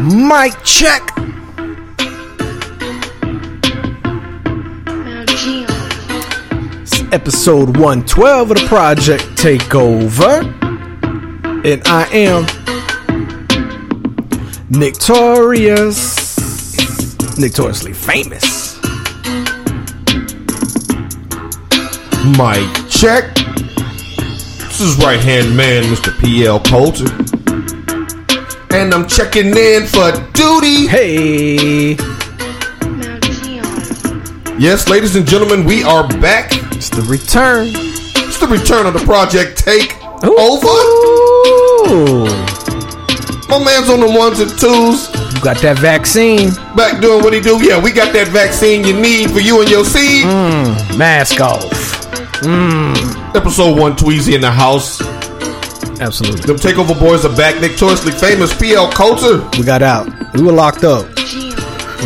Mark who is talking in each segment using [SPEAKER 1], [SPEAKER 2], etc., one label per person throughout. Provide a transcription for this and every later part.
[SPEAKER 1] Mic check. It's episode 112 of the Project Takeover. And I am Nictorious. Notoriously famous.
[SPEAKER 2] Mic check. This is right hand man, Mr. P.L. Coulter. And I'm checking in for duty.
[SPEAKER 1] Hey,
[SPEAKER 2] Yes, ladies and gentlemen, we are back.
[SPEAKER 1] it's the return.
[SPEAKER 2] It's the return of the Project Take
[SPEAKER 1] Ooh.
[SPEAKER 2] Over.
[SPEAKER 1] Ooh.
[SPEAKER 2] My man's on the ones and twos.
[SPEAKER 1] You got that vaccine.
[SPEAKER 2] Back doing what he do. Yeah, we got that vaccine you need for you and your seed.
[SPEAKER 1] Mm. Mask off.
[SPEAKER 2] Episode 1 Tweezy in the house.
[SPEAKER 1] Absolutely.
[SPEAKER 2] Them Takeover boys are back. Notoriously famous P.L. Coulter.
[SPEAKER 1] We got out. We were locked up.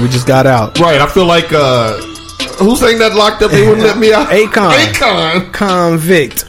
[SPEAKER 1] We just got out.
[SPEAKER 2] Right, I feel like, uh, who sang that locked up? They wouldn't let me out.
[SPEAKER 1] Akon.
[SPEAKER 2] Akon.
[SPEAKER 1] Convict.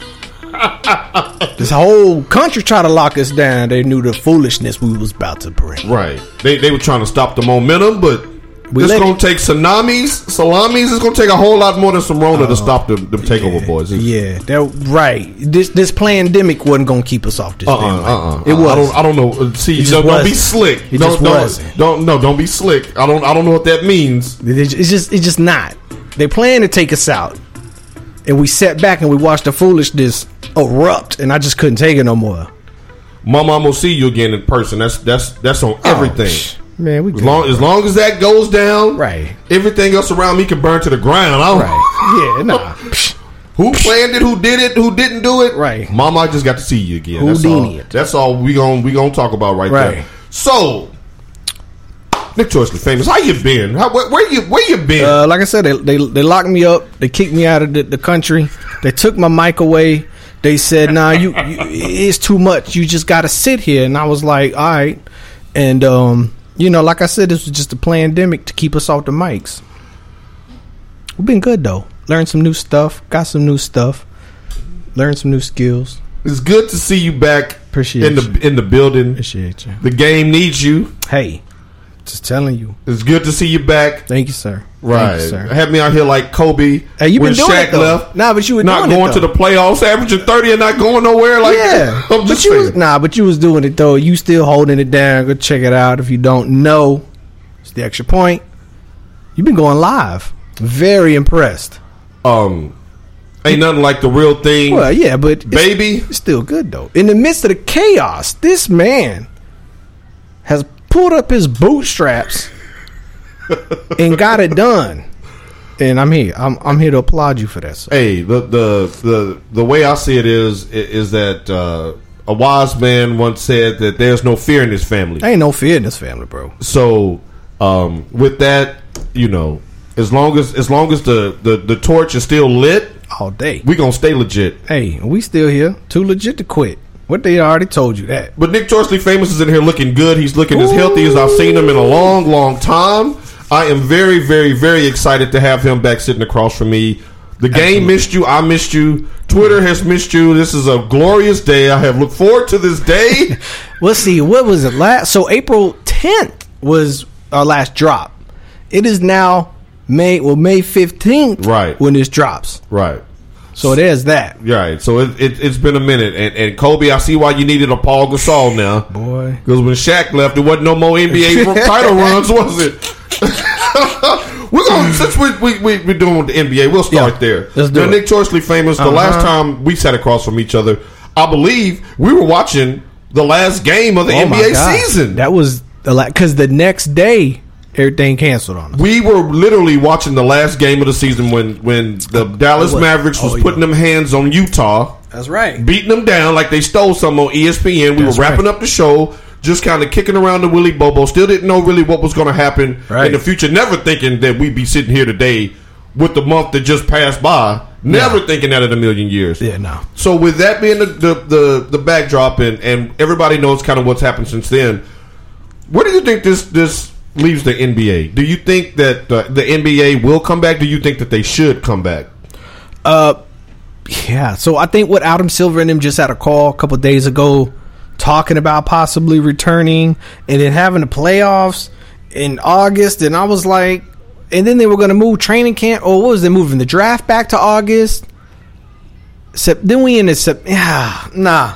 [SPEAKER 1] this whole country tried to lock us down. They knew the foolishness we was about to bring.
[SPEAKER 2] Right. They they were trying to stop the momentum, but
[SPEAKER 1] We
[SPEAKER 2] it's
[SPEAKER 1] let
[SPEAKER 2] gonna
[SPEAKER 1] it-
[SPEAKER 2] take tsunamis, salamis. It's gonna take a whole lot more than some Rona to stop the, the takeover boys.
[SPEAKER 1] Uh-uh. Yeah, that right. This this pandemic wasn't gonna keep us off this.
[SPEAKER 2] Uh uh-uh,
[SPEAKER 1] damn
[SPEAKER 2] uh
[SPEAKER 1] land. It
[SPEAKER 2] I
[SPEAKER 1] was.
[SPEAKER 2] don't I don't know. Uh, See,
[SPEAKER 1] just
[SPEAKER 2] don't, don't be
[SPEAKER 1] wasn't.
[SPEAKER 2] slick.
[SPEAKER 1] It
[SPEAKER 2] don't
[SPEAKER 1] just
[SPEAKER 2] don't,
[SPEAKER 1] wasn't.
[SPEAKER 2] don't no. Don't be slick. I don't I don't know what that means.
[SPEAKER 1] It's it's just it's just not. They plan to take us out, and we sat back and we watched the foolishness erupt, and I just couldn't take it no more.
[SPEAKER 2] Mama, I'm gonna see you again in person. That's that's that's on everything.
[SPEAKER 1] Oh, man, we
[SPEAKER 2] as
[SPEAKER 1] good.
[SPEAKER 2] long as long as that goes down,
[SPEAKER 1] Right.
[SPEAKER 2] Everything else around me can burn to the ground. I don't,
[SPEAKER 1] right. Yeah, nah. Psh,
[SPEAKER 2] Who planned it? Who did it? Who didn't do it?
[SPEAKER 1] Right.
[SPEAKER 2] Mama, I just got to see you again. That's all.
[SPEAKER 1] Houdini it.
[SPEAKER 2] That's all we gon' we gonna talk about right,
[SPEAKER 1] Right.
[SPEAKER 2] there. So, Nick Choice is famous. How you been? How, where, where you where you been?
[SPEAKER 1] Uh, like I said, they, they they locked me up. They kicked me out of the, the country. They took my mic away. They said, "Nah, you, you it's too much. You just got to sit here." And I was like, "All right." And um, you know, like I said, this was just a pandemic to keep us off the mics. We've been good though. Learned some new stuff. Got some new stuff. Learned some new skills.
[SPEAKER 2] it's good to see you back
[SPEAKER 1] Appreciate
[SPEAKER 2] in the in the building.
[SPEAKER 1] Appreciate you.
[SPEAKER 2] The game needs you.
[SPEAKER 1] Hey, just telling you.
[SPEAKER 2] It's good to see you back.
[SPEAKER 1] Thank you, sir.
[SPEAKER 2] Right.
[SPEAKER 1] Thank you, sir.
[SPEAKER 2] Have me out here like Kobe.
[SPEAKER 1] Hey, you
[SPEAKER 2] when
[SPEAKER 1] been doing
[SPEAKER 2] Shaq
[SPEAKER 1] it though.
[SPEAKER 2] left.
[SPEAKER 1] Nah, but you were
[SPEAKER 2] not
[SPEAKER 1] doing it,
[SPEAKER 2] going to
[SPEAKER 1] though.
[SPEAKER 2] the playoffs, averaging thirty and not going nowhere. Like,
[SPEAKER 1] yeah,
[SPEAKER 2] I'm
[SPEAKER 1] but
[SPEAKER 2] just
[SPEAKER 1] you was,
[SPEAKER 2] saying.
[SPEAKER 1] nah, but you was doing it though. You still holding it down. Go check it out if you don't know. It's the extra point. You've been going live. Very impressed.
[SPEAKER 2] um, ain't nothing like the real thing,
[SPEAKER 1] Well, yeah, but it's,
[SPEAKER 2] baby.
[SPEAKER 1] it's still good though. In the midst of the chaos, this man has pulled up his bootstraps and got it done. And I'm here. I'm I'm here to applaud you for that. Sir.
[SPEAKER 2] Hey, the the the the way I see it is is that uh, a wise man once said that there's no fear in his family.
[SPEAKER 1] Ain't no fear in this family, bro.
[SPEAKER 2] So, um, with that, you know, as long as as long as the the, the torch is still lit,
[SPEAKER 1] All day.
[SPEAKER 2] we gonna stay legit.
[SPEAKER 1] Hey, we still here. Too legit to quit. What they already told you that.
[SPEAKER 2] But Nick Torsley famous is in here looking good. He's looking as healthy as I've seen him in a long, long time. I am very, very, very excited to have him back sitting across from me. The game missed you. I missed you. Twitter has missed you. This is a glorious day. I have looked forward to this day.
[SPEAKER 1] Let's see, what was it last? So April 10th was our last drop. It is now May, well May 15th,
[SPEAKER 2] Right.
[SPEAKER 1] When this drops,
[SPEAKER 2] right.
[SPEAKER 1] so there's that.
[SPEAKER 2] Right. So it, it, it's been a minute. And, and Kobe, I see why you needed a Paul Gasol now.
[SPEAKER 1] Boy.
[SPEAKER 2] Because when Shaq left, it wasn't no more NBA title runs, was it? we're going since we we we we doing with the NBA, we'll start
[SPEAKER 1] Yeah.
[SPEAKER 2] there.
[SPEAKER 1] Let's do
[SPEAKER 2] now,
[SPEAKER 1] it. Uh-huh.
[SPEAKER 2] Nick Torsley famous. The last time we sat across from each other, I believe we were watching the last game of the
[SPEAKER 1] Oh, my
[SPEAKER 2] NBA
[SPEAKER 1] God.
[SPEAKER 2] season.
[SPEAKER 1] That was a lot because the next day everything canceled on us.
[SPEAKER 2] we were literally watching the last game of the season when when the Dallas
[SPEAKER 1] was.
[SPEAKER 2] Mavericks was
[SPEAKER 1] Oh, yeah.
[SPEAKER 2] putting them hands on Utah.
[SPEAKER 1] That's right.
[SPEAKER 2] beating them down like they stole some on E ESPN. We
[SPEAKER 1] That's
[SPEAKER 2] were wrapping
[SPEAKER 1] right.
[SPEAKER 2] up the show, just kind of kicking around the Willy Bobo. Still didn't know really what was going to happen in
[SPEAKER 1] Right.
[SPEAKER 2] the future. Never thinking that we'd be sitting here today with the month that just passed by. Never thinking that in a million years.
[SPEAKER 1] Yeah, no.
[SPEAKER 2] So with that being the the, the, the backdrop and, and everybody knows kind of what's happened since then, where do you think this this leaves the NBA, do you think that uh, the NBA will come back? Do you think that they should come back?
[SPEAKER 1] Uh, yeah. So I think what Adam Silver and him just had a call a couple of days ago, talking about possibly returning and then having the playoffs in August. And I was like, and then they were going to move training camp, or what was they moving the draft back to August? Sep- then we ended Sep- yeah, nah,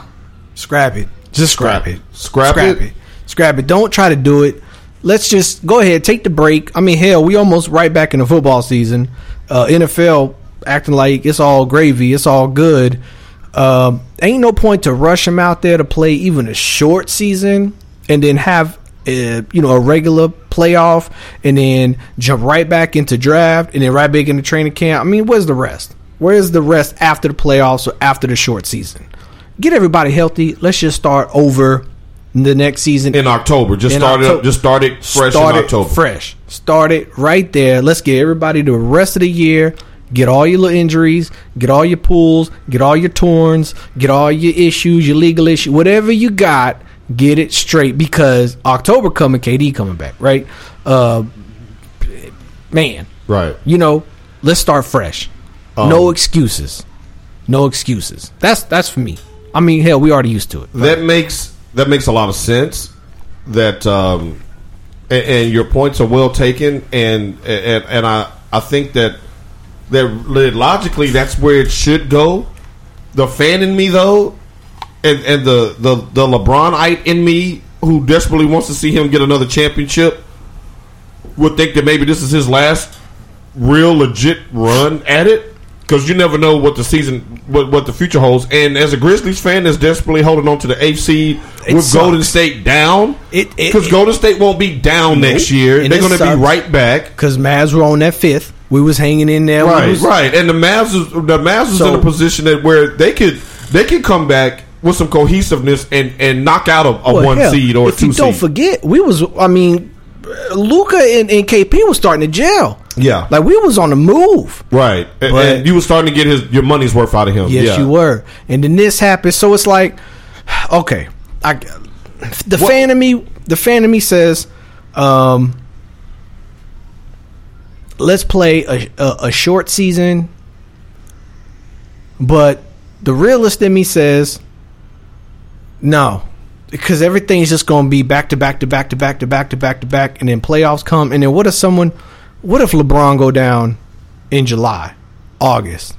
[SPEAKER 1] scrap it, just scrap, it,
[SPEAKER 2] Scrap
[SPEAKER 1] scrap
[SPEAKER 2] it?
[SPEAKER 1] it, scrap it. Don't try to do it. Let's just go ahead, take the break. I mean, hell, we almost right back in the football season. Uh, NFL acting like it's all gravy, it's all good. Um, ain't no point to rush him out there to play even a short season and then have uh, you know a regular playoff and then jump right back into draft and then right back into training camp. I mean, where's the rest? Where's the rest after the playoffs or after the short season? Get everybody healthy. Let's just start over the next season
[SPEAKER 2] in October. Just
[SPEAKER 1] In
[SPEAKER 2] started.
[SPEAKER 1] October.
[SPEAKER 2] Just started fresh
[SPEAKER 1] start
[SPEAKER 2] in
[SPEAKER 1] it
[SPEAKER 2] October.
[SPEAKER 1] Fresh. Start it right there. Let's get everybody the rest of the year. Get all your little injuries, get all your pulls, get all your torns, get all your issues, your legal issue, whatever you got, get it straight because October coming, KD coming back, right? Uh, man,
[SPEAKER 2] Right.
[SPEAKER 1] you know, let's start fresh. no
[SPEAKER 2] Um,
[SPEAKER 1] excuses. No excuses. That's that's for me. I mean, hell, we already used to it.
[SPEAKER 2] That makes that makes a lot of sense. That um, and, and your points are well taken, and and, and I I think that that logically that's where it should go. The fan in me though, and and the the the LeBronite in me who desperately wants to see him get another championship would think that maybe this is his last real legit run at it because you never know what the season what, what the future holds and as a grizzlies fan that's desperately holding on to the eighth seed
[SPEAKER 1] It
[SPEAKER 2] with
[SPEAKER 1] sucks.
[SPEAKER 2] golden state down
[SPEAKER 1] It- it-
[SPEAKER 2] because
[SPEAKER 1] it-
[SPEAKER 2] golden state won't be down next year
[SPEAKER 1] And
[SPEAKER 2] they're
[SPEAKER 1] it
[SPEAKER 2] going to
[SPEAKER 1] sucks.
[SPEAKER 2] be right back
[SPEAKER 1] Because Mavs were on that fifth. We was hanging in there. We
[SPEAKER 2] Right,
[SPEAKER 1] was-
[SPEAKER 2] right. And the Mavs is the Mavs is in
[SPEAKER 1] So-
[SPEAKER 2] a position that where they could they could come back with some cohesiveness and and knock out a, a
[SPEAKER 1] Well,
[SPEAKER 2] one
[SPEAKER 1] Oh, hell,
[SPEAKER 2] seed or a
[SPEAKER 1] if
[SPEAKER 2] two
[SPEAKER 1] you don't
[SPEAKER 2] seed.
[SPEAKER 1] forget, we was. I mean, Luca and, and KP was starting to jail.
[SPEAKER 2] yeah,
[SPEAKER 1] Like we was on the move.
[SPEAKER 2] right. And,
[SPEAKER 1] But-
[SPEAKER 2] and you were starting to get his your money's worth out of him.
[SPEAKER 1] Yes,
[SPEAKER 2] yeah.
[SPEAKER 1] you were. And then this happened. So it's like, okay, I, the fan of me, the fan of me says, um, let's play a, a, a short season. But the realist in me says, no, because everything's just going to be back to back to back to back to back to back to back, and then playoffs come, and then what if someone, what if LeBron go down in July, August,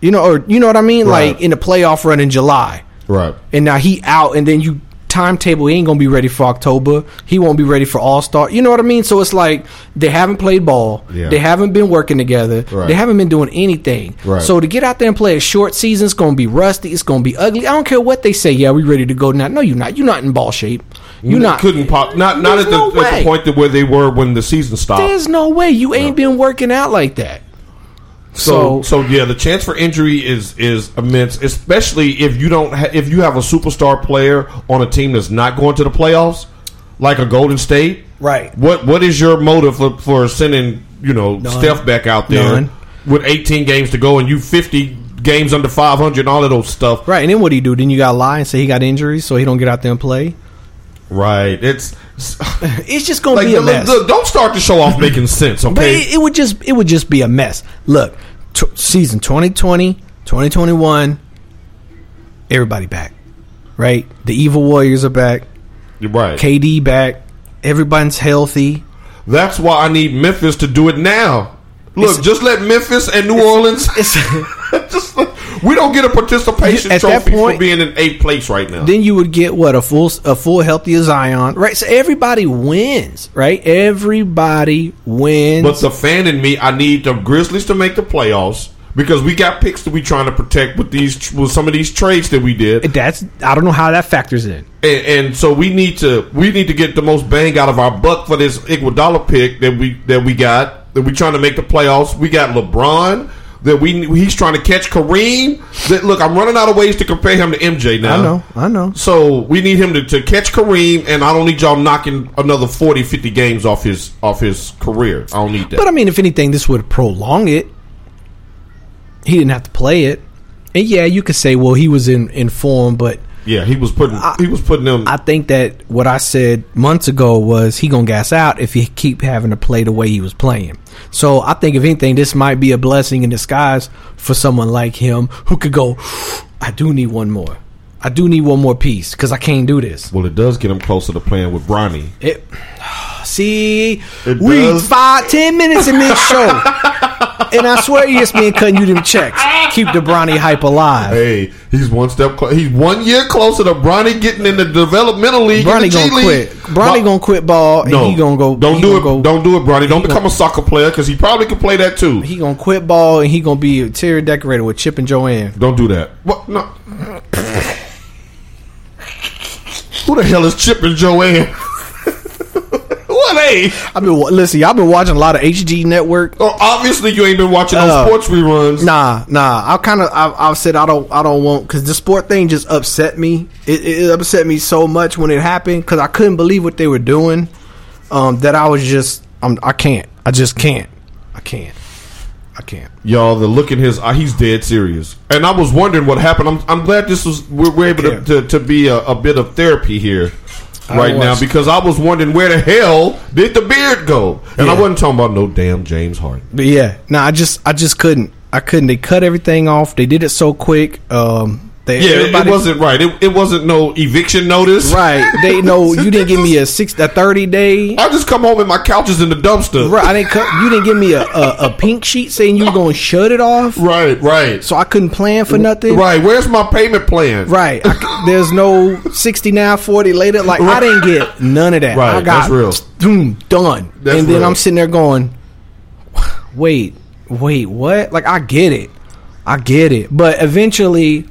[SPEAKER 1] you know, or you know what I mean,
[SPEAKER 2] Right.
[SPEAKER 1] like in the playoff run in July,
[SPEAKER 2] Right.
[SPEAKER 1] and now he out, and then you timetable he ain't gonna be ready for October. He won't be ready for All Star. You know what I mean? So it's like they haven't played ball.
[SPEAKER 2] Yeah.
[SPEAKER 1] They haven't been working together.
[SPEAKER 2] Right.
[SPEAKER 1] They haven't been doing anything.
[SPEAKER 2] Right.
[SPEAKER 1] So to get out there and play a short season, it's gonna be rusty. It's gonna be ugly. I don't care what they say. Yeah, we ready to go now. No, you're not. You're not in ball shape. You're not.
[SPEAKER 2] couldn't pop not not
[SPEAKER 1] There's
[SPEAKER 2] at the,
[SPEAKER 1] no
[SPEAKER 2] at the
[SPEAKER 1] way.
[SPEAKER 2] point that where they were when the season stopped.
[SPEAKER 1] There's no way you ain't been working out like that.
[SPEAKER 2] So, so yeah, the chance for injury is is immense, especially if you don't ha- if you have a superstar player on a team that's not going to the playoffs, like a Golden State.
[SPEAKER 1] Right.
[SPEAKER 2] What what is your motive for, for sending you know Steph back out there
[SPEAKER 1] None.
[SPEAKER 2] with 18 games to go and you 50 games under 500 and all of those stuff?
[SPEAKER 1] Right, and then what do you do? Then you gotta lie and say he got injuries, so he don't get out there and play.
[SPEAKER 2] Right. It's
[SPEAKER 1] It's just gonna
[SPEAKER 2] like
[SPEAKER 1] be a
[SPEAKER 2] look,
[SPEAKER 1] mess.
[SPEAKER 2] look, don't start the show off making sense.
[SPEAKER 1] But
[SPEAKER 2] Okay.
[SPEAKER 1] it, it would just it would just be a mess. Look, t- season 2020, 2021, everybody back. Right? The evil warriors are back.
[SPEAKER 2] You're right.
[SPEAKER 1] KD back. Everybody's healthy.
[SPEAKER 2] That's why I need Memphis to do it now. Look,
[SPEAKER 1] It's-
[SPEAKER 2] just let Memphis and New Orleans.
[SPEAKER 1] It's
[SPEAKER 2] just we don't get a participation
[SPEAKER 1] At that
[SPEAKER 2] trophy for
[SPEAKER 1] point-
[SPEAKER 2] being in eighth place right now.
[SPEAKER 1] then you would get what a full a full healthy Zion, right? So everybody wins, right? Everybody wins.
[SPEAKER 2] but the fan in me, I need the Grizzlies to make the playoffs because we got picks that we trying to protect with these with some of these trades that we did, and,
[SPEAKER 1] That's I don't know how that factors in.
[SPEAKER 2] and so we need to we need to get the most bang out of our buck for this Iguodala pick that we that we got that we trying to make the playoffs. We got LeBron. That we he's trying to catch Kareem. That look, I'm running out of ways to compare him to MJ
[SPEAKER 1] I
[SPEAKER 2] now.
[SPEAKER 1] know, I know.
[SPEAKER 2] So we need him to, to catch Kareem, and I don't need y'all knocking another 40, 50 games off his off his career. I don't need that.
[SPEAKER 1] But I mean, if anything, this would prolong it. He didn't have to play it, and yeah, you could say, well, he was in in form, but
[SPEAKER 2] Yeah, he was putting he was putting them.
[SPEAKER 1] uh, I think that what I said months ago was he gonna gas out if he keep having to play the way he was playing. So I think if anything, this might be a blessing in disguise for someone like him who could go. I do need one more. I do need one more piece because I can't do this.
[SPEAKER 2] well, it does get him closer to playing with Bronny.
[SPEAKER 1] It, see,
[SPEAKER 2] It
[SPEAKER 1] we
[SPEAKER 2] does.
[SPEAKER 1] five ten minutes in this show, and I swear E you just been cutting you them checks. Keep the Bronny hype alive.
[SPEAKER 2] Hey, he's one step. Clo- he's one year closer to Bronny getting in the developmental league. in the
[SPEAKER 1] Bronny
[SPEAKER 2] G
[SPEAKER 1] gonna
[SPEAKER 2] League.
[SPEAKER 1] quit. Bronny
[SPEAKER 2] Bro-
[SPEAKER 1] gonna quit ball, and
[SPEAKER 2] No,
[SPEAKER 1] he gonna go.
[SPEAKER 2] Don't
[SPEAKER 1] he
[SPEAKER 2] do
[SPEAKER 1] gonna
[SPEAKER 2] it.
[SPEAKER 1] Go,
[SPEAKER 2] don't do it, Bronny. Don't become a soccer player because he probably could play that too.
[SPEAKER 1] He gonna quit ball and he gonna be a interior decorator with Chip and Joanne.
[SPEAKER 2] Don't do that. What? No. Who the hell is Chip and Joanne? what they?
[SPEAKER 1] I've been wa- listen. Y'all been watching a lot of HG Network.
[SPEAKER 2] Oh, obviously, you ain't been watching those
[SPEAKER 1] Uh,
[SPEAKER 2] sports reruns.
[SPEAKER 1] Nah, nah. I kind of I, I said I don't I don't want because the sport thing just upset me. It, it upset me so much when it happened because I couldn't believe what they were doing. Um, that I was just I'm, I can't. I just can't. I can't. I can't.
[SPEAKER 2] Y'all, the look in his eye, he's dead serious. And I was wondering what happened. I'm, I'm glad this was, we're, we're able to,
[SPEAKER 1] Okay.
[SPEAKER 2] to, to be a, a bit of therapy here right now
[SPEAKER 1] was.
[SPEAKER 2] because I was wondering where the hell did the beard go? And I
[SPEAKER 1] Yeah.
[SPEAKER 2] wasn't talking about no damn James Harden.
[SPEAKER 1] But yeah, no, I just I just couldn't. I couldn't. They cut everything off. They did it so quick. Um, they,
[SPEAKER 2] Yeah, it- it
[SPEAKER 1] everybody-
[SPEAKER 2] wasn't right. It, it wasn't no eviction notice.
[SPEAKER 1] Right. They know you didn't give me a six a thirty day.
[SPEAKER 2] I just come home and my couch is in the dumpster.
[SPEAKER 1] Right. I didn't cut, you didn't give me a, a, a pink sheet saying you were gonna shut it off.
[SPEAKER 2] right, right.
[SPEAKER 1] So I couldn't plan for nothing.
[SPEAKER 2] Right, where's my payment plan?
[SPEAKER 1] Right. I c- there's no 69, 40 later. Like I didn't get none of that.
[SPEAKER 2] Right,
[SPEAKER 1] I got
[SPEAKER 2] that's real.
[SPEAKER 1] boom, done.
[SPEAKER 2] That's
[SPEAKER 1] and then
[SPEAKER 2] real.
[SPEAKER 1] I'm sitting there going, wait, wait, what? Like I get it. I get it. But eventually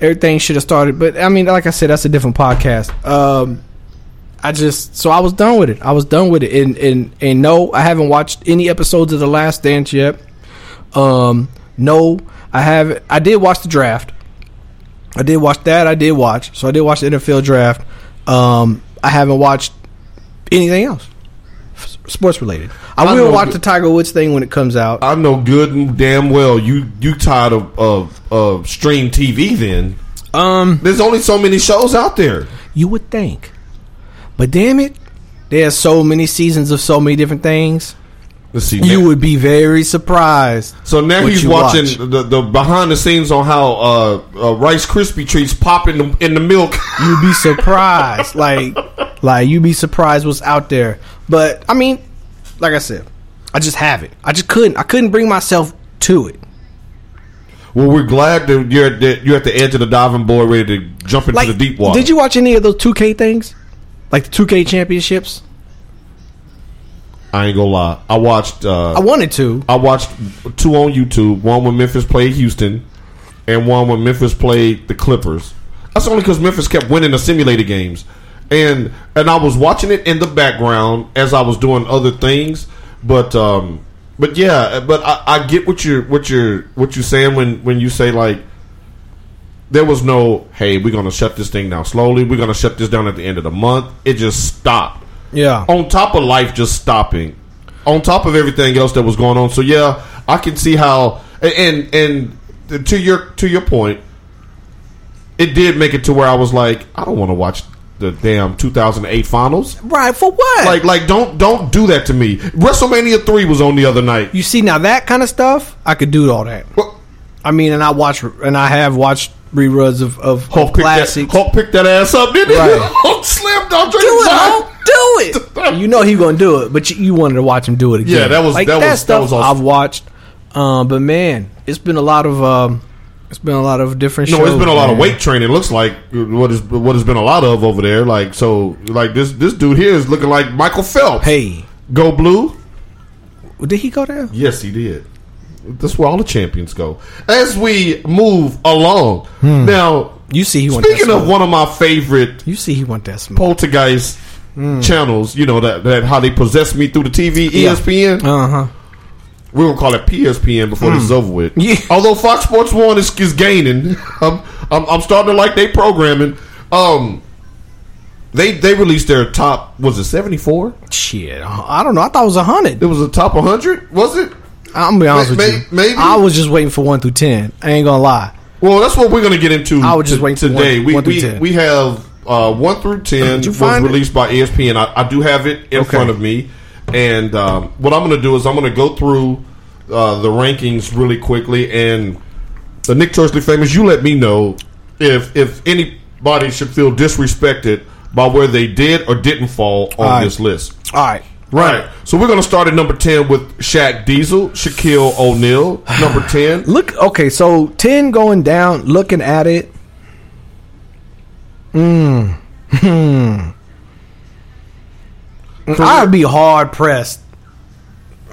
[SPEAKER 1] everything should have started. But I mean, like I said, that's a different podcast. Um I just so I was done with it. I was done with it. And and and no, I haven't watched any episodes of The Last Dance yet. Um no, I have I did watch the draft. I did watch that. I did watch. So I did watch the NFL draft. Um, I haven't watched anything else, S- sports related. I,
[SPEAKER 2] I know
[SPEAKER 1] will watch
[SPEAKER 2] that-
[SPEAKER 1] the Tiger Woods thing when it comes out.
[SPEAKER 2] I know good and damn well you you tired of of, of stream TV. Then
[SPEAKER 1] Um,
[SPEAKER 2] there's only so many shows out there.
[SPEAKER 1] you would think, but damn it, there's so many seasons of so many different things.
[SPEAKER 2] Let's see.
[SPEAKER 1] You
[SPEAKER 2] now-
[SPEAKER 1] would be very surprised.
[SPEAKER 2] so now
[SPEAKER 1] what
[SPEAKER 2] he's
[SPEAKER 1] you
[SPEAKER 2] watching
[SPEAKER 1] watch.
[SPEAKER 2] the, the behind the scenes on how uh, uh, Rice Krispie treats pop in the, in the milk.
[SPEAKER 1] You'd be surprised, like, like you'd be surprised what's out there. But I mean, like I said, I just haven't. I just couldn't. I couldn't bring myself to it.
[SPEAKER 2] well, we're glad that you're that you're at the edge of the diving board, ready to jump into
[SPEAKER 1] like
[SPEAKER 2] the deep water.
[SPEAKER 1] Did you watch any of those 2K things? Like the 2K championships?
[SPEAKER 2] I ain't gonna lie. I watched. Uh,
[SPEAKER 1] I wanted to.
[SPEAKER 2] I watched two on YouTube. One when Memphis played Houston, and one when Memphis played the Clippers. That's only because Memphis kept winning the simulated games, and and I was watching it in the background as I was doing other things. But um, but yeah, but I, I get what you're what you're what you're saying when when you say like there was no hey we're gonna shut this thing down slowly. We're gonna shut this down at the end of the month. It just stopped
[SPEAKER 1] Yeah.
[SPEAKER 2] on top of life just stopping, on top of everything else that was going on. So yeah, I can see how and and and to your to your point, it did make it to where I was like, I don't want to watch the damn 2008 finals.
[SPEAKER 1] Right, for what?
[SPEAKER 2] Like like don't don't do that to me. WrestleMania three was on the other night.
[SPEAKER 1] you see now that kind of stuff, I could do all that.
[SPEAKER 2] Well,
[SPEAKER 1] I mean, and I watch and I have watched reruns of of, of
[SPEAKER 2] Hulk picked, that,
[SPEAKER 1] classics. Do
[SPEAKER 2] Hulk picked that ass up, didn't he?
[SPEAKER 1] Right.
[SPEAKER 2] Hulk slammed on
[SPEAKER 1] it, Hulk, do it. you know he gonna do it, but you, you wanted to watch him do it again.
[SPEAKER 2] Yeah, that was-
[SPEAKER 1] like
[SPEAKER 2] that
[SPEAKER 1] that,
[SPEAKER 2] was- that
[SPEAKER 1] stuff
[SPEAKER 2] was awesome.
[SPEAKER 1] I've watched. Um, but man, it's been a lot of um, it's been a lot of different.
[SPEAKER 2] No,
[SPEAKER 1] shows,
[SPEAKER 2] it's been a lot of
[SPEAKER 1] man.
[SPEAKER 2] weight training. Looks like what is what has been a lot of over there. Like so, like this this dude here is looking like Michael Phelps.
[SPEAKER 1] Hey,
[SPEAKER 2] go blue.
[SPEAKER 1] did he go there?
[SPEAKER 2] Yes, he did. That's where all the champions go. As we move along now,
[SPEAKER 1] Hmm. You see, he went.
[SPEAKER 2] speaking
[SPEAKER 1] that
[SPEAKER 2] of
[SPEAKER 1] smoke.
[SPEAKER 2] one of my favorite
[SPEAKER 1] you see, he went that smoke.
[SPEAKER 2] poltergeist channels, you know that that how they possess me through the E TV,
[SPEAKER 1] Hmm. Yeah.
[SPEAKER 2] ESPN.
[SPEAKER 1] Uh huh.
[SPEAKER 2] We're gonna call it PSPN before this is over with.
[SPEAKER 1] Yeah.
[SPEAKER 2] Although Fox Sports One is, is gaining, I'm, I'm I'm starting to like they programming. Um, they they released their top was it seventy four?
[SPEAKER 1] Shit, I don't know. I thought it was a hundred.
[SPEAKER 2] It was a top one hundred, was it?
[SPEAKER 1] I'm gonna be honest
[SPEAKER 2] May-
[SPEAKER 1] with you.
[SPEAKER 2] may- maybe?
[SPEAKER 1] I was just waiting for one through ten. I ain't gonna lie.
[SPEAKER 2] Well, that's what we're going to get into.
[SPEAKER 1] I was just
[SPEAKER 2] to-
[SPEAKER 1] waiting for
[SPEAKER 2] today.
[SPEAKER 1] one-
[SPEAKER 2] we,
[SPEAKER 1] one through
[SPEAKER 2] we,
[SPEAKER 1] 10.
[SPEAKER 2] we have uh, one through ten
[SPEAKER 1] Did you
[SPEAKER 2] was
[SPEAKER 1] find it?
[SPEAKER 2] released by E ESPN. I, I do have it in
[SPEAKER 1] Okay.
[SPEAKER 2] front of me, and um, what I'm going to do is I'm going to go through uh, the rankings really quickly. And the Nick Churchley famous, you let me know if if anybody should feel disrespected by where they did or didn't fall on
[SPEAKER 1] right.
[SPEAKER 2] this list.
[SPEAKER 1] All right.
[SPEAKER 2] Right. So we're going to start at number 10 with Shaq Diesel, Shaquille O'Neal, number 10.
[SPEAKER 1] Look, okay, so 10 going down, looking at it. Hmm. Mm. Hmm. Hmm. I'd be hard pressed.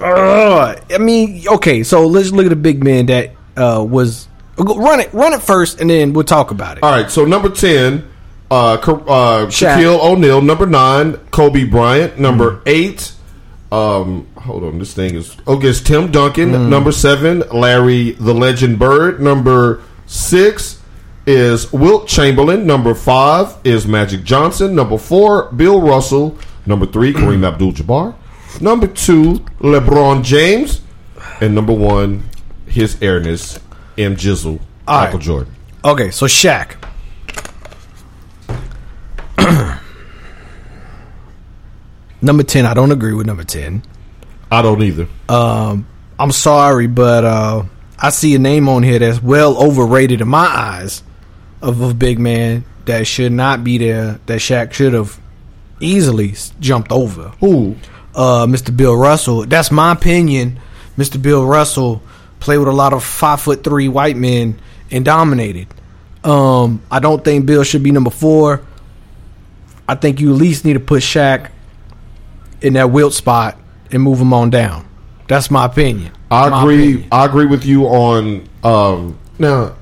[SPEAKER 1] Ugh. I mean, okay, so let's look at the big man that uh, was. go- Run it, run it first, and then we'll talk about it.
[SPEAKER 2] All right, so number 10, uh, Ka- uh,
[SPEAKER 1] Shaq. Mm-hmm.
[SPEAKER 2] Shaquille O'Neal. Number 9, Kobe Bryant. Number 8, um, hold on, this thing is. Okay, it's Tim Duncan.
[SPEAKER 1] Mm.
[SPEAKER 2] Number 7, Larry the Legend Bird. Number 6 is Wilt Chamberlain. Number 5 is Magic Johnson. Number 4, Bill Russell. Number 3, Kareem
[SPEAKER 1] Mm.
[SPEAKER 2] Abdul Jabbar. Number 2, LeBron James. And number 1, his airness, M. Jizzle,
[SPEAKER 1] All right.
[SPEAKER 2] Michael Jordan.
[SPEAKER 1] Okay, so Shaq. number 10, I don't agree with number 10.
[SPEAKER 2] I don't either.
[SPEAKER 1] I'm sorry, but uh, I see a name on here that's well overrated in my eyes of a big man that should not be there, that Shaq should have easily s- jumped over.
[SPEAKER 2] Who?
[SPEAKER 1] Uh, Mr. Bill Russell, that's my opinion. Mr. Bill Russell played with a lot of five foot three white men and dominated. Um, I don't think Bill should be number four. I think you at least need to put Shaq in that wilt spot and move him on down. That's my opinion. My
[SPEAKER 2] I agree.
[SPEAKER 1] opinion.
[SPEAKER 2] I agree with you on um, now.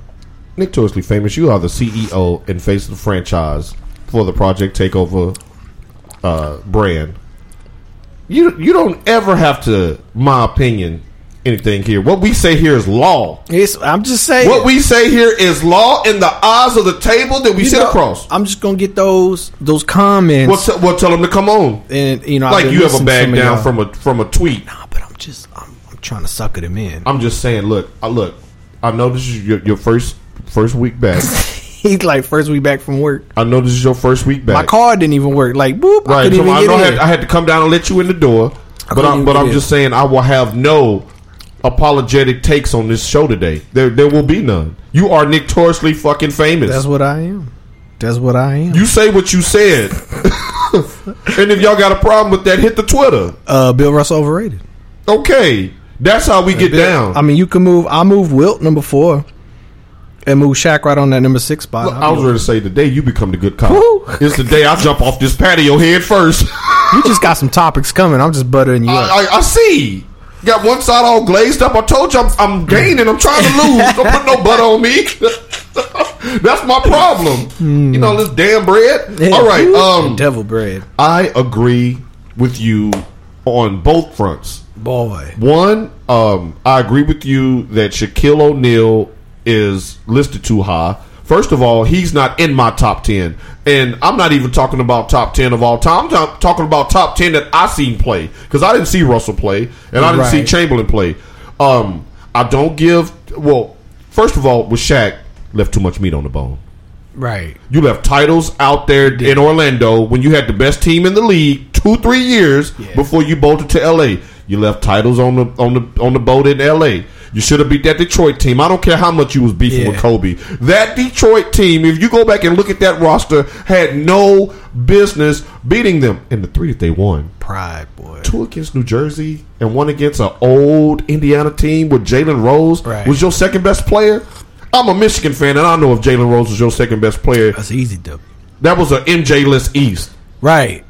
[SPEAKER 2] Nick Torsley, famous. You are the CEO and face of the franchise for the Project Takeover uh, brand. You you don't ever have to, my opinion, anything here. What we say here is law.
[SPEAKER 1] It's, I'm just saying.
[SPEAKER 2] What we say here is law in the eyes of the table that we
[SPEAKER 1] you
[SPEAKER 2] sit
[SPEAKER 1] know,
[SPEAKER 2] across.
[SPEAKER 1] I'm just gonna get those those comments,
[SPEAKER 2] We'll, t- we'll tell them to come on.
[SPEAKER 1] and you know, I've
[SPEAKER 2] Like
[SPEAKER 1] been
[SPEAKER 2] you have a
[SPEAKER 1] listening to some
[SPEAKER 2] bag
[SPEAKER 1] of
[SPEAKER 2] down
[SPEAKER 1] y'all.
[SPEAKER 2] from a from a tweet.
[SPEAKER 1] Nah, but I'm just I'm, I'm trying to sucker them in.
[SPEAKER 2] I'm just saying. Look, I look. I know this is your, your first first week back.
[SPEAKER 1] He's like, first we back from work.
[SPEAKER 2] I know this is your first week back.
[SPEAKER 1] My car didn't even work. Like, boop, I
[SPEAKER 2] right.
[SPEAKER 1] couldn't
[SPEAKER 2] So
[SPEAKER 1] even
[SPEAKER 2] I,
[SPEAKER 1] get
[SPEAKER 2] know I,
[SPEAKER 1] in.
[SPEAKER 2] had, I had to come down and let you in the door. But
[SPEAKER 1] couldn't
[SPEAKER 2] I'm
[SPEAKER 1] even
[SPEAKER 2] but
[SPEAKER 1] get
[SPEAKER 2] I'm
[SPEAKER 1] in.
[SPEAKER 2] just saying I will have no apologetic takes on this show today. There there will be none. You are notoriously fucking famous.
[SPEAKER 1] That's what I am. That's what I am.
[SPEAKER 2] you say what you said. and if y'all got a problem with that, hit the Twitter.
[SPEAKER 1] Uh, Bill Russell overrated.
[SPEAKER 2] Okay. That's how we get down.
[SPEAKER 1] I mean, you can move. I move Wilt number four, and move Shaq right on that number six spot.
[SPEAKER 2] I was ready to say the day you become the good cop.
[SPEAKER 1] Woo.
[SPEAKER 2] It's the day I jump off this patio head first.
[SPEAKER 1] you just got some topics coming. I'm just buttering you up.
[SPEAKER 2] I, I, I see. Got one side all glazed up. I told you I'm, I'm gaining. I'm trying to lose. Don't put no butter on me. That's my problem. You know this damn bread.
[SPEAKER 1] Yeah.
[SPEAKER 2] uh, All right.
[SPEAKER 1] Ooh,
[SPEAKER 2] Um,
[SPEAKER 1] devil bread,
[SPEAKER 2] I agree with you on both fronts.
[SPEAKER 1] boy.
[SPEAKER 2] One, um, I agree with you that Shaquille O'Neal is listed too high. First of all, he's not in my top ten, and I'm not even talking about top ten of all time. I'm ta- talking about top ten that I seen play because I didn't see Russell play and I didn't see
[SPEAKER 1] Right.
[SPEAKER 2] Chamberlain play. Um, I don't give. Well, first of all, with Shaq, left too much meat on the bone.
[SPEAKER 1] Right.
[SPEAKER 2] You left titles out there in Orlando when you had the best team in the league two, three years before you bolted to LA. You left titles on the on the on the boat in LA. You should have beat that Detroit team. I don't care how much you was beefing with
[SPEAKER 1] Yeah.
[SPEAKER 2] Kobe. That Detroit team, if you go back and look at that roster, had no business beating them. And the three that they won.
[SPEAKER 1] Pride, boy.
[SPEAKER 2] Two against New Jersey and one against an old Indiana team with Jalen Rose
[SPEAKER 1] Right.
[SPEAKER 2] was your second best player. I'm a Michigan fan and I know if Jalen Rose was your second best player,
[SPEAKER 1] That's easy, W.
[SPEAKER 2] that was a MJ list East.
[SPEAKER 1] Right.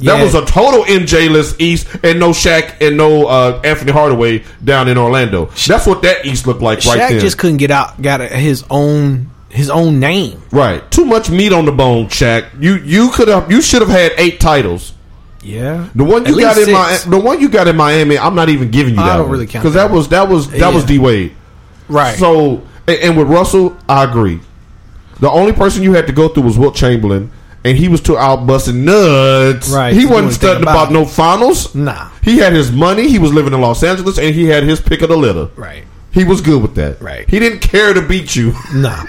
[SPEAKER 2] That
[SPEAKER 1] Yeah.
[SPEAKER 2] was a total MJ list East, and no Shaq and no uh, Anthony Hardaway down in Orlando. That's what that East looked like
[SPEAKER 1] Shaq
[SPEAKER 2] right there.
[SPEAKER 1] just couldn't get out. Got a, his own his own name.
[SPEAKER 2] right, too much meat on the bone, Shaq. You you could have you should have had eight titles.
[SPEAKER 1] Yeah.
[SPEAKER 2] The one you
[SPEAKER 1] At
[SPEAKER 2] got
[SPEAKER 1] least
[SPEAKER 2] in my
[SPEAKER 1] six.
[SPEAKER 2] the one you got in Miami. I'm not even giving you
[SPEAKER 1] I
[SPEAKER 2] that.
[SPEAKER 1] don't really count
[SPEAKER 2] because
[SPEAKER 1] that
[SPEAKER 2] that was that was that was
[SPEAKER 1] Yeah.
[SPEAKER 2] D Wade.
[SPEAKER 1] right.
[SPEAKER 2] So and, and with Russell, I agree. The only person you had to go through was Wilt Chamberlain, and he was too out busting nuts.
[SPEAKER 1] Right,
[SPEAKER 2] He
[SPEAKER 1] he
[SPEAKER 2] wasn't
[SPEAKER 1] wasn't thinking
[SPEAKER 2] studying about,
[SPEAKER 1] about it. Mm-hmm.
[SPEAKER 2] no finals.
[SPEAKER 1] Nah.
[SPEAKER 2] He had his money. He was living in Los Angeles, and he had his pick of the litter.
[SPEAKER 1] right.
[SPEAKER 2] He was good with that.
[SPEAKER 1] Right.
[SPEAKER 2] He didn't care to beat you.
[SPEAKER 1] Nah,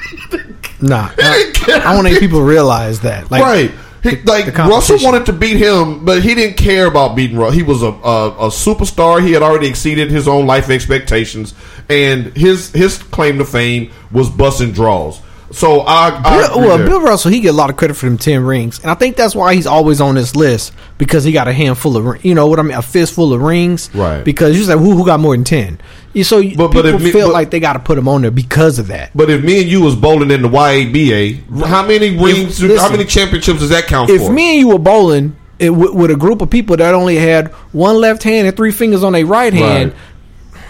[SPEAKER 1] nah. I,
[SPEAKER 2] didn't care.
[SPEAKER 1] I want to people realize that. Like,
[SPEAKER 2] right. He, like Russell
[SPEAKER 1] competition.
[SPEAKER 2] wanted to beat him, but he didn't care about beating Russell. He was a, a a superstar. He had already exceeded his own life expectations, and his his claim to fame was busting draws. So I, I
[SPEAKER 1] Bill,
[SPEAKER 2] agree
[SPEAKER 1] well,
[SPEAKER 2] there.
[SPEAKER 1] Bill Russell, he get a lot of credit for them ten rings, and I think that's why he's always on this list because he got a handful of, ri- you know what I mean, a fistful of rings.
[SPEAKER 2] Right.
[SPEAKER 1] Because you say who who got more than ten, You- so you-
[SPEAKER 2] But- but
[SPEAKER 1] people
[SPEAKER 2] if me-
[SPEAKER 1] feel
[SPEAKER 2] but-
[SPEAKER 1] like they got to put him on there because of that.
[SPEAKER 2] But if me and you was bowling in the YABA, how many rings? how
[SPEAKER 1] listen.
[SPEAKER 2] many championships does that count
[SPEAKER 1] If
[SPEAKER 2] for?
[SPEAKER 1] me and you were bowling it, with, with a group of people that only had one left hand and three fingers on their right hand,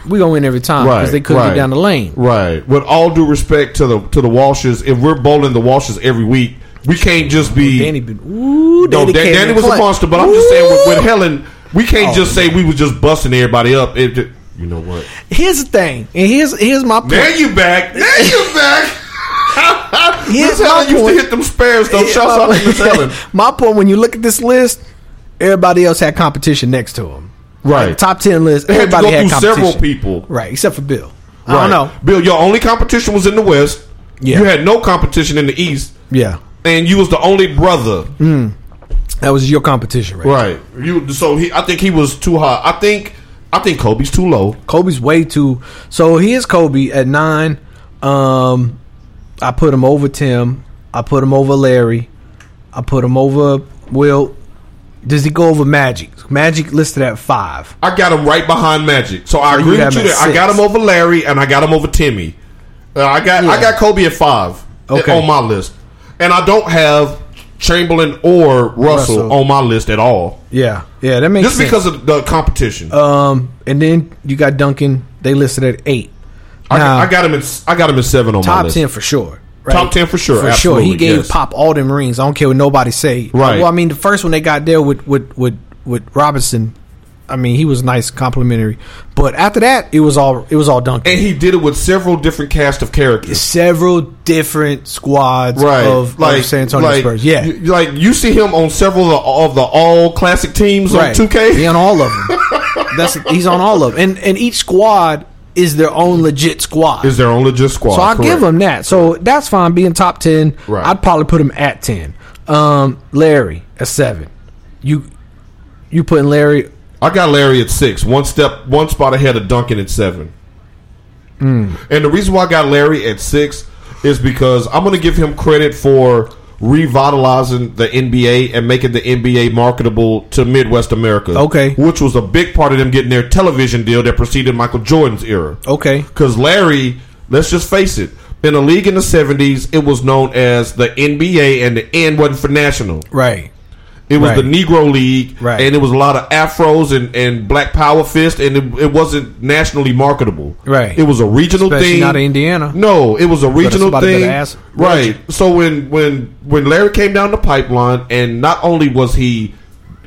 [SPEAKER 1] we gonna win every time because they couldn't
[SPEAKER 2] right,
[SPEAKER 1] get down the lane.
[SPEAKER 2] Right. With all due respect to the to the Walshes, if we're bowling the Walshes every week, we can't just be.
[SPEAKER 1] Oh, Danny been ooh,
[SPEAKER 2] no,
[SPEAKER 1] Danny,
[SPEAKER 2] Dan-
[SPEAKER 1] came
[SPEAKER 2] Danny
[SPEAKER 1] in
[SPEAKER 2] was a
[SPEAKER 1] clutch. Oh,
[SPEAKER 2] monster, but I'm just saying with, with
[SPEAKER 1] Ooh.
[SPEAKER 2] Helen, we can't just say we was just busting everybody up. It, ju- you know what?
[SPEAKER 1] Here's the thing, and here's here's my point.
[SPEAKER 2] Now you back. Now you back.
[SPEAKER 1] Here's
[SPEAKER 2] Miss Helen
[SPEAKER 1] my
[SPEAKER 2] used to
[SPEAKER 1] point.
[SPEAKER 2] hit them spares though.
[SPEAKER 1] Yeah,
[SPEAKER 2] Shouts out
[SPEAKER 1] my-
[SPEAKER 2] to Miss Helen.
[SPEAKER 1] My point when you look at this list, everybody else had competition next to him.
[SPEAKER 2] Right.
[SPEAKER 1] Top ten list,
[SPEAKER 2] They had to
[SPEAKER 1] everybody
[SPEAKER 2] go
[SPEAKER 1] had
[SPEAKER 2] through
[SPEAKER 1] competition.
[SPEAKER 2] several people.
[SPEAKER 1] Right, except for Bill. I don't know.
[SPEAKER 2] Bill, your only competition was in the West.
[SPEAKER 1] Yeah.
[SPEAKER 2] You had no competition in the East,
[SPEAKER 1] Yeah.
[SPEAKER 2] and you was the only brother.
[SPEAKER 1] That was your competition, right?
[SPEAKER 2] Right. You so he I think he was too high. I think I think Kobe's too low.
[SPEAKER 1] Kobe's way too so here's Kobe at nine. Um I put him over Tim. I put him over Larry. I put him over Will. Does he go over Magic? Magic listed at five.
[SPEAKER 2] I got him right behind Magic. So I
[SPEAKER 1] you
[SPEAKER 2] agree
[SPEAKER 1] got
[SPEAKER 2] with you
[SPEAKER 1] him at
[SPEAKER 2] there. I got
[SPEAKER 1] six.
[SPEAKER 2] him over Larry and I got him over Timmy. Uh, I got I
[SPEAKER 1] Yeah.
[SPEAKER 2] got Kobe at five
[SPEAKER 1] Okay.
[SPEAKER 2] on my list. And I don't have Chamberlain or Russell,
[SPEAKER 1] Russell.
[SPEAKER 2] on my list at all.
[SPEAKER 1] Yeah. Yeah, that makes
[SPEAKER 2] Just
[SPEAKER 1] sense.
[SPEAKER 2] because of the competition.
[SPEAKER 1] Um, and then you got Duncan. They listed at eight.
[SPEAKER 2] I,
[SPEAKER 1] Now,
[SPEAKER 2] I got him at I got him at seven on my
[SPEAKER 1] top
[SPEAKER 2] list.
[SPEAKER 1] ten for sure. right?
[SPEAKER 2] Top 10 for sure,
[SPEAKER 1] For sure,
[SPEAKER 2] absolutely,
[SPEAKER 1] he gave
[SPEAKER 2] yes.
[SPEAKER 1] Pop all them rings. I don't care what nobody say.
[SPEAKER 2] Right.
[SPEAKER 1] Well, I mean, the first one they got there with with with with Robinson. I mean, he was nice, complimentary. But after that, it was all it was all Duncan.
[SPEAKER 2] And he did it with several different cast of characters.
[SPEAKER 1] Several different squads of, of San Antonio
[SPEAKER 2] like,
[SPEAKER 1] Spurs. Yeah,
[SPEAKER 2] you, like you see him on several of the, of the all classic teams
[SPEAKER 1] right.
[SPEAKER 2] on 2K.
[SPEAKER 1] He on all of them. That's he's on all of them, and and each squad is their own legit squad.
[SPEAKER 2] Is their own legit squad?
[SPEAKER 1] So I'll
[SPEAKER 2] correct.
[SPEAKER 1] give him that. So that's fine being top ten.
[SPEAKER 2] Right.
[SPEAKER 1] I'd probably put him at ten. Um, Larry at seven. You you putting Larry?
[SPEAKER 2] I got Larry at six, one step, one spot ahead of Duncan at seven.
[SPEAKER 1] Hmm.
[SPEAKER 2] And the reason why I got Larry at six is because I'm going to give him credit for revitalizing the NBA and making the NBA marketable to Midwest America.
[SPEAKER 1] Okay.
[SPEAKER 2] which was a big part of them getting their television deal that preceded Michael Jordan's era.
[SPEAKER 1] Okay.
[SPEAKER 2] Because Larry, let's just face it, in the league in the 70s, it was known as the NBA, and the N wasn't for national.
[SPEAKER 1] Right.
[SPEAKER 2] It was
[SPEAKER 1] Right.
[SPEAKER 2] the Negro League,
[SPEAKER 1] Right.
[SPEAKER 2] and it was a lot of afros and, and black power fist, and it, it wasn't nationally marketable.
[SPEAKER 1] Right.
[SPEAKER 2] It was a regional
[SPEAKER 1] Especially
[SPEAKER 2] thing.
[SPEAKER 1] not in Indiana.
[SPEAKER 2] No, it was a regional
[SPEAKER 1] somebody
[SPEAKER 2] thing.
[SPEAKER 1] better ask.
[SPEAKER 2] Right. So when when when Larry came down the pipeline, and not only was he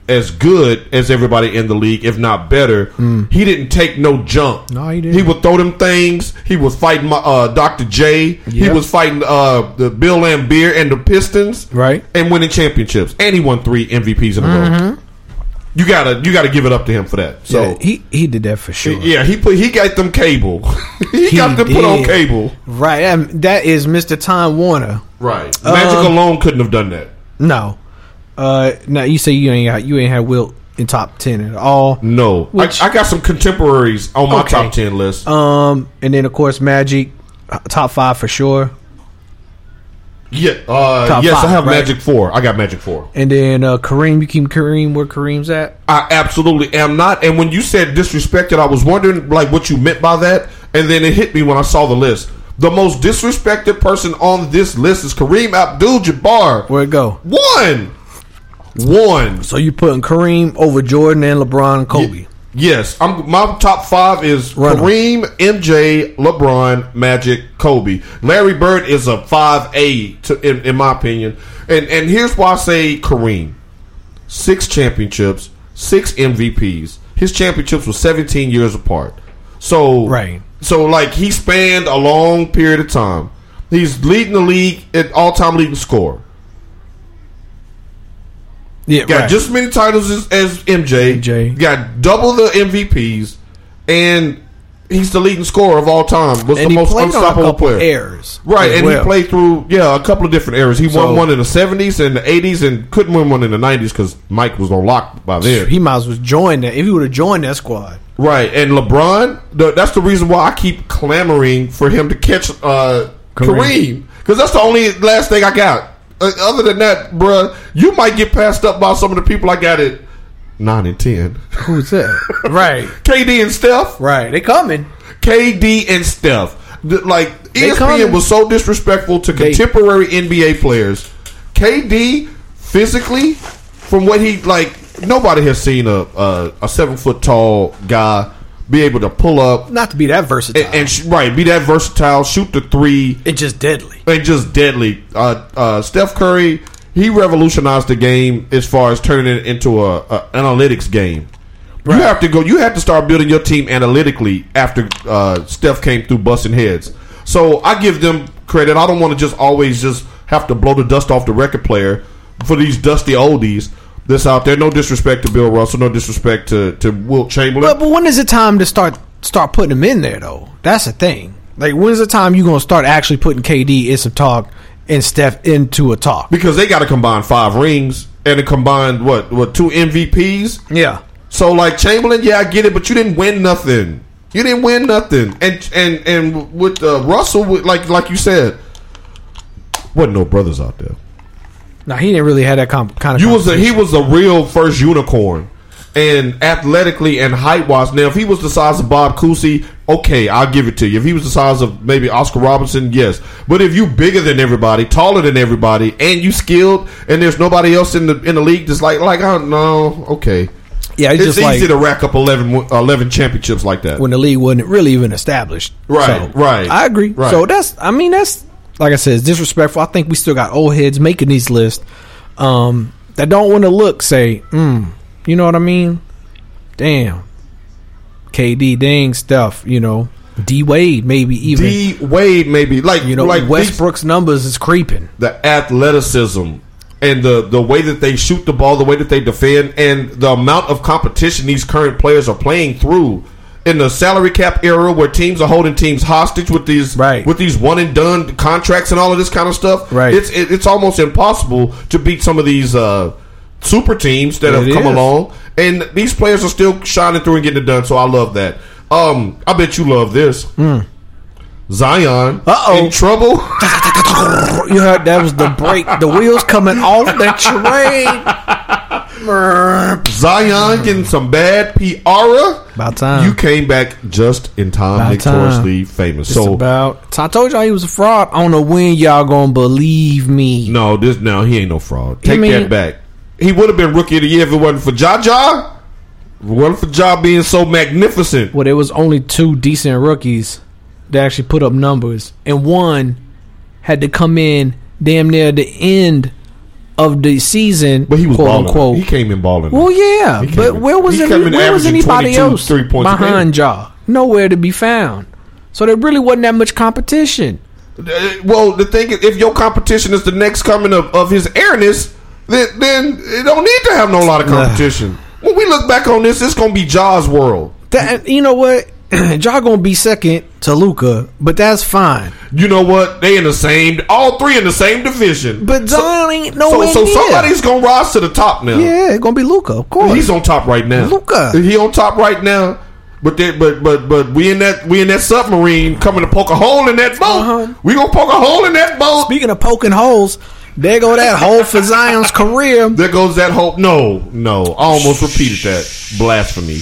[SPEAKER 2] as good as everybody in the league, if not better, he didn't take no jump.
[SPEAKER 1] Hmm. No, he didn't.
[SPEAKER 2] He would throw them things. He was fighting my, uh, Dr. J. He
[SPEAKER 1] Yep.
[SPEAKER 2] was fighting uh, the Bill Lambier and the Pistons
[SPEAKER 1] Right.
[SPEAKER 2] and winning championships, and he won three MVPs in a row.
[SPEAKER 1] Mm-hmm.
[SPEAKER 2] You gotta you gotta give it up to him for that. So
[SPEAKER 1] So he he did that for sure.
[SPEAKER 2] yeah, he put he got them cable. he,
[SPEAKER 1] He
[SPEAKER 2] got them put on
[SPEAKER 1] did.
[SPEAKER 2] cable.
[SPEAKER 1] Right. And that is Mr. Time Warner.
[SPEAKER 2] Right, Magic
[SPEAKER 1] Uh,
[SPEAKER 2] alone couldn't have done that.
[SPEAKER 1] No. Uh. Now you say you ain't got, you ain't had Wilt in top ten at all.
[SPEAKER 2] No,
[SPEAKER 1] Which-
[SPEAKER 2] I, I got some contemporaries on my
[SPEAKER 1] Okay.
[SPEAKER 2] top ten list.
[SPEAKER 1] Um. And then of course Magic, uh, top five for sure.
[SPEAKER 2] yeah, uh,
[SPEAKER 1] top
[SPEAKER 2] yes, I
[SPEAKER 1] five,
[SPEAKER 2] have
[SPEAKER 1] right?
[SPEAKER 2] Magic four. I got Magic four.
[SPEAKER 1] And then uh, Kareem, you keep Kareem where Kareem's at.
[SPEAKER 2] I absolutely am not. And when you said disrespected, I was wondering like what you meant by that, and then it hit me when I saw the list. The most disrespected person on this list is Kareem Abdul-Jabbar.
[SPEAKER 1] Where it go?
[SPEAKER 2] One. One.
[SPEAKER 1] So you putting Kareem over Jordan and LeBron and Kobe.
[SPEAKER 2] Yes, I'm. My top five is
[SPEAKER 1] Run 'em.
[SPEAKER 2] Kareem, MJ, LeBron, Magic, Kobe. Larry Bird is a five A, to in, in my opinion. And and here's why I say Kareem: six championships, six MVPs. His championships were 17 years apart. So
[SPEAKER 1] Right.
[SPEAKER 2] So like he spanned a long period of time. He's leading the league at all time leading scorer.
[SPEAKER 1] Yeah,
[SPEAKER 2] Got
[SPEAKER 1] right.
[SPEAKER 2] just as many titles as, as MJ.
[SPEAKER 1] MJ.
[SPEAKER 2] Got double the MVPs, and He's the leading scorer of all time. Was
[SPEAKER 1] And
[SPEAKER 2] the
[SPEAKER 1] he
[SPEAKER 2] most
[SPEAKER 1] played on a
[SPEAKER 2] unstoppable
[SPEAKER 1] couple
[SPEAKER 2] player.
[SPEAKER 1] errors
[SPEAKER 2] right?
[SPEAKER 1] as
[SPEAKER 2] And
[SPEAKER 1] well.
[SPEAKER 2] he played through yeah a couple of different eras. He
[SPEAKER 1] So-
[SPEAKER 2] won one in the seventies and the eighties, and couldn't win one in the nineties because Mike was on lock by then.
[SPEAKER 1] He might as well join that if he would have joined that squad.
[SPEAKER 2] Right, and LeBron. The, that's the reason why I keep clamoring for him to catch uh, Kareem because that's the only last thing I got. Uh, other than that, bruh, you might get passed up by some of the people I got at nine and ten.
[SPEAKER 1] Who's that? right,
[SPEAKER 2] KD and Steph.
[SPEAKER 1] right. They coming.
[SPEAKER 2] KD and Steph. The- like E
[SPEAKER 1] They
[SPEAKER 2] ESPN
[SPEAKER 1] coming.
[SPEAKER 2] was so disrespectful to
[SPEAKER 1] They-
[SPEAKER 2] contemporary NBA players. KD physically, from what he like, nobody has seen a a, a seven foot tall guy be able to pull up
[SPEAKER 1] Not to be that versatile.
[SPEAKER 2] and, and sh- right be that versatile, shoot the three,
[SPEAKER 1] it's just deadly.
[SPEAKER 2] and just deadly. Uh, uh, Steph Curry, he revolutionized the game as far as turning it into a, a analytics game. You have to go. You have to start building your team analytically after uh, Steph came through busting heads. So I give them credit. I don't want to just always just have to blow the dust off the record player for these dusty oldies that's out there. No disrespect to Bill Russell. No disrespect to to Wilt Chamberlain.
[SPEAKER 1] But, but when is the time to start start putting him in there though? That's the thing. Like when's the time you gonna start actually putting KD in some talk and Steph into a talk?
[SPEAKER 2] because they got to combine five rings and a combined what what two MVPs.
[SPEAKER 1] Yeah.
[SPEAKER 2] So like Chamberlain, yeah, I get it, but you didn't win nothing. You didn't win nothing. And and and with uh, Russell, with, like like you said, wasn't no brothers out there.
[SPEAKER 1] Now he didn't really have that comp- kind of.
[SPEAKER 2] You was a, he was a real first unicorn, and athletically and height wise. Now, if he was the size of Bob Cousy, okay, I'll give it to you. If he was the size of maybe Oscar Robertson, yes. But if you bigger than everybody, taller than everybody, and you skilled, and there's nobody else in the in the league that's like like oh no, okay.
[SPEAKER 1] yeah, it's,
[SPEAKER 2] It's,
[SPEAKER 1] just like
[SPEAKER 2] easy to rack up 11, w- 11 championships like that.
[SPEAKER 1] when the league wasn't really even established.
[SPEAKER 2] Right,
[SPEAKER 1] So,
[SPEAKER 2] right,
[SPEAKER 1] I agree.
[SPEAKER 2] right.
[SPEAKER 1] So that's I mean that's like I said, it's disrespectful. I think we still got old heads making these lists um, that don't want to look. Say, mm, you know what I mean? Damn. KD, dang stuff. You know, D Wade maybe even.
[SPEAKER 2] D Wade maybe like
[SPEAKER 1] you know,
[SPEAKER 2] like these-
[SPEAKER 1] Westbrook's numbers is creeping.
[SPEAKER 2] the athleticism and the the way that they shoot the ball, the way that they defend, and the amount of competition these current players are playing through in the salary cap era, where teams are holding teams hostage with these
[SPEAKER 1] Right.
[SPEAKER 2] with these one and done contracts and all of this kind of stuff.
[SPEAKER 1] Right.
[SPEAKER 2] it's it, it's almost impossible to beat some of these uh, super teams that have
[SPEAKER 1] It
[SPEAKER 2] come
[SPEAKER 1] is.
[SPEAKER 2] along, and these players are still shining through and getting it done. So I love that. Um, I bet you love this. Zion
[SPEAKER 1] Hmm. Uh-oh.
[SPEAKER 2] in trouble.
[SPEAKER 1] You heard that was the break. The wheels coming off that train. Mm.
[SPEAKER 2] Zion getting some bad PR.
[SPEAKER 1] About time.
[SPEAKER 2] You came back just in time.
[SPEAKER 1] Uh. About
[SPEAKER 2] notoriously famous.
[SPEAKER 1] It's
[SPEAKER 2] so
[SPEAKER 1] about. so I told y'all he was a fraud. I don't know when y'all gonna believe me.
[SPEAKER 2] no, this no, he ain't no fraud. Take
[SPEAKER 1] mean-
[SPEAKER 2] that back. He would have been rookie of the year if it wasn't for Jaja. If it wasn't for Ja being so magnificent.
[SPEAKER 1] Well, there was only two decent rookies that actually put up numbers, and one had to come in damn near the end of the season.
[SPEAKER 2] But he was
[SPEAKER 1] quote
[SPEAKER 2] balling.
[SPEAKER 1] unquote.
[SPEAKER 2] He came in balling.
[SPEAKER 1] Well, yeah,
[SPEAKER 2] He came
[SPEAKER 1] but
[SPEAKER 2] in-
[SPEAKER 1] where was
[SPEAKER 2] he
[SPEAKER 1] any,
[SPEAKER 2] came in
[SPEAKER 1] where was
[SPEAKER 2] averaging
[SPEAKER 1] anybody
[SPEAKER 2] 22
[SPEAKER 1] else
[SPEAKER 2] three points a
[SPEAKER 1] behind y'all? Nowhere to be found. So there really wasn't that much competition.
[SPEAKER 2] Uh, well, the thing is, if your competition is the next coming of, of his airness, then then it don't need to have no lot of competition. when we look back on this, it's gonna be Ja's world.
[SPEAKER 1] That you know what, y'all gonna be second to Luca, but that's fine.
[SPEAKER 2] You know what? They in the same, all three in the same division.
[SPEAKER 1] But Zion ain't
[SPEAKER 2] so,
[SPEAKER 1] nowhere
[SPEAKER 2] so
[SPEAKER 1] near.
[SPEAKER 2] somebody's gonna rise to the top now.
[SPEAKER 1] yeah, it's gonna be Luca, of course.
[SPEAKER 2] He's on top right now.
[SPEAKER 1] Luka.
[SPEAKER 2] he on top right now. But they, but but but we in that we in that submarine coming to poke a hole in that boat.
[SPEAKER 1] Uh-huh.
[SPEAKER 2] We gonna poke a hole in that boat.
[SPEAKER 1] Speaking of poking holes, there go that hole for Zion's career.
[SPEAKER 2] there goes that hope. No, no, I almost repeated that blasphemy.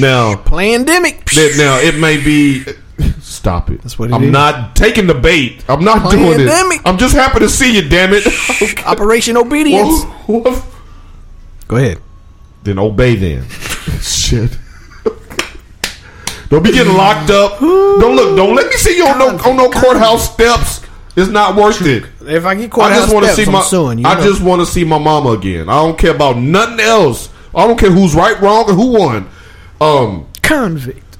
[SPEAKER 2] Now
[SPEAKER 1] Pandemic.
[SPEAKER 2] that now it may be. Stop it.
[SPEAKER 1] That's what it
[SPEAKER 2] I'm
[SPEAKER 1] is.
[SPEAKER 2] not taking the bait. I'm not doing
[SPEAKER 1] Pandemic.
[SPEAKER 2] it. I'm just happy to see you. Damn it.
[SPEAKER 1] Operation Obedience.
[SPEAKER 2] Well,
[SPEAKER 1] Go ahead.
[SPEAKER 2] Then obey them. Shit. don't be getting locked up. Don't look. Don't let me see you on no on no courthouse steps. It's not worth it.
[SPEAKER 1] If I get caught,
[SPEAKER 2] I just want to see
[SPEAKER 1] I'm
[SPEAKER 2] my.
[SPEAKER 1] suing you.
[SPEAKER 2] I
[SPEAKER 1] know.
[SPEAKER 2] just want to see my mama again. I don't care about nothing else. I don't care who's right, wrong, or who won. Um,
[SPEAKER 1] convict.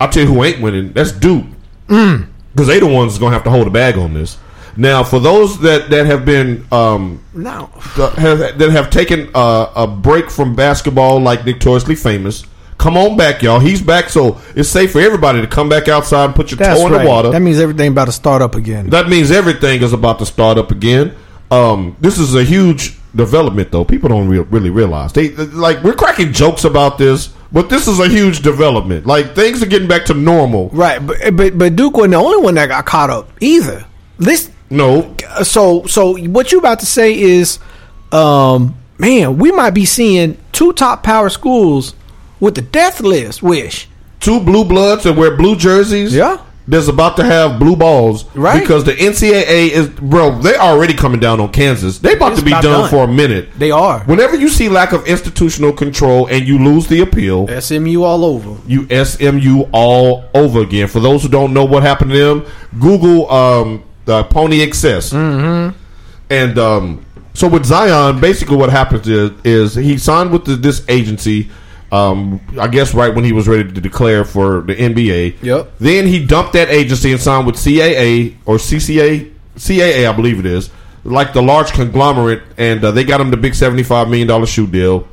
[SPEAKER 2] I'll tell you who ain't winning. That's Duke.
[SPEAKER 1] Mm.
[SPEAKER 2] Because they the ones that's gonna have to hold a bag on this. Now, for those that that have been um,
[SPEAKER 1] No.
[SPEAKER 2] that have, that have taken uh, a break from basketball, like notoriously famous, Come on back, y'all. He's back, so it's safe for everybody to come back outside and put your
[SPEAKER 1] That's
[SPEAKER 2] toe in
[SPEAKER 1] right.
[SPEAKER 2] the water.
[SPEAKER 1] That means everything about to start up again.
[SPEAKER 2] That means everything is about to start up again. Um, this is a huge development, though. People don't real really realize they like we're cracking jokes about this, but this is a huge development. Like things are getting back to normal.
[SPEAKER 1] Right, but but but Duke wasn't the only one that got caught up either. This
[SPEAKER 2] No,
[SPEAKER 1] Uh, so so what you about to say is, um, man, we might be seeing two top power schools with the death list. Wish
[SPEAKER 2] two blue bloods that wear blue jerseys.
[SPEAKER 1] Yeah.
[SPEAKER 2] That's about to have blue balls,
[SPEAKER 1] Right.
[SPEAKER 2] Because the NCAA is bro. They already coming down on Kansas. They about
[SPEAKER 1] It's
[SPEAKER 2] to be
[SPEAKER 1] about
[SPEAKER 2] done,
[SPEAKER 1] done.
[SPEAKER 2] for a minute.
[SPEAKER 1] they are
[SPEAKER 2] Whenever you see lack of institutional control and you lose the appeal,
[SPEAKER 1] SMU all over.
[SPEAKER 2] you SMU all over again. For those who don't know what happened to them, Google um, the Pony Excess. Mm-hmm. And um, so with Zion, basically what happens is, is he signed with the, this agency. Um, I guess right when he was ready to declare for the NBA.
[SPEAKER 1] Yep.
[SPEAKER 2] Then he dumped that agency and signed with CAA or CCA, CAA, I believe it is, like the large conglomerate, and uh, they got him the big seventy-five million dollar shoe deal.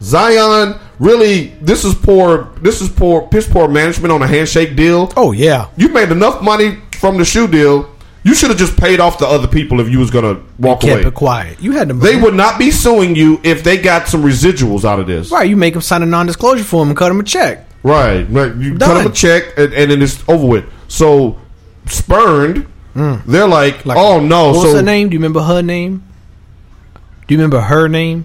[SPEAKER 2] Zion, really, this is poor. This is poor, piss poor management on a handshake deal.
[SPEAKER 1] Oh yeah,
[SPEAKER 2] You made enough money from the shoe deal. You should have just paid off the other people if you was gonna walk
[SPEAKER 1] kept
[SPEAKER 2] away.
[SPEAKER 1] it quiet. You had to
[SPEAKER 2] They would not be suing you if they got some residuals out of this.
[SPEAKER 1] right. You make them sign a non-disclosure form and cut them a check.
[SPEAKER 2] Right, right. You cut
[SPEAKER 1] Done.
[SPEAKER 2] them a check, and, and then it's over with. So spurned, they're like,
[SPEAKER 1] Mm. Like-
[SPEAKER 2] oh no.
[SPEAKER 1] What's
[SPEAKER 2] so
[SPEAKER 1] her name? Do you remember her name? Do you remember her name?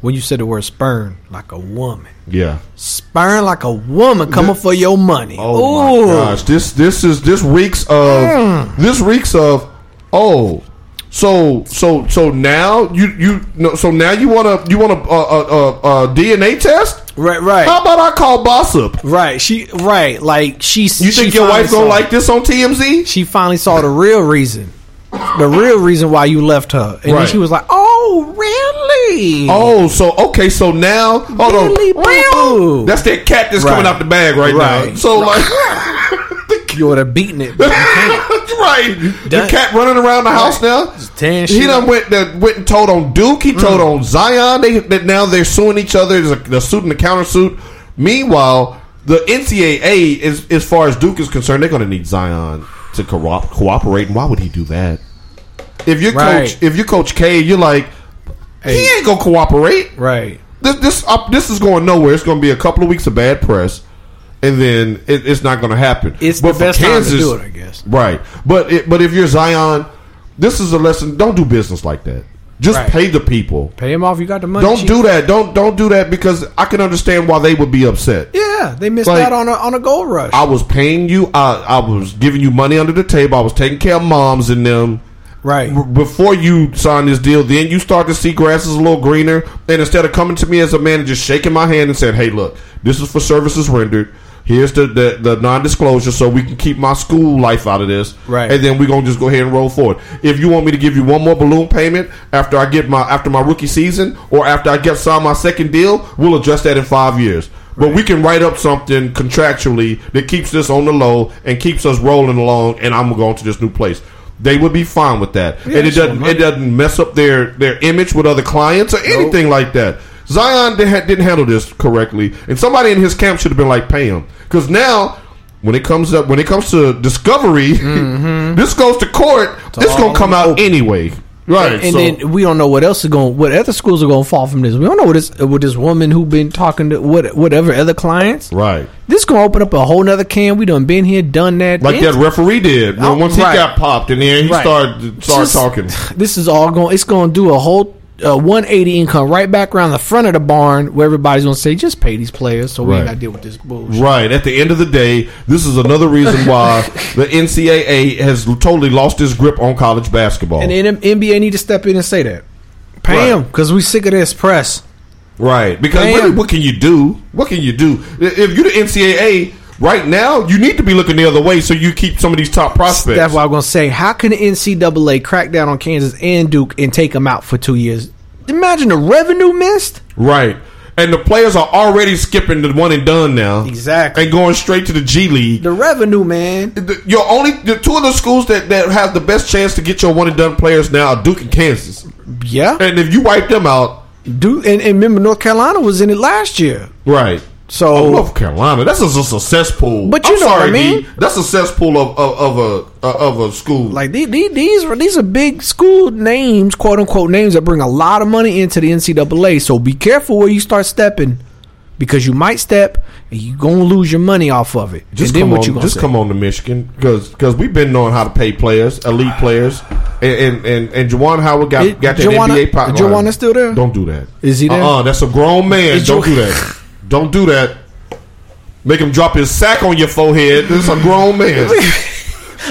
[SPEAKER 1] When you said the word spurn like a woman.
[SPEAKER 2] yeah.
[SPEAKER 1] Spurn like a woman coming for your money.
[SPEAKER 2] Oh
[SPEAKER 1] Ooh. Mm.
[SPEAKER 2] my gosh. This this is this reeks of this reeks of oh. So so so now you you no, so now you wanna uh, you want a, a, a, a DNA test?
[SPEAKER 1] Right, right.
[SPEAKER 2] How about I call boss up?
[SPEAKER 1] Right. She right. Like she
[SPEAKER 2] You think your wife gonna
[SPEAKER 1] saw,
[SPEAKER 2] like this on TMZ?
[SPEAKER 1] she finally saw the real reason. The real reason why you left her. And then
[SPEAKER 2] Right.
[SPEAKER 1] she was like, Oh, really?
[SPEAKER 2] Oh, so okay, so now hold on.
[SPEAKER 1] Really, boo-boo.
[SPEAKER 2] That's that cat that's coming
[SPEAKER 1] Right.
[SPEAKER 2] out the bag right, now.
[SPEAKER 1] Right.
[SPEAKER 2] So like
[SPEAKER 1] you would have beaten it. But you can't.
[SPEAKER 2] right. The
[SPEAKER 1] done.
[SPEAKER 2] cat running around the house now.
[SPEAKER 1] tearing
[SPEAKER 2] He
[SPEAKER 1] shit
[SPEAKER 2] done
[SPEAKER 1] up.
[SPEAKER 2] went that went and told on Duke. He told
[SPEAKER 1] Mm.
[SPEAKER 2] on Zion. They that now they're suing each other. There's a, the suit and the countersuit. Meanwhile, the NCAA is as far as Duke is concerned, they're going to need Zion to co- cooperate. And why would he do that? If you
[SPEAKER 1] Right.
[SPEAKER 2] coach, if you coach K, you're like
[SPEAKER 1] Hey.
[SPEAKER 2] he ain't gonna cooperate.
[SPEAKER 1] Right.
[SPEAKER 2] This this up, this is going nowhere. It's going to be a couple of weeks of bad press, and then it, it's not going to happen.
[SPEAKER 1] It's
[SPEAKER 2] But
[SPEAKER 1] the
[SPEAKER 2] for
[SPEAKER 1] best time to do it, I guess.
[SPEAKER 2] Right, but it, but if you're Zion, this is a lesson. Don't do business like that. Just
[SPEAKER 1] Right.
[SPEAKER 2] pay the people.
[SPEAKER 1] Pay him off, you got the money.
[SPEAKER 2] Don't
[SPEAKER 1] She-
[SPEAKER 2] do that. Don't don't do that because I can understand why they would be upset.
[SPEAKER 1] Yeah, they missed
[SPEAKER 2] Like-
[SPEAKER 1] out on a on a gold rush.
[SPEAKER 2] I was paying you. I I was giving you money under the table. I was taking care of moms and them.
[SPEAKER 1] right.
[SPEAKER 2] R- Before you sign this deal, then you start to see grass is a little greener. And instead of coming to me as a man and just shaking my hand and saying, "Hey, look, this is for services rendered. Here's the the, the non disclosure, so we can keep my school life out of this."
[SPEAKER 1] Right.
[SPEAKER 2] And then we're gonna just go ahead and roll forward. If you want me to give you one more balloon payment after I get my after my rookie season or after I get signed my second deal, we'll adjust that in five years. But we can write up something contractually that keeps this on the low and keeps us rolling along. And I'm going to this new place. They would be fine with that, and it
[SPEAKER 1] it's your
[SPEAKER 2] doesn't it
[SPEAKER 1] money.
[SPEAKER 2] doesn't mess up their their image with other clients or anything like that. Zion didn't, ha- didn't handle this correctly, and somebody in his camp should have been like, "Pay him," because now when it comes up when it comes to discovery, this goes to court.
[SPEAKER 1] Mm-hmm.
[SPEAKER 2] this
[SPEAKER 1] all
[SPEAKER 2] gonna come out anyway, right?
[SPEAKER 1] and
[SPEAKER 2] so,
[SPEAKER 1] then we don't know what else is going. What other schools are going to fall from this? We don't know what this what this woman who been talking to what whatever other clients.
[SPEAKER 2] right,
[SPEAKER 1] This gonna open up a whole nother can. We done been here, done that.
[SPEAKER 2] like that
[SPEAKER 1] It's-
[SPEAKER 2] referee did when-
[SPEAKER 1] Oh,
[SPEAKER 2] once he
[SPEAKER 1] right.
[SPEAKER 2] got popped, and then he
[SPEAKER 1] Right.
[SPEAKER 2] started started
[SPEAKER 1] Just-
[SPEAKER 2] talking.
[SPEAKER 1] This is all going. It's gonna do a whole uh, 180 and come right back around the front of the barn where everybody's gonna say, just pay these players, so we
[SPEAKER 2] Right.
[SPEAKER 1] ain't gotta deal with this bullshit.
[SPEAKER 2] Right. At the end of the day, this is another reason why the NCAA has totally lost its grip on college basketball.
[SPEAKER 1] And then NBA need to step in and say that. Pay
[SPEAKER 2] Right.
[SPEAKER 1] because we sick of this press.
[SPEAKER 2] right. Because
[SPEAKER 1] Man.
[SPEAKER 2] really, what can you do? What can you do? If you're the NCAA right now, you need to be looking the other way so you keep some of these top prospects.
[SPEAKER 1] That's what I'm gonna say. How can the NCAA crack down on Kansas and Duke and take them out for two years? Imagine the revenue missed.
[SPEAKER 2] Right. And the players are already skipping the one and done now.
[SPEAKER 1] Exactly.
[SPEAKER 2] And going straight to the G League.
[SPEAKER 1] The revenue, man.
[SPEAKER 2] The- your only the two of the schools that, that have the best chance to get your one and done players now are Duke and Kansas.
[SPEAKER 1] Yeah.
[SPEAKER 2] And if you wipe them out,
[SPEAKER 1] Duke and, and remember North Carolina was in it last year.
[SPEAKER 2] right.
[SPEAKER 1] So
[SPEAKER 2] Oh, North Carolina. That's just just a cesspool.
[SPEAKER 1] But you
[SPEAKER 2] I'm
[SPEAKER 1] know what I
[SPEAKER 2] sorry, D.
[SPEAKER 1] mean.
[SPEAKER 2] That's a cesspool of of, of a of a school.
[SPEAKER 1] Like these, these, these are these are big school names, quote unquote names that bring a lot of money into the NCAA. So be careful where you start stepping, because you might step and you gonna lose your money off of it. and
[SPEAKER 2] just
[SPEAKER 1] then
[SPEAKER 2] come
[SPEAKER 1] what
[SPEAKER 2] on,
[SPEAKER 1] you gonna
[SPEAKER 2] just
[SPEAKER 1] say?
[SPEAKER 2] come on to Michigan because we've been knowing how to pay players, elite players, and and and, and Jawan Howard got
[SPEAKER 1] It-
[SPEAKER 2] got that
[SPEAKER 1] Juwan-
[SPEAKER 2] NBA pipeline.
[SPEAKER 1] Juwan is still there?
[SPEAKER 2] Don't do that.
[SPEAKER 1] Is he there?
[SPEAKER 2] Uh-uh, that's a grown man.
[SPEAKER 1] Is
[SPEAKER 2] Don't
[SPEAKER 1] Ju-
[SPEAKER 2] do that. Don't do that. Make him drop his sack on your forehead. This is a grown man.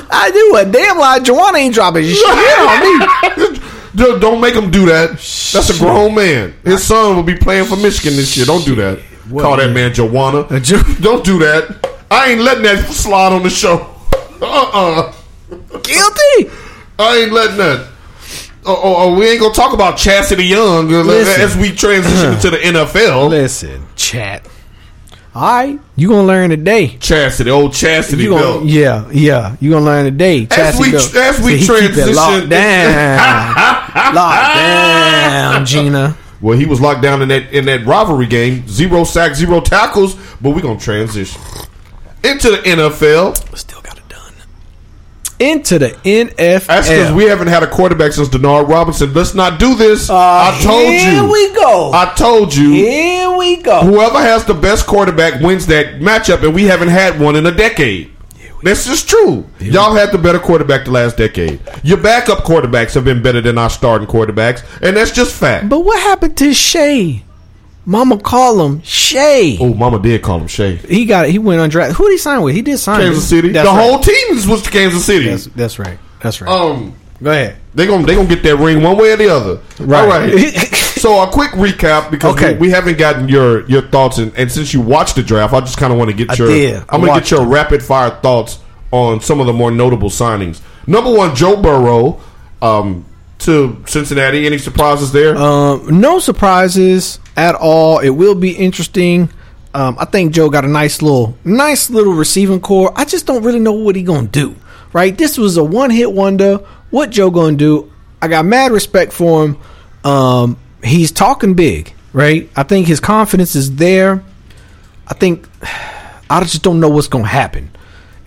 [SPEAKER 1] I do a damn lie. Juwan ain't dropping shit on me.
[SPEAKER 2] Don't don't make him do that. That's a grown man. His son will be playing for Michigan this year. Don't do that.
[SPEAKER 1] What
[SPEAKER 2] Call that
[SPEAKER 1] man?
[SPEAKER 2] man Joanna.
[SPEAKER 1] A Ju-
[SPEAKER 2] Don't do that. I ain't letting that slide on the show. Uh-uh.
[SPEAKER 1] Guilty.
[SPEAKER 2] I ain't letting that. Oh, oh, oh, we ain't gonna talk about Chastity Young uh,
[SPEAKER 1] Listen.
[SPEAKER 2] as we transition into the NFL.
[SPEAKER 1] Listen, chat. All right, you gonna learn today.
[SPEAKER 2] Chastity, old Chastity
[SPEAKER 1] You gonna,
[SPEAKER 2] belt.
[SPEAKER 1] yeah, yeah. You gonna learn today.
[SPEAKER 2] As we-
[SPEAKER 1] Chastity
[SPEAKER 2] as we
[SPEAKER 1] Bell. See, he keep it
[SPEAKER 2] transition-
[SPEAKER 1] locked down, locked down, Gina.
[SPEAKER 2] Well, he was locked down in that in that rivalry game, zero sacks, zero tackles. But we are gonna transition into the NFL.
[SPEAKER 1] Still got it done. Into the NFL.
[SPEAKER 2] That's because we haven't had a quarterback since Denard Robinson. Let's not do this. I told
[SPEAKER 1] Uh, here
[SPEAKER 2] you.
[SPEAKER 1] we go.
[SPEAKER 2] I told you.
[SPEAKER 1] Here we go.
[SPEAKER 2] Whoever has the best quarterback wins that matchup, and we haven't had one in a decade. This is true. Y'all had the better quarterback the last decade. Your backup quarterbacks have been better than our starting quarterbacks, and that's just fact.
[SPEAKER 1] But what happened to Shay? Mama call him Shay.
[SPEAKER 2] Oh, Mama did call him Shay.
[SPEAKER 1] He got. He went undrafted. Who did he sign with? He did sign
[SPEAKER 2] Kansas
[SPEAKER 1] with-
[SPEAKER 2] City.
[SPEAKER 1] That's
[SPEAKER 2] the
[SPEAKER 1] right.
[SPEAKER 2] whole team is was to Kansas City.
[SPEAKER 1] That's, that's right. That's right.
[SPEAKER 2] Um,
[SPEAKER 1] go ahead.
[SPEAKER 2] they gonna they gonna get that ring one way or the other.
[SPEAKER 1] Right.
[SPEAKER 2] All right. so a quick recap because
[SPEAKER 1] Okay.
[SPEAKER 2] we, we haven't gotten your your thoughts and, and since you watched the draft, I just kind of want to get
[SPEAKER 1] I
[SPEAKER 2] your
[SPEAKER 1] did. I
[SPEAKER 2] I'm gonna get
[SPEAKER 1] watched
[SPEAKER 2] your rapid fire thoughts on some of the more notable signings. Number one, Joe Burrow um, to Cincinnati. Any surprises there?
[SPEAKER 1] Um, no surprises at all. It will be interesting. Um, I think Joe got a nice little, nice little receiving core. I just don't really know what he gonna do. Right? This was a one hit wonder. What Joe gonna do? I got mad respect for him. Um, he's talking big, right? I think his confidence is there. I think I just don't know what's going to happen.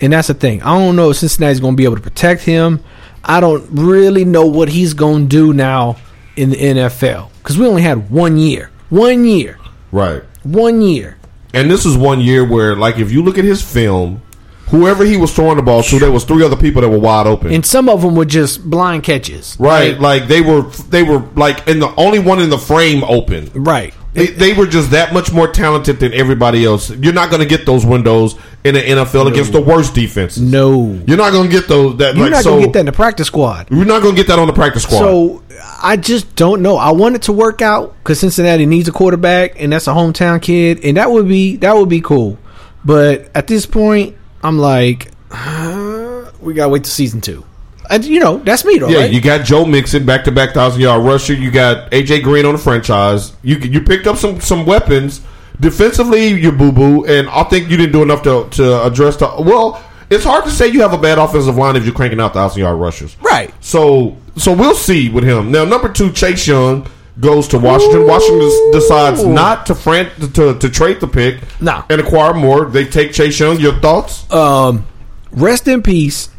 [SPEAKER 1] And that's the thing. I don't know if Cincinnati's going to be able to protect him. I don't really know what he's going to do now in the NFL because we only had one year. One year.
[SPEAKER 2] right.
[SPEAKER 1] One year.
[SPEAKER 2] And this is one year where, like, if you look at his film, whoever he was throwing the ball to, there was three other people that were wide open.
[SPEAKER 1] And some of them were just blind catches.
[SPEAKER 2] Right, like they were, they were like, and the only one in the frame open.
[SPEAKER 1] Right.
[SPEAKER 2] They, they were just that much more talented than everybody else. You're not going to get those windows in the NFL against the worst defenses.
[SPEAKER 1] No.
[SPEAKER 2] You're not going to get those. That
[SPEAKER 1] You're
[SPEAKER 2] like
[SPEAKER 1] not
[SPEAKER 2] so.
[SPEAKER 1] going to get that in the practice squad.
[SPEAKER 2] You're not going to get that on the practice squad.
[SPEAKER 1] So I just don't know. I want it to work out because Cincinnati needs a quarterback, and that's a hometown kid, and that would be that would be cool. But at this point, I'm like, uh, we gotta wait till season two. And you know, that's me though.
[SPEAKER 2] yeah,
[SPEAKER 1] right?
[SPEAKER 2] you got Joe Mixon back to back thousand yard rusher. You got AJ Green on the franchise. You you picked up some some weapons defensively. You boo boo, and I think you didn't do enough to to address the. Well, it's hard to say you have a bad offensive line if you're cranking out thousand yard rushers.
[SPEAKER 1] right.
[SPEAKER 2] So so we'll see with him. Now number two, Chase Young goes to Washington. Washington des- decides not to fran- to to trade the pick
[SPEAKER 1] No.
[SPEAKER 2] and acquire more. They take Chase Young. Your thoughts?
[SPEAKER 1] Um, rest in peace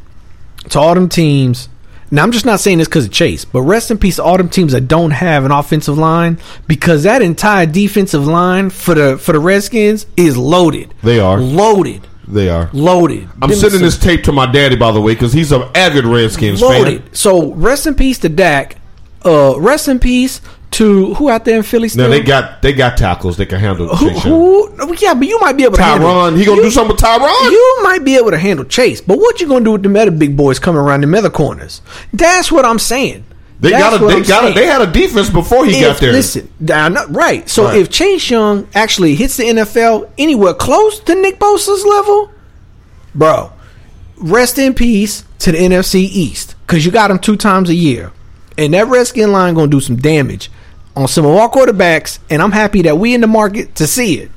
[SPEAKER 1] to all them teams. Now I'm just not saying this because of Chase, but rest in peace to all them teams that don't have an offensive line because that entire defensive line for the for the Redskins is loaded.
[SPEAKER 2] They are.
[SPEAKER 1] loaded,
[SPEAKER 2] They are.
[SPEAKER 1] loaded.
[SPEAKER 2] I'm
[SPEAKER 1] Them
[SPEAKER 2] sending
[SPEAKER 1] some-
[SPEAKER 2] this tape to my daddy, by the way, because he's an avid Redskins
[SPEAKER 1] loaded.
[SPEAKER 2] fan.
[SPEAKER 1] So rest in peace to Dak. Uh, rest in peace to who out there in Philly still?
[SPEAKER 2] Now they got they got tackles they can handle.
[SPEAKER 1] who,
[SPEAKER 2] Chase Young.
[SPEAKER 1] who? Yeah, but you might be able to handle
[SPEAKER 2] Tyron, he gonna
[SPEAKER 1] you-
[SPEAKER 2] do something with Tyron?
[SPEAKER 1] You might be able to handle Chase, but what you gonna do with the other big boys coming around the other corners? That's what I'm saying.
[SPEAKER 2] they
[SPEAKER 1] That's
[SPEAKER 2] got a
[SPEAKER 1] what
[SPEAKER 2] they
[SPEAKER 1] I'm
[SPEAKER 2] got a,
[SPEAKER 1] saying.
[SPEAKER 2] they had a defense before he
[SPEAKER 1] If-
[SPEAKER 2] got there.
[SPEAKER 1] Listen, I know- right. So
[SPEAKER 2] Right.
[SPEAKER 1] if Chase Young actually hits the NFL anywhere close to Nick Bosa's level, bro, rest in peace to the NFC East because you got him two times a year, and that Redskin line gonna do some damage on some of our quarterbacks. And I'm happy that we in the market to see it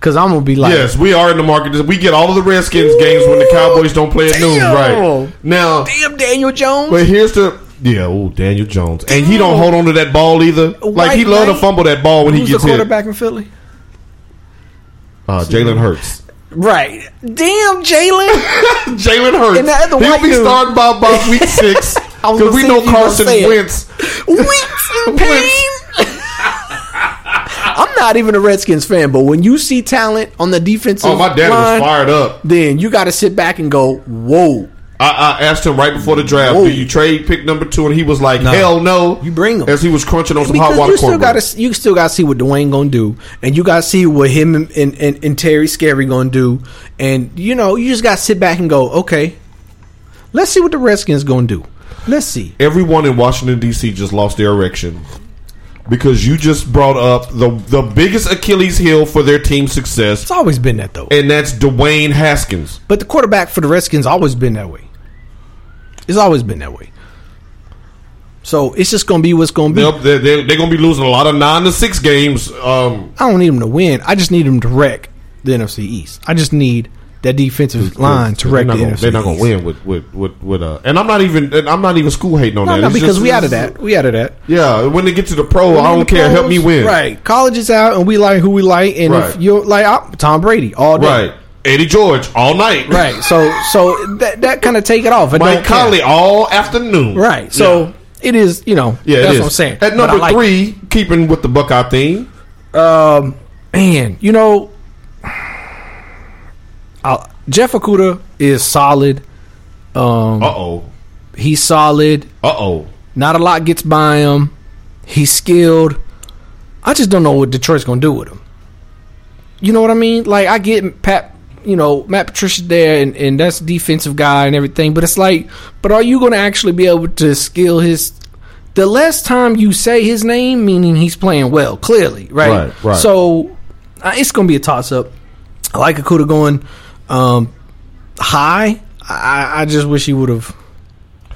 [SPEAKER 1] because I'm gonna be like,
[SPEAKER 2] Yes, we are in the market. We get all of the Redskins games when the Cowboys don't play at noon.
[SPEAKER 1] Damn.
[SPEAKER 2] Right now,
[SPEAKER 1] damn Daniel Jones.
[SPEAKER 2] But here's the yeah, oh Daniel Jones, and he don't hold on to that ball either. Like
[SPEAKER 1] White
[SPEAKER 2] he love to
[SPEAKER 1] Knight?
[SPEAKER 2] fumble that ball when
[SPEAKER 1] Who's
[SPEAKER 2] he
[SPEAKER 1] the
[SPEAKER 2] gets hit.
[SPEAKER 1] quarterback in Philly?
[SPEAKER 2] Uh, Jalen Hurts.
[SPEAKER 1] Right. Damn, Jalen.
[SPEAKER 2] Jalen Hurts.
[SPEAKER 1] And the other white
[SPEAKER 2] He'll be
[SPEAKER 1] dude.
[SPEAKER 2] starting by about week six
[SPEAKER 1] I was
[SPEAKER 2] because
[SPEAKER 1] gonna
[SPEAKER 2] we
[SPEAKER 1] see
[SPEAKER 2] know
[SPEAKER 1] if you gonna
[SPEAKER 2] Carson
[SPEAKER 1] say it.
[SPEAKER 2] Wentz.
[SPEAKER 1] Wentz and Payne. I'm not even a Redskins fan, but when you see talent on the defensive
[SPEAKER 2] Oh, my dad
[SPEAKER 1] line,
[SPEAKER 2] was fired up.
[SPEAKER 1] then you got to sit back and go, whoa.
[SPEAKER 2] I, I asked him right before the draft,
[SPEAKER 1] Whoa.
[SPEAKER 2] "Do you trade pick number two? And he was like, "Hell no."
[SPEAKER 1] You bring 'em.
[SPEAKER 2] as he was crunching on some hot
[SPEAKER 1] Because
[SPEAKER 2] water
[SPEAKER 1] you still
[SPEAKER 2] cornbread.
[SPEAKER 1] got to you still got to see what Dwayne gonna do, and you got to see what him and, and, and, and Terry Scary gonna do, and you know you just got to sit back and go, okay, let's see what the Redskins gonna do. Let's see.
[SPEAKER 2] Everyone in Washington D.C. just lost their erection because you just brought up the the biggest Achilles heel for their team's success,
[SPEAKER 1] It's always been that though.
[SPEAKER 2] and that's Dwayne Haskins.
[SPEAKER 1] But the quarterback for the Redskins always been that way. It's always been that way. So it's just gonna be what's gonna be.
[SPEAKER 2] They're, they're, they're going to be losing a lot of nine to six games. Um,
[SPEAKER 1] I don't need him to win. I just need him to wreck the NFC East. I just need that defensive line to
[SPEAKER 2] they're
[SPEAKER 1] wreck the
[SPEAKER 2] not gonna-
[SPEAKER 1] NFC.
[SPEAKER 2] they're not going
[SPEAKER 1] East.
[SPEAKER 2] to win with with with, with uh, and I'm not even and I'm not even school hating on
[SPEAKER 1] No,
[SPEAKER 2] that
[SPEAKER 1] no,
[SPEAKER 2] It's
[SPEAKER 1] because
[SPEAKER 2] just-
[SPEAKER 1] we out of that. We out of that.
[SPEAKER 2] Yeah, when they get to the pro, I don't care. Help me win.
[SPEAKER 1] Right. College is out, and we like who we like, and
[SPEAKER 2] Right.
[SPEAKER 1] if you like I'm Tom Brady all day.
[SPEAKER 2] right. Eddie George all night.
[SPEAKER 1] Right. So so that that kind of take it off. I
[SPEAKER 2] Mike
[SPEAKER 1] don't care.
[SPEAKER 2] Conley all afternoon.
[SPEAKER 1] Right. So it is. You know. Yeah.
[SPEAKER 2] Yeah, it
[SPEAKER 1] That's
[SPEAKER 2] is.
[SPEAKER 1] what I'm saying.
[SPEAKER 2] At
[SPEAKER 1] But I
[SPEAKER 2] number
[SPEAKER 1] like it.
[SPEAKER 2] three, keeping with the Buckeye theme,
[SPEAKER 1] um, man, you know, i Jeff Okuda is solid. Um,
[SPEAKER 2] uh oh,
[SPEAKER 1] he's solid.
[SPEAKER 2] uh oh,
[SPEAKER 1] Not a lot gets by him. He's skilled. I just don't know what Detroit's gonna do with him. You know what I mean? Like I get Pat, you know Matt Patricia there, and and that's a defensive guy and everything. But it's like, but are you gonna actually be able to skill his? The less time you say his name, meaning he's playing well, clearly, right?
[SPEAKER 2] Right, right.
[SPEAKER 1] So uh, it's gonna be a toss up. I like Akuda going um, high. I, I just wish he would have.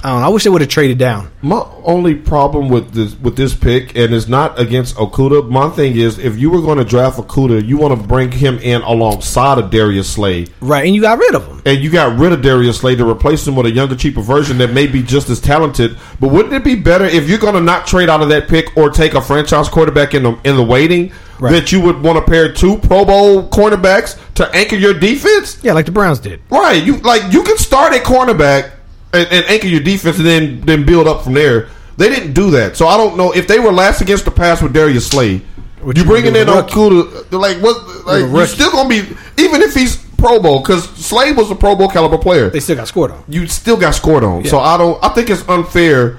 [SPEAKER 1] I don't know. I wish they would have traded down.
[SPEAKER 2] My only problem with this with this pick, and it's not against Okuda. My thing is, if you were going to draft Okuda, you want to bring him in alongside of Darius Slay,
[SPEAKER 1] Right, and you got rid of him.
[SPEAKER 2] and you got rid of Darius Slay to replace him with a younger, cheaper version that may be just as talented. But wouldn't it be better if you're going to not trade out of that pick or take a franchise quarterback in the in the waiting
[SPEAKER 1] Right.
[SPEAKER 2] that you would want to pair two Pro Bowl cornerbacks to anchor your defense?
[SPEAKER 1] Yeah, like the Browns did.
[SPEAKER 2] Right. You like you can start at cornerback and, and anchor your defense and then then build up from there. They didn't do that. So I don't know if they were last against the pass with Darius Slay.
[SPEAKER 1] What
[SPEAKER 2] you
[SPEAKER 1] you gonna
[SPEAKER 2] bringing
[SPEAKER 1] do
[SPEAKER 2] in
[SPEAKER 1] with a rookie?
[SPEAKER 2] Okuda like what like
[SPEAKER 1] a
[SPEAKER 2] you're
[SPEAKER 1] rookie.
[SPEAKER 2] still gonna be even if he's Pro Bowl, because Slay was a Pro Bowl caliber player.
[SPEAKER 1] They still got scored on.
[SPEAKER 2] You still got scored on. So I don't I think it's unfair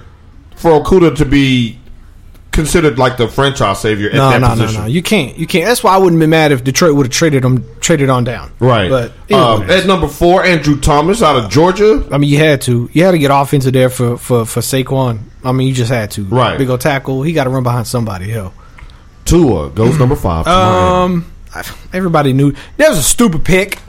[SPEAKER 2] for Okuda to be considered like the franchise savior at
[SPEAKER 1] No,
[SPEAKER 2] that
[SPEAKER 1] no, no,
[SPEAKER 2] position.
[SPEAKER 1] no. You can't. You can't. That's why I wouldn't be mad if Detroit would have traded him, traded on down.
[SPEAKER 2] Right.
[SPEAKER 1] But
[SPEAKER 2] um,
[SPEAKER 1] anyway,
[SPEAKER 2] at number four, Andrew Thomas out of Georgia.
[SPEAKER 1] I mean, you had to. You had to get off into there for for for Saquon. I mean, you just had to.
[SPEAKER 2] Right.
[SPEAKER 1] Big old tackle. He got to run behind somebody. Hell.
[SPEAKER 2] Tua
[SPEAKER 1] Mm-hmm.
[SPEAKER 2] goes number five. to Miami.
[SPEAKER 1] Um. I- Everybody knew that was a stupid pick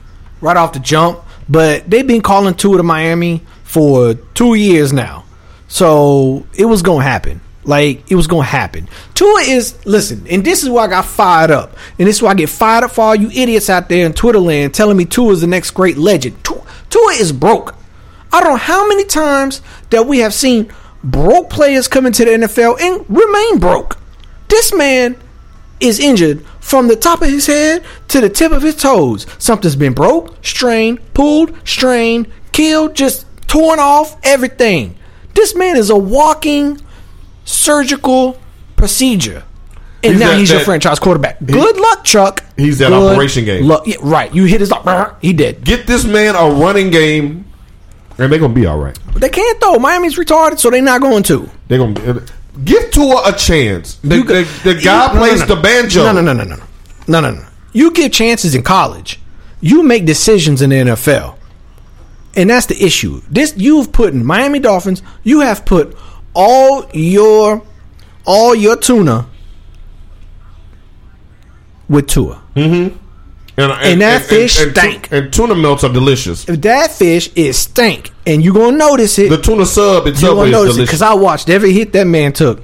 [SPEAKER 1] right off the jump, but they've been calling Tua to Miami for two years now, so it was gonna happen. Like it was gonna happen. Tua is listen, and this is why I got fired up, and this is why I get fired up for all you idiots out there in Twitter land telling me Tua is the next great legend. Tua, Tua is broke. I don't know how many times that we have seen broke players come into the NFL and remain broke. This man is injured from the top of his head to the tip of his toes. Something's been broke, strained, pulled, strained, killed, just torn off, everything. This man is a walking surgical procedure. And
[SPEAKER 2] He's
[SPEAKER 1] now
[SPEAKER 2] that-
[SPEAKER 1] he's your
[SPEAKER 2] that-
[SPEAKER 1] franchise quarterback. Good luck, Chuck.
[SPEAKER 2] He's that
[SPEAKER 1] Good
[SPEAKER 2] operation game.
[SPEAKER 1] luck. Yeah, right. You hit his he did.
[SPEAKER 2] Get this man a running game, and they're gonna be all right.
[SPEAKER 1] They can't though. Miami's retarded, so they're not going to.
[SPEAKER 2] They're gonna be, uh, give Tua a chance. The,
[SPEAKER 1] You
[SPEAKER 2] the,
[SPEAKER 1] could-
[SPEAKER 2] the guy
[SPEAKER 1] you- no, no,
[SPEAKER 2] plays
[SPEAKER 1] no.
[SPEAKER 2] the banjo.
[SPEAKER 1] No, no, no, no, no, no, no, no. You give chances in college. You make decisions in the NFL, and that's the issue. This you've put in Miami Dolphins. You have put all your all your tuna with Tua.
[SPEAKER 2] Hmm? And,
[SPEAKER 1] And that fish
[SPEAKER 2] tu-
[SPEAKER 1] stank.
[SPEAKER 2] And, tuna melts are delicious.
[SPEAKER 1] If that fish is stank, and you gonna notice it.
[SPEAKER 2] The tuna sub
[SPEAKER 1] you
[SPEAKER 2] itself
[SPEAKER 1] gonna
[SPEAKER 2] is
[SPEAKER 1] notice it
[SPEAKER 2] delicious.
[SPEAKER 1] because I watched every hit that man took.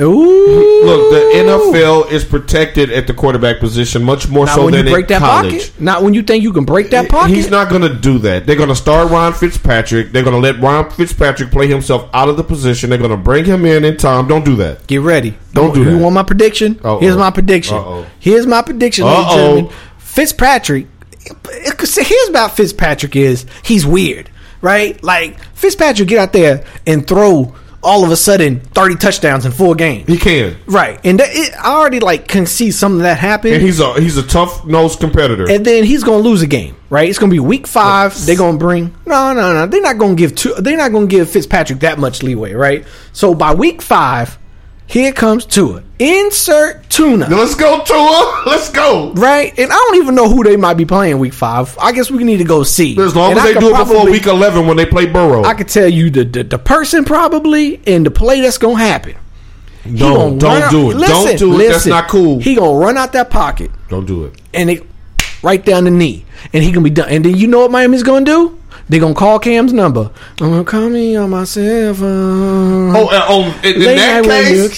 [SPEAKER 1] Ooh,
[SPEAKER 2] Look, the NFL is protected at the quarterback position much more
[SPEAKER 1] Not
[SPEAKER 2] so
[SPEAKER 1] when
[SPEAKER 2] than
[SPEAKER 1] you break
[SPEAKER 2] in
[SPEAKER 1] that
[SPEAKER 2] college.
[SPEAKER 1] pocket. Not when you think you can break that pocket.
[SPEAKER 2] He's not going to do that. They're going to start Ron Fitzpatrick. They're going to let Ron Fitzpatrick play himself out of the position. They're going to bring him in in time. Don't do that.
[SPEAKER 1] Get ready.
[SPEAKER 2] Don't
[SPEAKER 1] you,
[SPEAKER 2] do
[SPEAKER 1] You
[SPEAKER 2] that.
[SPEAKER 1] want my prediction?
[SPEAKER 2] Uh-oh.
[SPEAKER 1] Here's my prediction.
[SPEAKER 2] Uh-oh.
[SPEAKER 1] Here's my prediction, ladies and
[SPEAKER 2] Uh-oh.
[SPEAKER 1] gentlemen. Fitzpatrick, here's about Fitzpatrick is he's weird, right? Like Fitzpatrick get out there and throw all of a sudden thirty touchdowns in four games.
[SPEAKER 2] He can.
[SPEAKER 1] Right, and that, it, I already like can see some of that happen.
[SPEAKER 2] And he's a he's a tough nosed competitor.
[SPEAKER 1] and then he's gonna lose a game, right? It's gonna be week five. They're gonna bring no, no, no. They're not gonna give two. They're not gonna give Fitzpatrick that much leeway, right? So by week five, here comes Tua. Insert tuna,
[SPEAKER 2] Let's go, Tua. Let's go.
[SPEAKER 1] right? And I don't even know who they might be playing week five. I guess we need to go see.
[SPEAKER 2] As long
[SPEAKER 1] And
[SPEAKER 2] as
[SPEAKER 1] I
[SPEAKER 2] they
[SPEAKER 1] could
[SPEAKER 2] do it before
[SPEAKER 1] probably-
[SPEAKER 2] week eleven when they play Burrow.
[SPEAKER 1] I could tell you the, the the person probably and the play that's gonna happen. He
[SPEAKER 2] don't
[SPEAKER 1] gonna run
[SPEAKER 2] don't
[SPEAKER 1] out-
[SPEAKER 2] do it.
[SPEAKER 1] Listen,
[SPEAKER 2] don't do it. That's
[SPEAKER 1] listen.
[SPEAKER 2] not cool.
[SPEAKER 1] He gonna run out that pocket.
[SPEAKER 2] don't do it.
[SPEAKER 1] and it right down the knee, and he gonna be done. And then you know what Miami's gonna do? They gonna call Cam's number. I'm gonna call me on my cell phone.
[SPEAKER 2] Oh, uh, oh in, in
[SPEAKER 1] Late
[SPEAKER 2] that
[SPEAKER 1] night when you
[SPEAKER 2] case,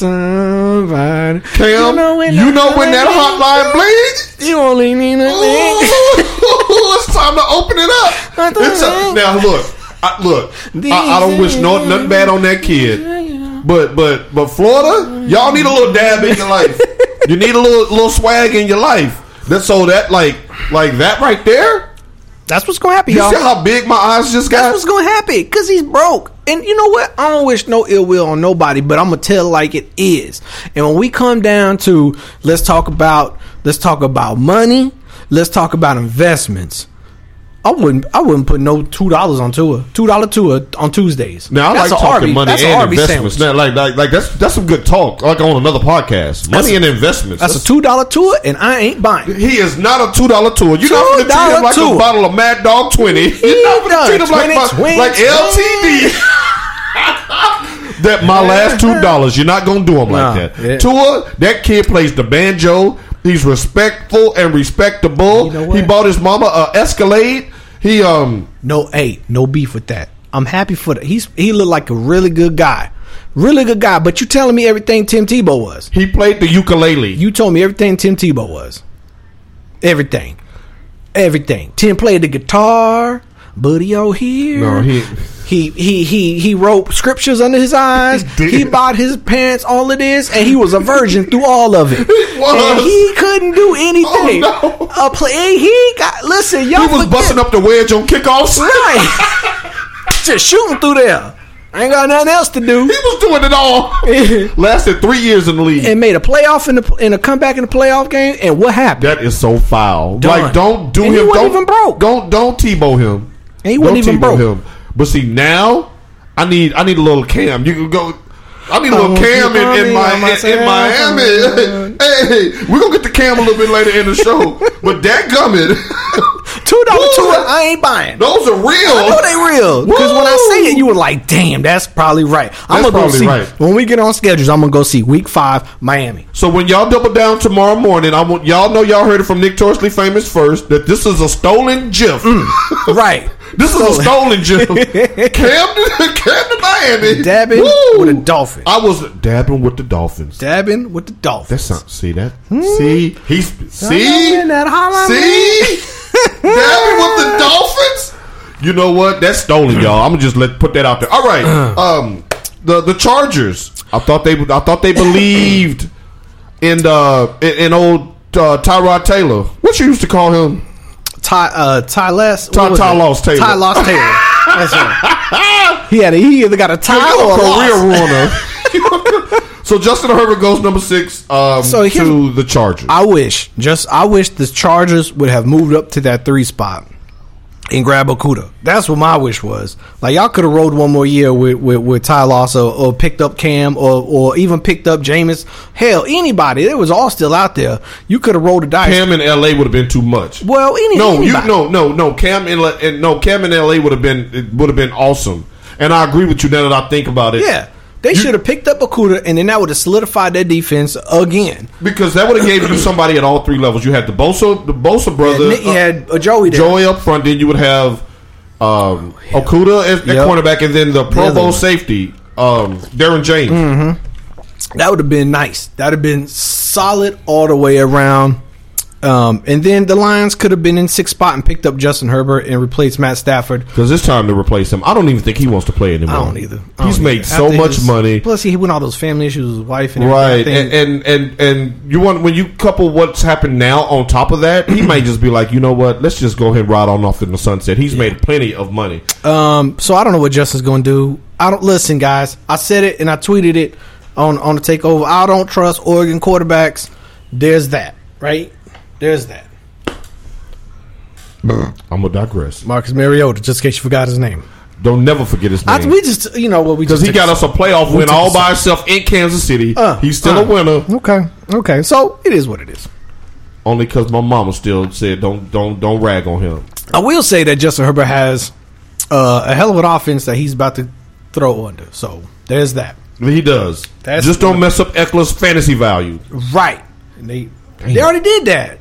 [SPEAKER 1] keep somebody.
[SPEAKER 2] Cam, you know when, that hotline bleeds.
[SPEAKER 1] You only need a link.
[SPEAKER 2] Ooh, it's time to open it up. It's a- now look, I, look, I, I don't wish no, nothing bad on that kid, but but but Florida, y'all need a little dab in your life. You need a little little swag in your life. That's so that like like that right there.
[SPEAKER 1] That's what's gonna happen,
[SPEAKER 2] You
[SPEAKER 1] y'all.
[SPEAKER 2] see how big my eyes just
[SPEAKER 1] That's
[SPEAKER 2] got?
[SPEAKER 1] what's gonna happen because he's broke. And you know what? I don't wish no ill will on nobody, but I'm gonna tell like it is. And when we come down to let's talk about let's talk about money, let's talk about investments. I wouldn't I wouldn't put no two dollars on tour. Two dollar tour on Tuesdays.
[SPEAKER 2] Now I
[SPEAKER 1] That's
[SPEAKER 2] like
[SPEAKER 1] a
[SPEAKER 2] talking
[SPEAKER 1] Arby's-
[SPEAKER 2] money
[SPEAKER 1] that's a
[SPEAKER 2] and
[SPEAKER 1] Arby's
[SPEAKER 2] investments.
[SPEAKER 1] sandwich.
[SPEAKER 2] Now, like, like like that's that's some good talk. Like on another podcast, money and investments.
[SPEAKER 1] That's a two dollar tour, and I ain't buying.
[SPEAKER 2] He is not a two dollar tool. You're not gonna treat
[SPEAKER 1] $2
[SPEAKER 2] him like
[SPEAKER 1] tool.
[SPEAKER 2] a bottle of Mad Dog Twenty. You're not gonna
[SPEAKER 1] done.
[SPEAKER 2] treat him like
[SPEAKER 1] 20,
[SPEAKER 2] my,
[SPEAKER 1] 20,
[SPEAKER 2] like LTD. that my last two dollars. You're not gonna do him
[SPEAKER 1] Nah,
[SPEAKER 2] like that.
[SPEAKER 1] yeah.
[SPEAKER 2] Tua, that kid plays the banjo. He's respectful and respectable.
[SPEAKER 1] You know
[SPEAKER 2] he
[SPEAKER 1] what?
[SPEAKER 2] bought his mama a Escalade. He um
[SPEAKER 1] No, hey, no beef with that. I'm happy for that. He's he looked like a really good guy, really good guy. But you telling me everything Tim Tebow was?
[SPEAKER 2] he played the ukulele.
[SPEAKER 1] You told me everything Tim Tebow was. Everything. Everything. Tim played the guitar. Buddy over here.
[SPEAKER 2] No, he-
[SPEAKER 1] he he he he wrote scriptures under his eyes.
[SPEAKER 2] did.
[SPEAKER 1] he bought his pants all of this, and he was a virgin through all of it.
[SPEAKER 2] was.
[SPEAKER 1] And he couldn't do anything.
[SPEAKER 2] Oh, no.
[SPEAKER 1] A play. He got listen. Y'all
[SPEAKER 2] he was
[SPEAKER 1] forget-
[SPEAKER 2] busting up the wedge on kickoffs.
[SPEAKER 1] Right. Just shooting through there. I ain't got nothing else to
[SPEAKER 2] he
[SPEAKER 1] do.
[SPEAKER 2] was doing it all. Lasted three years in the league.
[SPEAKER 1] and made a playoff in the in a comeback in the playoff game. And what happened?
[SPEAKER 2] That is so foul.
[SPEAKER 1] Done.
[SPEAKER 2] Like, don't do
[SPEAKER 1] And he
[SPEAKER 2] him.
[SPEAKER 1] wasn't
[SPEAKER 2] don't
[SPEAKER 1] even broke.
[SPEAKER 2] Don't don't Tebow him.
[SPEAKER 1] And he wasn't
[SPEAKER 2] Don't
[SPEAKER 1] even
[SPEAKER 2] Tebow
[SPEAKER 1] broke.
[SPEAKER 2] Him. But see now, I need I need a little Cam. You can go. I need a little
[SPEAKER 1] Oh,
[SPEAKER 2] Cam
[SPEAKER 1] you
[SPEAKER 2] in, in,
[SPEAKER 1] call me
[SPEAKER 2] my, in, in
[SPEAKER 1] oh, on
[SPEAKER 2] Miami. hey, we're gonna get the Cam a little bit later in the show. but that gummit,
[SPEAKER 1] Two dollar
[SPEAKER 2] Woo!
[SPEAKER 1] tour, I ain't buying.
[SPEAKER 2] those are real.
[SPEAKER 1] I know they real because when I
[SPEAKER 2] Woo!
[SPEAKER 1] say it, you were like, "Damn, that's probably right." I'm gonna
[SPEAKER 2] That's
[SPEAKER 1] go
[SPEAKER 2] probably
[SPEAKER 1] see
[SPEAKER 2] right.
[SPEAKER 1] when we get on schedules. I'm gonna go see Week Five, Miami.
[SPEAKER 2] So when y'all double down tomorrow morning, I want y'all know y'all heard it from Nick Torsley, famous first, that this is a stolen GIF.
[SPEAKER 1] Mm. right,
[SPEAKER 2] This
[SPEAKER 1] Oh.
[SPEAKER 2] is a stolen gym. Cam to, Cam to Miami.
[SPEAKER 1] Dabbing
[SPEAKER 2] Woo!
[SPEAKER 1] with a dolphin.
[SPEAKER 2] I was dabbing with the Dolphins.
[SPEAKER 1] dabbing with the Dolphins.
[SPEAKER 2] That's something. See that?
[SPEAKER 1] Hmm?
[SPEAKER 2] See? He's. See?
[SPEAKER 1] Dabbing that hotline,
[SPEAKER 2] See? dabbing with the Dolphins? You know what? That's stolen, y'all. I'm gonna just let put that out there. All right. Um, the the Chargers. I thought they I thought they believed in uh in, in old uh, Tyrod Taylor. What you used to call him?
[SPEAKER 1] Ty, uh, Ty Less,
[SPEAKER 2] Ty- Ty Loss Taylor.
[SPEAKER 1] Ty Loss Taylor. That's right. He had a, he either got a tie
[SPEAKER 2] You're
[SPEAKER 1] or a
[SPEAKER 2] a
[SPEAKER 1] loss.
[SPEAKER 2] career ruiner. so Justin Herbert goes number six um,
[SPEAKER 1] So here's-
[SPEAKER 2] to the Chargers.
[SPEAKER 1] I wish just I wish the Chargers would have moved up to that three spot and grab Okuda. That's what my wish was. Like y'all could have rode one more year with with, with Ty Loss or, or picked up Cam or or even picked up Jameis. Hell, anybody. It was all still out there. You could have rolled the dice.
[SPEAKER 2] Cam in L.A. would have been too much.
[SPEAKER 1] well, any,
[SPEAKER 2] No, you
[SPEAKER 1] anybody.
[SPEAKER 2] no no no Cam in L- and no Cam in L.A. would have been it would have been awesome. And I agree with you now that I think about it.
[SPEAKER 1] Yeah. They should have picked up Okuda and then that would have solidified their defense again.
[SPEAKER 2] because that would have gave you somebody at all three levels. You had the Bosa the Bosa brother,
[SPEAKER 1] And then you had uh, Joey there.
[SPEAKER 2] Joey up front. Then you would have um, Okuda at, at
[SPEAKER 1] Yep.
[SPEAKER 2] cornerback, and then the Pro
[SPEAKER 1] other
[SPEAKER 2] Bowl
[SPEAKER 1] one. Mm.
[SPEAKER 2] safety um, Darren James.
[SPEAKER 1] That would have been nice. That would have been solid all the way around. Um, and then the Lions could have been in sixth spot and picked up Justin Herbert and replaced Matt Stafford.
[SPEAKER 2] Because it's time to replace him. I don't even think he wants to play anymore.
[SPEAKER 1] I don't either. I
[SPEAKER 2] He's
[SPEAKER 1] don't
[SPEAKER 2] made
[SPEAKER 1] either.
[SPEAKER 2] so
[SPEAKER 1] After
[SPEAKER 2] much
[SPEAKER 1] his-
[SPEAKER 2] money.
[SPEAKER 1] Plus, he went all those family issues with his wife and
[SPEAKER 2] Right,
[SPEAKER 1] everything. I think-
[SPEAKER 2] and, and and and you want when you couple what's happened now on top of that, he might just be like, you know what, let's just go ahead and ride on off in the sunset. He's made plenty of money.
[SPEAKER 1] Um, so I don't know what Justin's going to do. I don't listen, guys. I said it and I tweeted it on on the takeover. I don't trust Oregon quarterbacks. There's that, right? There's that.
[SPEAKER 2] I'm gonna digress.
[SPEAKER 1] Marcus Mariota, just in case you forgot his name.
[SPEAKER 2] Don't never forget his
[SPEAKER 1] I,
[SPEAKER 2] name
[SPEAKER 1] we just, you know, what we
[SPEAKER 2] because
[SPEAKER 1] just
[SPEAKER 2] he got us a playoff win
[SPEAKER 1] took
[SPEAKER 2] all
[SPEAKER 1] a
[SPEAKER 2] by himself in Kansas City.
[SPEAKER 1] Uh,
[SPEAKER 2] He's still
[SPEAKER 1] uh.
[SPEAKER 2] a winner,
[SPEAKER 1] Okay, okay. So it is what it is.
[SPEAKER 2] only because my mama still said don't don't don't rag on him.
[SPEAKER 1] I will say that Justin Herbert has uh, a hell of an offense that he's about to throw under. So there's that.
[SPEAKER 2] He does.
[SPEAKER 1] That's
[SPEAKER 2] just don't mess up Eckler's fantasy value.
[SPEAKER 1] Right. And they they already did that.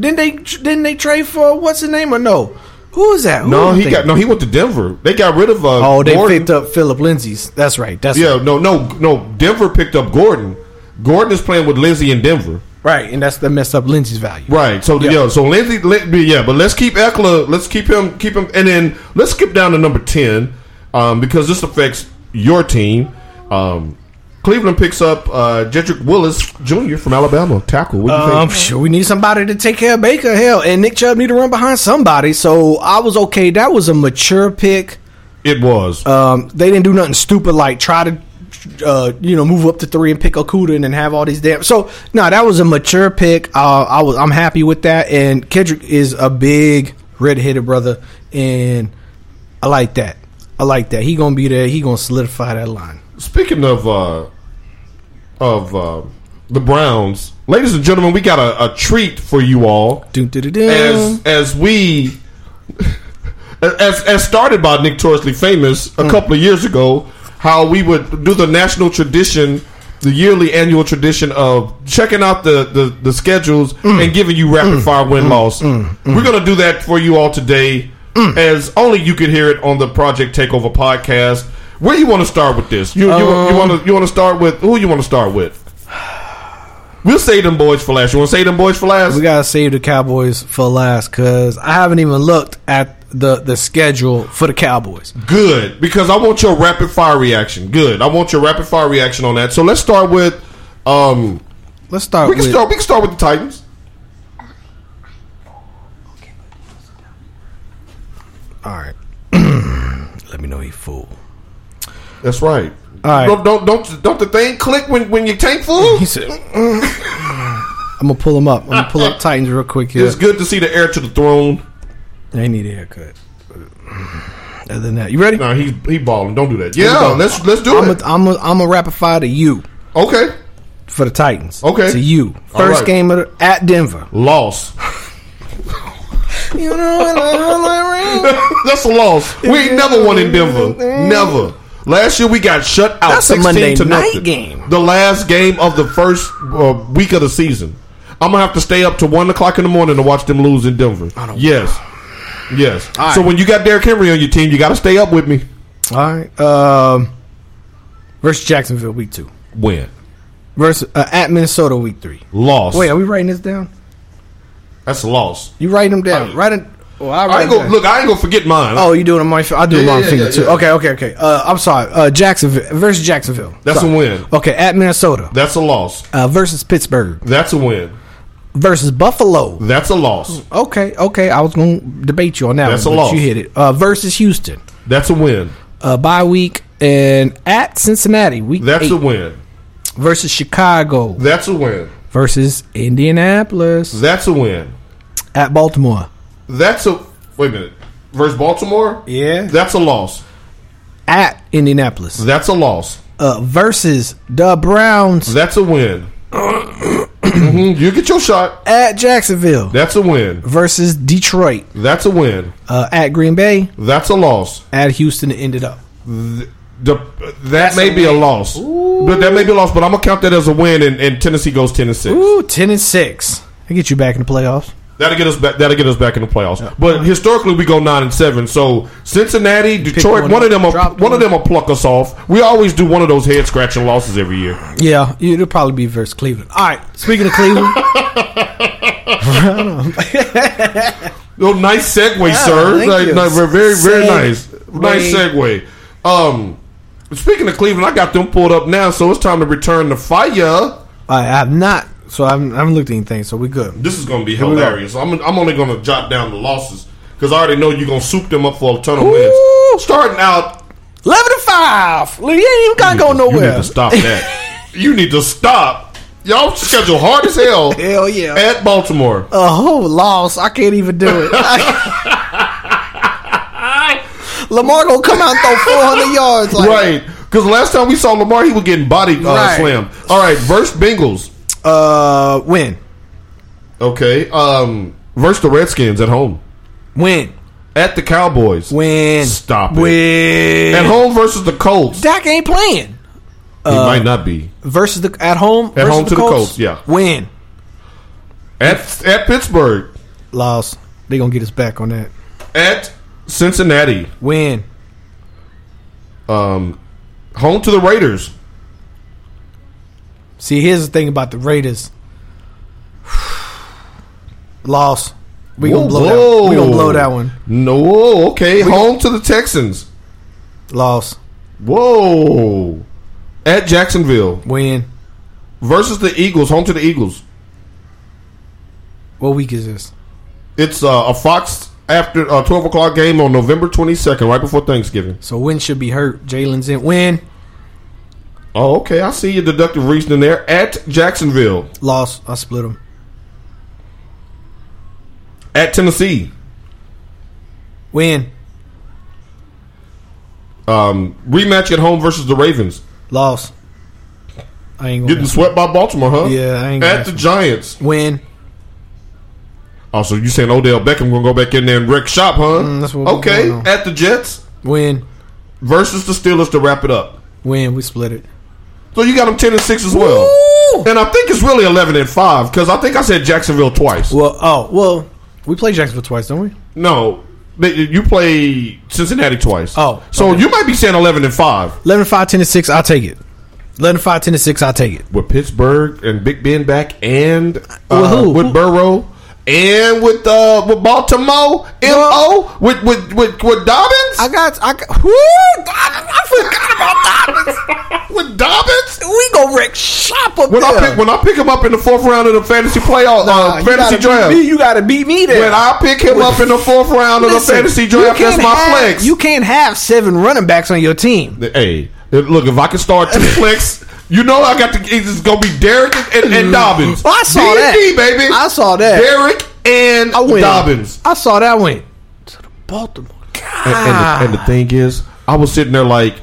[SPEAKER 1] Didn't they didn't they trade for what's his name or no? Who is that? Who
[SPEAKER 2] No,
[SPEAKER 1] am I
[SPEAKER 2] he
[SPEAKER 1] thinking?
[SPEAKER 2] got no. He went to Denver. They got rid of. Uh,
[SPEAKER 1] Oh, they
[SPEAKER 2] Gordon.
[SPEAKER 1] picked up Philip Lindsay's. That's right. That's
[SPEAKER 2] Yeah,
[SPEAKER 1] right.
[SPEAKER 2] no, no, no. Denver picked up Gordon. Gordon is playing with Lindsey in Denver.
[SPEAKER 1] right. And that's that messed up Lindsay's value.
[SPEAKER 2] Right. So yeah.
[SPEAKER 1] Yeah.
[SPEAKER 2] so Lindsey, Lin- yeah, but let's keep Eckler. Let's keep him. Keep him, and then let's skip down to number ten um, because this affects your team. Um, Cleveland picks up uh, Jedrick Willis Jr. from Alabama tackle. What do you
[SPEAKER 1] Um,
[SPEAKER 2] think?
[SPEAKER 1] sure, we need somebody to take care of Baker. Hell, and Nick Chubb need to run behind somebody. So I was okay. That was a mature pick.
[SPEAKER 2] It was
[SPEAKER 1] Um, they didn't do nothing stupid like try to, uh, you know, move up to three and pick Okuda and then have all these damn. So no, that was a mature pick. Uh, I was I'm happy with that. And Kendrick is a big red-headed brother, and I like that. I like that. He gonna be there. He gonna solidify that line.
[SPEAKER 2] speaking of uh, of uh, the Browns, ladies and gentlemen, we got a, a treat for you all.
[SPEAKER 1] Doom, doo, doo, doo.
[SPEAKER 2] as as we as as started by Nick Torsley famous a couple of years ago, how we would do the national tradition, the yearly annual tradition of checking out the the, the schedules and giving you rapid fire win loss. We're gonna do that for you all today, as only you could hear it on the Project Takeover podcast. Where you want to start with this? You you, you want to you want to start with who you want to start with? We'll save them boys for last. You want to save them boys for last?
[SPEAKER 1] We gotta save the Cowboys for last because I haven't even looked at the the schedule for the Cowboys.
[SPEAKER 2] Good, because I want your rapid fire reaction. Good, I want your rapid fire reaction on that. So let's start with, um,
[SPEAKER 1] Let's start.
[SPEAKER 2] we can
[SPEAKER 1] with,
[SPEAKER 2] start. We can start with the Titans.
[SPEAKER 1] All right. Let me know he fool.
[SPEAKER 2] That's right.
[SPEAKER 1] All right.
[SPEAKER 2] Don't, don't don't don't the thing click when when your tank full.
[SPEAKER 1] He said, "Mm." "I'm gonna pull him up. I'm gonna pull up Titans real quick here.
[SPEAKER 2] It's good to see the heir to the throne.
[SPEAKER 1] They need a haircut. Other than that, you ready?
[SPEAKER 2] Nah, he he balling. Don't do that. Yeah,
[SPEAKER 1] go.
[SPEAKER 2] let's let's do
[SPEAKER 1] I'm
[SPEAKER 2] it.
[SPEAKER 1] a, I'm a, I'm a rapid fire to you
[SPEAKER 2] okay,
[SPEAKER 1] for the Titans.
[SPEAKER 2] Okay.
[SPEAKER 1] to you.
[SPEAKER 2] All
[SPEAKER 1] First
[SPEAKER 2] right.
[SPEAKER 1] game of the, at Denver.
[SPEAKER 2] loss.
[SPEAKER 1] You know what I mean?
[SPEAKER 2] That's a loss. We ain't never won in Denver. Never. Last year we got shut out.
[SPEAKER 1] That's a
[SPEAKER 2] 16
[SPEAKER 1] Monday
[SPEAKER 2] to
[SPEAKER 1] night
[SPEAKER 2] nothing.
[SPEAKER 1] game.
[SPEAKER 2] The last game of the first uh, week of the season. I'm gonna have to stay up to one o'clock in the morning to watch them lose in Denver.
[SPEAKER 1] don't-
[SPEAKER 2] Yes, yes.
[SPEAKER 1] right.
[SPEAKER 2] So when you got Derrick Henry on your team, you got to stay up with me.
[SPEAKER 1] All right. Um, versus Jacksonville week two.
[SPEAKER 2] Win,
[SPEAKER 1] Versus uh, at Minnesota week three.
[SPEAKER 2] loss.
[SPEAKER 1] Wait, are we writing this down?
[SPEAKER 2] that's a loss.
[SPEAKER 1] You writing them down?
[SPEAKER 2] Uh,
[SPEAKER 1] Write it. Well, I
[SPEAKER 2] I
[SPEAKER 1] write
[SPEAKER 2] ain't
[SPEAKER 1] it
[SPEAKER 2] gonna,
[SPEAKER 1] down.
[SPEAKER 2] look, I ain't gonna forget mine.
[SPEAKER 1] Oh, you doing it on my? fi- I do it
[SPEAKER 2] Yeah,
[SPEAKER 1] on
[SPEAKER 2] yeah,
[SPEAKER 1] my finger
[SPEAKER 2] yeah,
[SPEAKER 1] too.
[SPEAKER 2] yeah.
[SPEAKER 1] Okay, okay, okay. Uh, I'm sorry. Uh, Jacksonville versus Jacksonville.
[SPEAKER 2] that's
[SPEAKER 1] Sorry.
[SPEAKER 2] a win.
[SPEAKER 1] Okay, at Minnesota
[SPEAKER 2] That's a loss.
[SPEAKER 1] uh, versus Pittsburgh
[SPEAKER 2] That's a win.
[SPEAKER 1] versus Buffalo.
[SPEAKER 2] That's a loss.
[SPEAKER 1] Okay, okay. I was going to debate you on that.
[SPEAKER 2] That's
[SPEAKER 1] one,
[SPEAKER 2] a
[SPEAKER 1] but
[SPEAKER 2] loss.
[SPEAKER 1] You hit it. Uh, versus Houston,
[SPEAKER 2] That's a win.
[SPEAKER 1] uh, bye week, and at Cincinnati week
[SPEAKER 2] That's
[SPEAKER 1] eight
[SPEAKER 2] a win.
[SPEAKER 1] versus Chicago
[SPEAKER 2] That's a win.
[SPEAKER 1] versus Indianapolis
[SPEAKER 2] That's a win.
[SPEAKER 1] at Baltimore.
[SPEAKER 2] That's a wait a minute. Versus Baltimore?
[SPEAKER 1] Yeah.
[SPEAKER 2] That's a loss.
[SPEAKER 1] At Indianapolis
[SPEAKER 2] That's a loss.
[SPEAKER 1] uh, versus the Browns
[SPEAKER 2] That's a win. Mhm, You get your shot.
[SPEAKER 1] at Jacksonville
[SPEAKER 2] That's a win.
[SPEAKER 1] versus Detroit
[SPEAKER 2] That's a win.
[SPEAKER 1] uh, at Green Bay
[SPEAKER 2] That's a loss.
[SPEAKER 1] at Houston it ended up.
[SPEAKER 2] The, that may be a loss. But that may be a loss, but I'm gonna count that as a win and, and Tennessee goes ten and six.
[SPEAKER 1] Ooh, 10 and 6. I get you back in the playoffs.
[SPEAKER 2] That'll get us back. That'll get us back in the playoffs. But historically, we go nine and seven. So Cincinnati, Detroit,
[SPEAKER 1] one
[SPEAKER 2] one, of
[SPEAKER 1] up,
[SPEAKER 2] them, will,
[SPEAKER 1] drop
[SPEAKER 2] one of
[SPEAKER 1] one.
[SPEAKER 2] them will pluck us off. We always do one of those head scratching losses every year.
[SPEAKER 1] Yeah, it'll probably be versus Cleveland. All right, speaking of Cleveland,
[SPEAKER 2] Oh, nice segue, sir.
[SPEAKER 1] thank
[SPEAKER 2] Like,
[SPEAKER 1] you.
[SPEAKER 2] like, very, very, very
[SPEAKER 1] Seg-
[SPEAKER 2] nice. Nice segue. Um, speaking of Cleveland, I got them pulled up now, so it's time to return the fire.
[SPEAKER 1] I have not. So I haven't, I haven't looked at anything. So we good.
[SPEAKER 2] This is going to be
[SPEAKER 1] we go.
[SPEAKER 2] hilarious. I'm, I'm only going to jot down the losses because I already know you're going to soup them up for a ton of
[SPEAKER 1] Ooh.
[SPEAKER 2] wins. Starting out,
[SPEAKER 1] Eleven to five. You ain't even gotta go
[SPEAKER 2] You
[SPEAKER 1] nowhere.
[SPEAKER 2] need to stop that. you need to stop. Y'all schedule hard as hell.
[SPEAKER 1] Hell yeah.
[SPEAKER 2] At Baltimore.
[SPEAKER 1] A whole loss. I can't even do it. Lamar gonna come out and throw four hundred yards. Like,
[SPEAKER 2] right. Because last time we saw Lamar, he was getting body uh,
[SPEAKER 1] Right.
[SPEAKER 2] slammed. All right, verse Bengals.
[SPEAKER 1] Uh, win,
[SPEAKER 2] Okay. Um, versus the Redskins at home.
[SPEAKER 1] win,
[SPEAKER 2] At the Cowboys.
[SPEAKER 1] win.
[SPEAKER 2] Stop it.
[SPEAKER 1] Win.
[SPEAKER 2] At home versus the Colts.
[SPEAKER 1] Dak ain't playing
[SPEAKER 2] he might not be.
[SPEAKER 1] versus the at home. At
[SPEAKER 2] home to the Colts, yeah.
[SPEAKER 1] win.
[SPEAKER 2] At at Pittsburgh.
[SPEAKER 1] Loss. They gonna get us back on that.
[SPEAKER 2] At Cincinnati.
[SPEAKER 1] Win.
[SPEAKER 2] Um, home to the Raiders.
[SPEAKER 1] See, here's the thing about the Raiders. Loss. We gonna
[SPEAKER 2] Whoa,
[SPEAKER 1] blow that. One. We gonna
[SPEAKER 2] whoa.
[SPEAKER 1] blow that one.
[SPEAKER 2] No, okay. home to the Texans.
[SPEAKER 1] Loss.
[SPEAKER 2] Whoa. At Jacksonville
[SPEAKER 1] Win.
[SPEAKER 2] versus the Eagles, home to the Eagles.
[SPEAKER 1] What week is this?
[SPEAKER 2] It's uh, a Fox after uh, twelve o'clock game on November twenty second, right before Thanksgiving.
[SPEAKER 1] So win should be hurt. Jalen's in. Win.
[SPEAKER 2] Oh, okay. I see your deductive reasoning there. At Jacksonville,
[SPEAKER 1] Loss. I split them.
[SPEAKER 2] at Tennessee,
[SPEAKER 1] Win.
[SPEAKER 2] um, rematch at home versus the Ravens.
[SPEAKER 1] Loss. I ain't gonna
[SPEAKER 2] Getting swept by Baltimore, huh?
[SPEAKER 1] Yeah, I ain't gonna-
[SPEAKER 2] At the Giants.
[SPEAKER 1] win.
[SPEAKER 2] Also, you saying Odell Beckham gonna go back in there and wreck shop, huh?
[SPEAKER 1] Mm, that's what we're
[SPEAKER 2] okay.
[SPEAKER 1] going on.
[SPEAKER 2] At the Jets
[SPEAKER 1] Win.
[SPEAKER 2] versus the Steelers to wrap it up.
[SPEAKER 1] Win. We split it.
[SPEAKER 2] So you got them ten and six as well.
[SPEAKER 1] Ooh.
[SPEAKER 2] And I think it's really eleven and five because I think I said Jacksonville twice.
[SPEAKER 1] Well, oh well, we play Jacksonville twice, don't we?
[SPEAKER 2] no, they, you play Cincinnati twice.
[SPEAKER 1] Oh,
[SPEAKER 2] so
[SPEAKER 1] okay.
[SPEAKER 2] you might be saying eleven and five
[SPEAKER 1] 11 5, 10 to 6, I'll take it. 11 5, 10 to 6, I'll take it.
[SPEAKER 2] with Pittsburgh and Big Ben back, and
[SPEAKER 1] With
[SPEAKER 2] uh,
[SPEAKER 1] who?
[SPEAKER 2] with
[SPEAKER 1] Who?
[SPEAKER 2] Burrow, and with uh, with Baltimore, mo with with with with Dobbins.
[SPEAKER 1] I got, I got, whoo, Dobbins, I forgot about Dobbins.
[SPEAKER 2] with Dobbins.
[SPEAKER 1] we gonna wreck shop up
[SPEAKER 2] When
[SPEAKER 1] there.
[SPEAKER 2] I pick when I pick him up in the fourth round of the fantasy playoff
[SPEAKER 1] Nah,
[SPEAKER 2] uh,
[SPEAKER 1] you
[SPEAKER 2] fantasy
[SPEAKER 1] gotta
[SPEAKER 2] draft.
[SPEAKER 1] Beat me, you gotta beat me there.
[SPEAKER 2] When I pick him up in the fourth round of the
[SPEAKER 1] Listen,
[SPEAKER 2] fantasy
[SPEAKER 1] you
[SPEAKER 2] draft, that's
[SPEAKER 1] can't
[SPEAKER 2] my
[SPEAKER 1] have-
[SPEAKER 2] flex.
[SPEAKER 1] You can't have seven running backs on your team.
[SPEAKER 2] Hey, if- look, if I can start two flex, you know I got to. It's gonna be Derrick and, and, and Dobbins.
[SPEAKER 1] Well, I saw that.
[SPEAKER 2] D&D, baby.
[SPEAKER 1] I saw that.
[SPEAKER 2] Derrick and
[SPEAKER 1] I went.
[SPEAKER 2] Dobbins.
[SPEAKER 1] I saw that win. To the Baltimore. God.
[SPEAKER 2] And, and,
[SPEAKER 1] Ah.
[SPEAKER 2] the, and the thing is, I was sitting there like,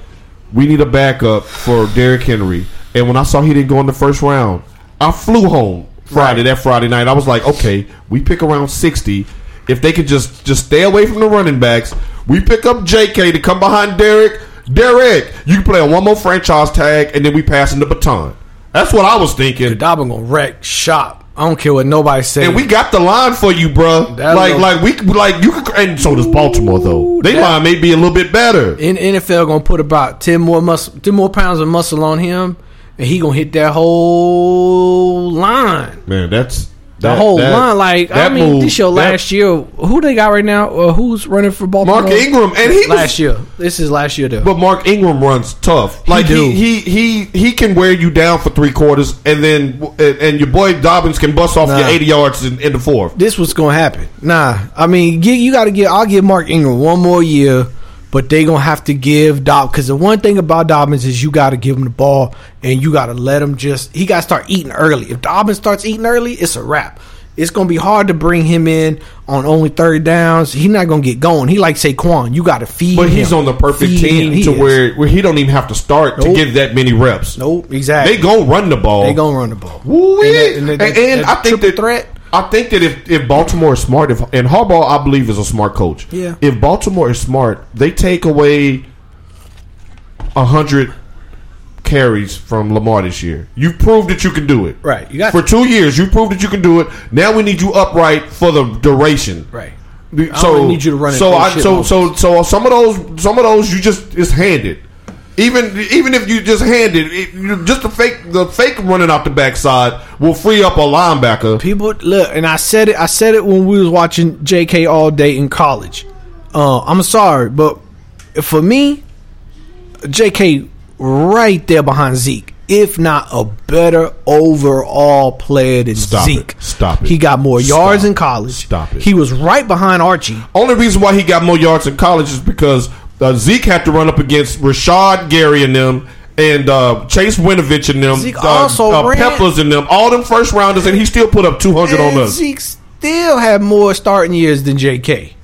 [SPEAKER 2] we need a backup for Derrick Henry. And when I saw he didn't go in the first round, I flew home Friday that Friday night. I was like, okay, we pick around sixty. If they could just just stay away from the running backs, we pick up J.K. to come behind Derrick. Derrick, you can play on one more franchise tag, and then we pass in the baton. That's what I was thinking.
[SPEAKER 1] Dobbin gonna wreck shop. I don't care what nobody says.
[SPEAKER 2] And we got the line for you, bruh.
[SPEAKER 1] That
[SPEAKER 2] Like,
[SPEAKER 1] little-
[SPEAKER 2] like we, like you. Could, and so does Baltimore, though. They
[SPEAKER 1] that-
[SPEAKER 2] line may be a little bit better.
[SPEAKER 1] in NFL gonna put about ten more muscle, ten more pounds of muscle on him, and he gonna hit that whole line,
[SPEAKER 2] Man, that's
[SPEAKER 1] the whole line. Like I mean, this your last year. Who they got right now? Or who's running for Baltimore?
[SPEAKER 2] Mark Ingram, and he
[SPEAKER 1] last
[SPEAKER 2] was,
[SPEAKER 1] year. This is last year though.
[SPEAKER 2] but Mark Ingram runs tough. Like
[SPEAKER 1] do.
[SPEAKER 2] he, he he he can wear you down for three quarters, and then and, and your boy Dobbins can bust off
[SPEAKER 1] Nah.
[SPEAKER 2] your eighty yards in, in the fourth.
[SPEAKER 1] this was gonna happen. Nah, I mean, gi- you got to give. I'll give Mark Ingram one more year, but they gonna have to give Dob. Because the one thing about Dobbins is you got to give him the ball and you got to let him just. He got to start eating early. If Dobbins starts eating early, it's a wrap. It's gonna be hard to bring him in on only third downs. He's not gonna get going. He like Saquon. You got to feed.
[SPEAKER 2] But he's
[SPEAKER 1] him.
[SPEAKER 2] on the perfect
[SPEAKER 1] Feed him.
[SPEAKER 2] team
[SPEAKER 1] He
[SPEAKER 2] to
[SPEAKER 1] is.
[SPEAKER 2] where where he don't even have to start to
[SPEAKER 1] Nope.
[SPEAKER 2] get that many reps.
[SPEAKER 1] Nope, exactly.
[SPEAKER 2] They gon' run the ball.
[SPEAKER 1] They gonna run the ball.
[SPEAKER 2] Woo-wee.
[SPEAKER 1] And that- and that-
[SPEAKER 2] And- and
[SPEAKER 1] that
[SPEAKER 2] I think
[SPEAKER 1] triple
[SPEAKER 2] that
[SPEAKER 1] threat.
[SPEAKER 2] I think that if, if Baltimore is smart, if and Harbaugh, I believe is a smart coach.
[SPEAKER 1] Yeah.
[SPEAKER 2] If Baltimore is smart, they take away a hundred carries from Lamar this year. You proved that you can do it.
[SPEAKER 1] Right, you got-
[SPEAKER 2] for two years. You proved that you can do it. Now we need you upright for the duration.
[SPEAKER 1] Right.
[SPEAKER 2] So
[SPEAKER 1] I only need you to run in
[SPEAKER 2] So I,
[SPEAKER 1] bullshit
[SPEAKER 2] so
[SPEAKER 1] moments.
[SPEAKER 2] so so some of those some of those you just is handed. Even even if you just handed it, you- just the fake the fake running out the backside will free up a linebacker.
[SPEAKER 1] People look, and I said it. I said it when we was watching J.K. all day in college. Uh, I'm sorry, but for me, J.K. right there behind Zeke, if not a better overall player than
[SPEAKER 2] Stop it.
[SPEAKER 1] Zeke.
[SPEAKER 2] Stop it.
[SPEAKER 1] He got more
[SPEAKER 2] Stop.
[SPEAKER 1] yards in college.
[SPEAKER 2] Stop it.
[SPEAKER 1] He was right behind Archie.
[SPEAKER 2] Only reason why he got more yards in college is because uh, Zeke had to run up against Rashad Gary and them. And uh, Chase Winovich and them,
[SPEAKER 1] Zeke
[SPEAKER 2] uh,
[SPEAKER 1] also
[SPEAKER 2] uh,
[SPEAKER 1] ran-
[SPEAKER 2] Peppers and them, all them first rounders, and he still put up two hundred on
[SPEAKER 1] And
[SPEAKER 2] us.
[SPEAKER 1] Zeke still had more starting years than J.K.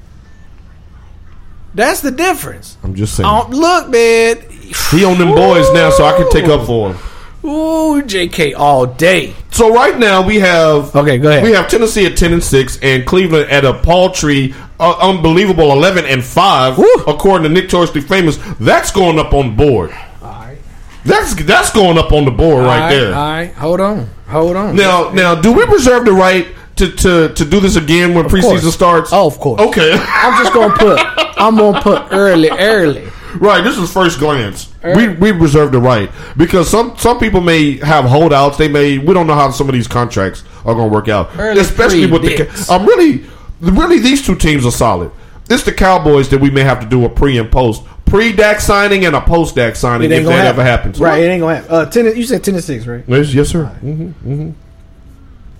[SPEAKER 1] That's the difference.
[SPEAKER 2] I'm just saying,
[SPEAKER 1] Oh, look, man.
[SPEAKER 2] he on them boys now, so I can take up for him.
[SPEAKER 1] Ooh, JK all day.
[SPEAKER 2] So right now we have
[SPEAKER 1] Okay, go ahead.
[SPEAKER 2] We have Tennessee at ten and six, and Cleveland at a paltry, uh, unbelievable eleven and five,
[SPEAKER 1] Woo.
[SPEAKER 2] according to Nick Torsley Famous. That's going up on board.
[SPEAKER 1] Alright.
[SPEAKER 2] That's that's going up on the board right there.
[SPEAKER 1] All right. Hold on. Hold on.
[SPEAKER 2] Now, now, do we reserve the right to to, to do this again when preseason
[SPEAKER 1] course.
[SPEAKER 2] starts?
[SPEAKER 1] Oh, of course.
[SPEAKER 2] Okay,
[SPEAKER 1] I'm just gonna put I'm gonna put early, early.
[SPEAKER 2] right. This is first glance. We
[SPEAKER 1] Alright.
[SPEAKER 2] we reserve the right because some some people may have holdouts. They may we don't know how some of these contracts are going to work out,
[SPEAKER 1] Early
[SPEAKER 2] especially with
[SPEAKER 1] predicts.
[SPEAKER 2] the. I'm really, really these two teams are solid. It's the Cowboys that we may have to do a pre and post pre DAC signing and a post DAC signing if that ever happens.
[SPEAKER 1] Right, Mm-hmm. it ain't gonna happen. Uh ten you said ten and six, right?
[SPEAKER 2] Yes, yes, sir. Mhm.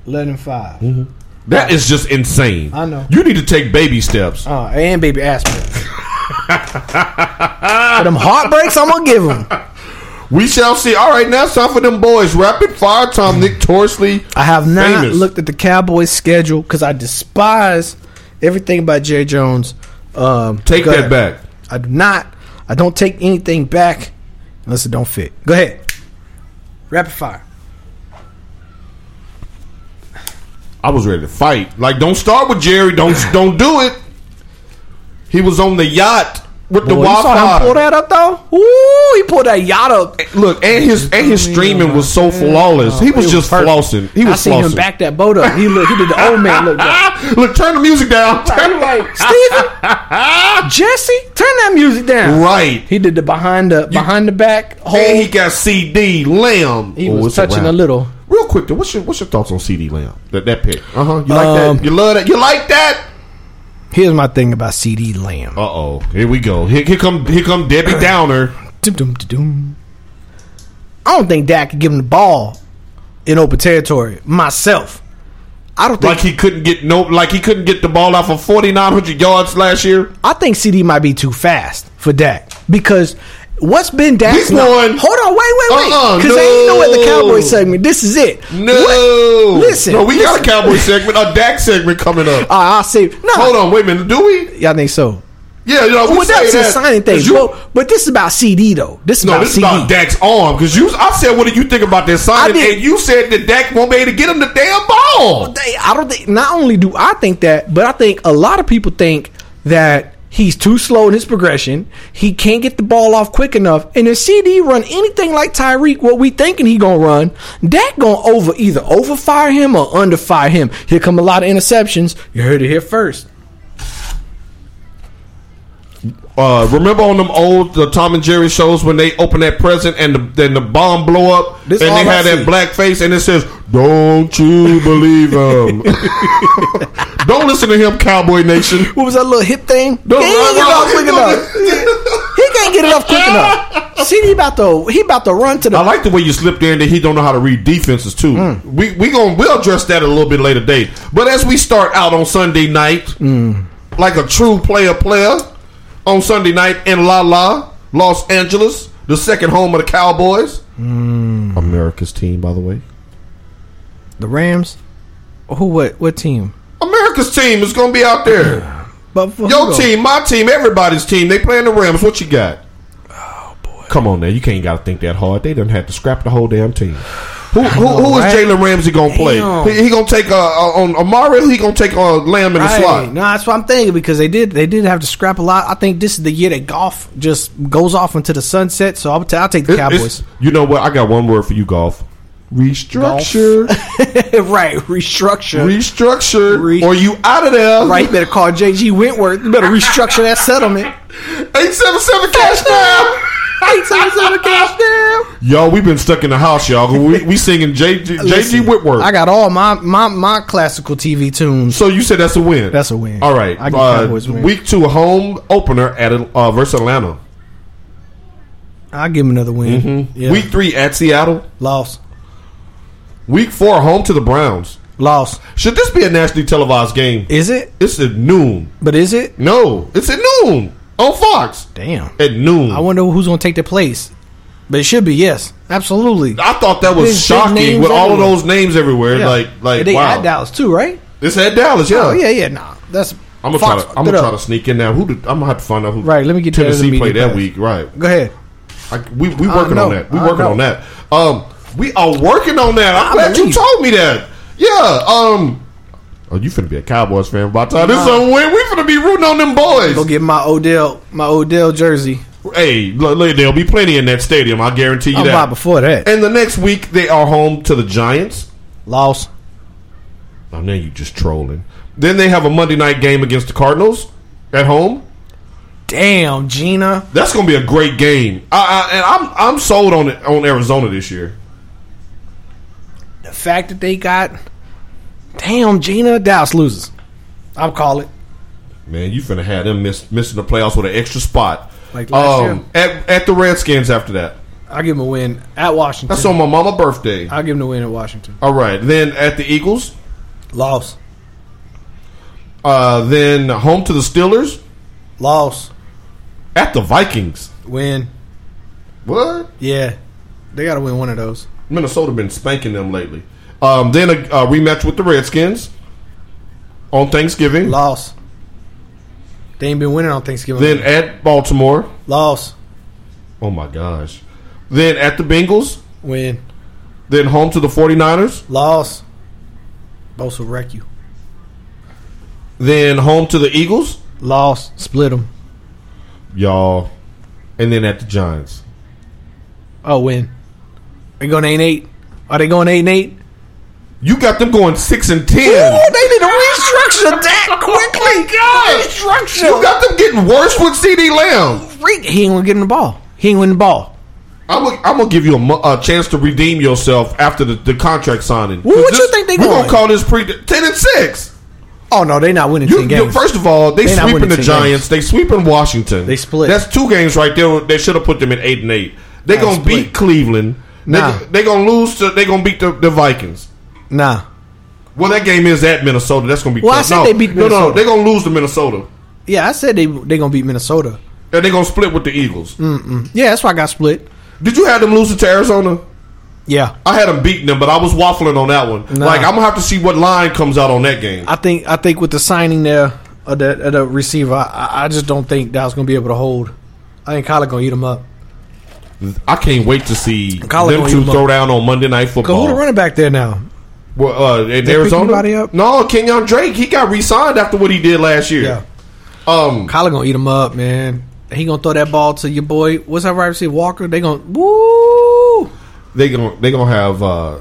[SPEAKER 1] Eleven and 5
[SPEAKER 2] Mm-hmm. That is just insane.
[SPEAKER 1] I know.
[SPEAKER 2] You need to take baby steps.
[SPEAKER 1] Uh, and baby aspirin. For them heartbreaks I'm gonna give them.
[SPEAKER 2] We shall see. All right, now it's time for them boys. Rapid fire time. Nick Torsley.
[SPEAKER 1] I have not
[SPEAKER 2] Famous.
[SPEAKER 1] looked at the Cowboys schedule because I despise everything about Jay Jones. Um,
[SPEAKER 2] Take
[SPEAKER 1] go ahead.
[SPEAKER 2] that back.
[SPEAKER 1] I do not. I don't take anything back unless it don't fit. Go ahead. Rapid fire.
[SPEAKER 2] I was ready to fight. Like, don't start with Jerry. Don't don't do it. He was on the yacht with the
[SPEAKER 1] Boy, you saw him pull
[SPEAKER 2] Wi-Fi.
[SPEAKER 1] that up though. Ooh, he pulled that yacht up.
[SPEAKER 2] Look, and his and his
[SPEAKER 1] uh,
[SPEAKER 2] streaming was so flawless. He was, just
[SPEAKER 1] perfect.
[SPEAKER 2] flossing. He was
[SPEAKER 1] I seen
[SPEAKER 2] flossing.
[SPEAKER 1] him back that boat up. He look. He did the old man look. Down.
[SPEAKER 2] Ah, look, turn the music down.
[SPEAKER 1] He
[SPEAKER 2] Turn
[SPEAKER 1] like Steven, Jesse, turn that music down.
[SPEAKER 2] right.
[SPEAKER 1] He did the behind the behind the back whole.
[SPEAKER 2] And he
[SPEAKER 1] He,
[SPEAKER 2] got CD Lamb. Oh,
[SPEAKER 1] Oh. was
[SPEAKER 2] it's a
[SPEAKER 1] touching a
[SPEAKER 2] wrap.
[SPEAKER 1] little.
[SPEAKER 2] Real quick, though, what's your what's your thoughts on CD Lamb? That that pick. Uh huh. You like
[SPEAKER 1] Um,
[SPEAKER 2] that? You love that? You like that?
[SPEAKER 1] Here's my thing about CD Lamb.
[SPEAKER 2] Uh oh, here we go. Here, here come here come Debbie Downer.
[SPEAKER 1] Dum, dum, dum, dum. I don't think Dak could give him the ball in open territory myself. I don't think.
[SPEAKER 2] Like he couldn't get no, like he couldn't get the ball out for forty nine hundred yards last year.
[SPEAKER 1] I think CD might be too fast for Dak because what's been Dak's
[SPEAKER 2] This one-
[SPEAKER 1] Hold on, wait, wait,
[SPEAKER 2] Uh-uh,
[SPEAKER 1] wait, because they ain't know at the
[SPEAKER 2] no.
[SPEAKER 1] Cowboys segment. This is it.
[SPEAKER 2] No,
[SPEAKER 1] What? listen,
[SPEAKER 2] no, we got a
[SPEAKER 1] listen. Uh,
[SPEAKER 2] Cowboy segment, a Dak segment coming up.
[SPEAKER 1] All right, I'll say. No,
[SPEAKER 2] Hold on, wait a minute. Do we?
[SPEAKER 1] y'all think so?
[SPEAKER 2] Yeah, you know, we
[SPEAKER 1] Well,
[SPEAKER 2] say
[SPEAKER 1] that's
[SPEAKER 2] that.
[SPEAKER 1] a signing thing,
[SPEAKER 2] 'Cause you-
[SPEAKER 1] but, but this is about CD though. This is
[SPEAKER 2] no,
[SPEAKER 1] about
[SPEAKER 2] this is
[SPEAKER 1] CD.
[SPEAKER 2] about Dak's arm because you. I said, what do you think about that signing?
[SPEAKER 1] I did.
[SPEAKER 2] And you said that Dak won't be able to get him the damn ball.
[SPEAKER 1] They- I don't think. Not only do I think that, but I think a lot of people think that he's too slow in his progression. He can't get the ball off quick enough. And if CD run anything like Tyreek, what we thinking he gonna run, that gonna over either overfire him or underfire him. Here come a lot of interceptions. You heard it here first.
[SPEAKER 2] Uh, remember on them old the Tom and Jerry shows when they open that present and the, then the bomb blow up
[SPEAKER 1] This
[SPEAKER 2] and
[SPEAKER 1] all
[SPEAKER 2] they
[SPEAKER 1] I
[SPEAKER 2] had
[SPEAKER 1] see.
[SPEAKER 2] that black face and it says, "Don't you believe him? Don't listen to him, Cowboy Nation."
[SPEAKER 1] What was that little hip thing?
[SPEAKER 2] Don't-
[SPEAKER 1] he can't get it off quick enough.
[SPEAKER 2] I
[SPEAKER 1] He can't get it off quick enough. CD about to he about to run to the
[SPEAKER 2] like the way you slipped in that he don't know how to read defenses too. We we gonna we'll address that a little bit later date. But as we start out on Sunday night, like a true player player on Sunday night in La La, Los Angeles, the second home of the Cowboys. America's team, by the way.
[SPEAKER 1] the Rams. Who what what team?
[SPEAKER 2] America's team is gonna be out there.
[SPEAKER 1] But for who
[SPEAKER 2] Your
[SPEAKER 1] though?
[SPEAKER 2] team, my team, everybody's team. They playing the Rams. What you got? Oh boy! Come on now, you can't got to think that hard. They done had to scrap the whole damn team. Who who, who is
[SPEAKER 1] right?
[SPEAKER 2] Jalen Ramsey gonna play?
[SPEAKER 1] Damn.
[SPEAKER 2] He, he gonna take uh, uh, on Amari? He gonna take uh, Lamb in the slot?
[SPEAKER 1] No, that's what I'm thinking because they did they did have to scrap a lot. I think this is the year that golf just goes off into the sunset. So I'll, t- I'll take the
[SPEAKER 2] It-
[SPEAKER 1] Cowboys.
[SPEAKER 2] it's- you know what? I got one word for you, golf. Restructure,
[SPEAKER 1] right, restructure.
[SPEAKER 2] restructure,
[SPEAKER 1] Re-
[SPEAKER 2] or you out of there?
[SPEAKER 1] right, you better call JG Wentworth. You better restructure that settlement.
[SPEAKER 2] Eight seven seven cash now.
[SPEAKER 1] Eight times seven cash down.
[SPEAKER 2] Y'all, we've been stuck in the house, y'all. We, we singing JG,
[SPEAKER 1] Listen,
[SPEAKER 2] JG Whitworth.
[SPEAKER 1] I got all my my my classical TV tunes.
[SPEAKER 2] so you said that's a win.
[SPEAKER 1] That's a win.
[SPEAKER 2] All right.
[SPEAKER 1] I give
[SPEAKER 2] uh,
[SPEAKER 1] Cowboys a win.
[SPEAKER 2] Week two home opener at uh, versus Atlanta.
[SPEAKER 1] I'll give him another win. Yeah.
[SPEAKER 2] Week three at Seattle.
[SPEAKER 1] lost,
[SPEAKER 2] Week four home to the Browns.
[SPEAKER 1] lost.
[SPEAKER 2] Should this be a nationally televised game?
[SPEAKER 1] Is it?
[SPEAKER 2] It's at noon.
[SPEAKER 1] But is it?
[SPEAKER 2] No, it's at noon on Fox
[SPEAKER 1] Damn.
[SPEAKER 2] at noon.
[SPEAKER 1] I
[SPEAKER 2] I,
[SPEAKER 1] wonder who's going to take their place. But it should be yes, absolutely.
[SPEAKER 2] thought that was
[SPEAKER 1] There's big
[SPEAKER 2] shocking
[SPEAKER 1] names
[SPEAKER 2] with all of
[SPEAKER 1] everywhere.
[SPEAKER 2] those names everywhere.
[SPEAKER 1] Yeah.
[SPEAKER 2] Like, like
[SPEAKER 1] they
[SPEAKER 2] wow,
[SPEAKER 1] at Dallas too, right?
[SPEAKER 2] it's at Dallas. Yeah,
[SPEAKER 1] Oh yeah, yeah. Nah, that's
[SPEAKER 2] I'm gonna
[SPEAKER 1] Fox
[SPEAKER 2] try to.
[SPEAKER 1] fucked
[SPEAKER 2] I'm gonna
[SPEAKER 1] it
[SPEAKER 2] try to
[SPEAKER 1] up.
[SPEAKER 2] sneak in now. Who did, I'm gonna have to find out who.
[SPEAKER 1] Right, let me get to that in
[SPEAKER 2] Tennessee
[SPEAKER 1] the
[SPEAKER 2] played
[SPEAKER 1] media
[SPEAKER 2] that
[SPEAKER 1] pass.
[SPEAKER 2] week. Right.
[SPEAKER 1] Go ahead.
[SPEAKER 2] I, we we working
[SPEAKER 1] know.
[SPEAKER 2] on that. We
[SPEAKER 1] I
[SPEAKER 2] working
[SPEAKER 1] know.
[SPEAKER 2] on that. Um, we are working on that. I'm
[SPEAKER 1] I
[SPEAKER 2] glad
[SPEAKER 1] believe.
[SPEAKER 2] you told me that. Yeah. Um. Oh, you finna be a Cowboys fan by the time this is over. with. We finna be rooting on them boys.
[SPEAKER 1] Go get my Odell, my Odell jersey.
[SPEAKER 2] Hey, l- l- there'll be plenty in that stadium. I guarantee you
[SPEAKER 1] I'm
[SPEAKER 2] that.
[SPEAKER 1] about before that.
[SPEAKER 2] And the next week they are home to the Giants.
[SPEAKER 1] Lost.
[SPEAKER 2] I know you just trolling. Then they have a Monday night game against the Cardinals at home.
[SPEAKER 1] Damn, Gina.
[SPEAKER 2] That's gonna be a great game. I, I, and I'm I'm sold on it on Arizona this year.
[SPEAKER 1] The fact that they got. Damn, Gina. Dallas loses. I'll call it.
[SPEAKER 2] Man, you finna have them miss, missing the playoffs with an extra spot. Um,
[SPEAKER 1] Like last
[SPEAKER 2] at at the Redskins after that.
[SPEAKER 1] I'll give them a win at Washington.
[SPEAKER 2] That's on my mama birthday.
[SPEAKER 1] I'll give them a win at Washington.
[SPEAKER 2] All right, then at the Eagles,
[SPEAKER 1] Lost.
[SPEAKER 2] uh, then home to the Steelers,
[SPEAKER 1] Lost.
[SPEAKER 2] at the Vikings.
[SPEAKER 1] Win.
[SPEAKER 2] What?
[SPEAKER 1] Yeah. They got to win one of those.
[SPEAKER 2] Minnesota been spanking them lately. Um, then a, a rematch with the Redskins on Thanksgiving.
[SPEAKER 1] Loss. They ain't been winning on Thanksgiving.
[SPEAKER 2] Then at Baltimore.
[SPEAKER 1] loss,
[SPEAKER 2] Oh my gosh. Then at the Bengals.
[SPEAKER 1] win,
[SPEAKER 2] Then home to the 49ers.
[SPEAKER 1] loss. Both will wreck you.
[SPEAKER 2] Then home to the Eagles.
[SPEAKER 1] Loss, split them.
[SPEAKER 2] Y'all. And then at the Giants.
[SPEAKER 1] Oh, win. They going eight and eight. Are they going eight and eight?
[SPEAKER 2] You got them going 6 and 10.
[SPEAKER 1] they need to restructure that
[SPEAKER 2] Oh
[SPEAKER 1] quickly.
[SPEAKER 2] You got them getting worse with CD Lamb.
[SPEAKER 1] Restructure. He ain't gonna get him the ball. He ain't winning the ball.
[SPEAKER 2] I'm gonna I'm gonna give you a, mo- a chance to redeem yourself after the, the contract signing.
[SPEAKER 1] Well, what
[SPEAKER 2] This-
[SPEAKER 1] you think they
[SPEAKER 2] We're
[SPEAKER 1] going?
[SPEAKER 2] gonna call this pre ten and six.
[SPEAKER 1] Oh no, they not winning
[SPEAKER 2] You,
[SPEAKER 1] ten
[SPEAKER 2] you-
[SPEAKER 1] games.
[SPEAKER 2] first of all, they
[SPEAKER 1] They not
[SPEAKER 2] sweeping
[SPEAKER 1] winning
[SPEAKER 2] the
[SPEAKER 1] 10
[SPEAKER 2] Giants. They sweeping Washington.
[SPEAKER 1] They split.
[SPEAKER 2] That's two games right there. They should have put them in eight and eight. They
[SPEAKER 1] Nah,
[SPEAKER 2] gonna
[SPEAKER 1] split.
[SPEAKER 2] beat Cleveland.
[SPEAKER 1] Nah.
[SPEAKER 2] They, they gonna lose. To, they gonna beat the, the Vikings.
[SPEAKER 1] nah,
[SPEAKER 2] Well, that game is at Minnesota. That's gonna be.
[SPEAKER 1] Well, I
[SPEAKER 2] tough.
[SPEAKER 1] said
[SPEAKER 2] no,
[SPEAKER 1] they beat
[SPEAKER 2] No, no,
[SPEAKER 1] Minnesota.
[SPEAKER 2] they gonna lose to Minnesota,
[SPEAKER 1] yeah, I said they they gonna beat Minnesota.
[SPEAKER 2] and they gonna split with the Eagles.
[SPEAKER 1] Yeah, that's why I got split.
[SPEAKER 2] Did you have them losing to Arizona?
[SPEAKER 1] Yeah,
[SPEAKER 2] I had them beating them, but I was waffling on that one.
[SPEAKER 1] Nah.
[SPEAKER 2] Like I'm gonna have to see what line comes out on that game.
[SPEAKER 1] I think I think with the signing there of the, of the receiver, I- I, I just don't think Dallas gonna be able to hold. I think Kyler gonna eat him up.
[SPEAKER 2] I can't wait to see
[SPEAKER 1] Colin
[SPEAKER 2] them
[SPEAKER 1] gonna
[SPEAKER 2] two
[SPEAKER 1] eat 'em
[SPEAKER 2] throw down on Monday Night
[SPEAKER 1] Cause
[SPEAKER 2] Football.
[SPEAKER 1] who the running back there now?
[SPEAKER 2] Well, uh, in
[SPEAKER 1] pick
[SPEAKER 2] Arizona,
[SPEAKER 1] anybody up?
[SPEAKER 2] no, Kenyon Drake. He got re-signed after what he did last year.
[SPEAKER 1] Yeah.
[SPEAKER 2] Um,
[SPEAKER 1] Kyler gonna eat him up, man. He gonna throw that ball to your boy. What's that right receiver Walker? They gonna woo. Oh,
[SPEAKER 2] they gonna they gonna have uh,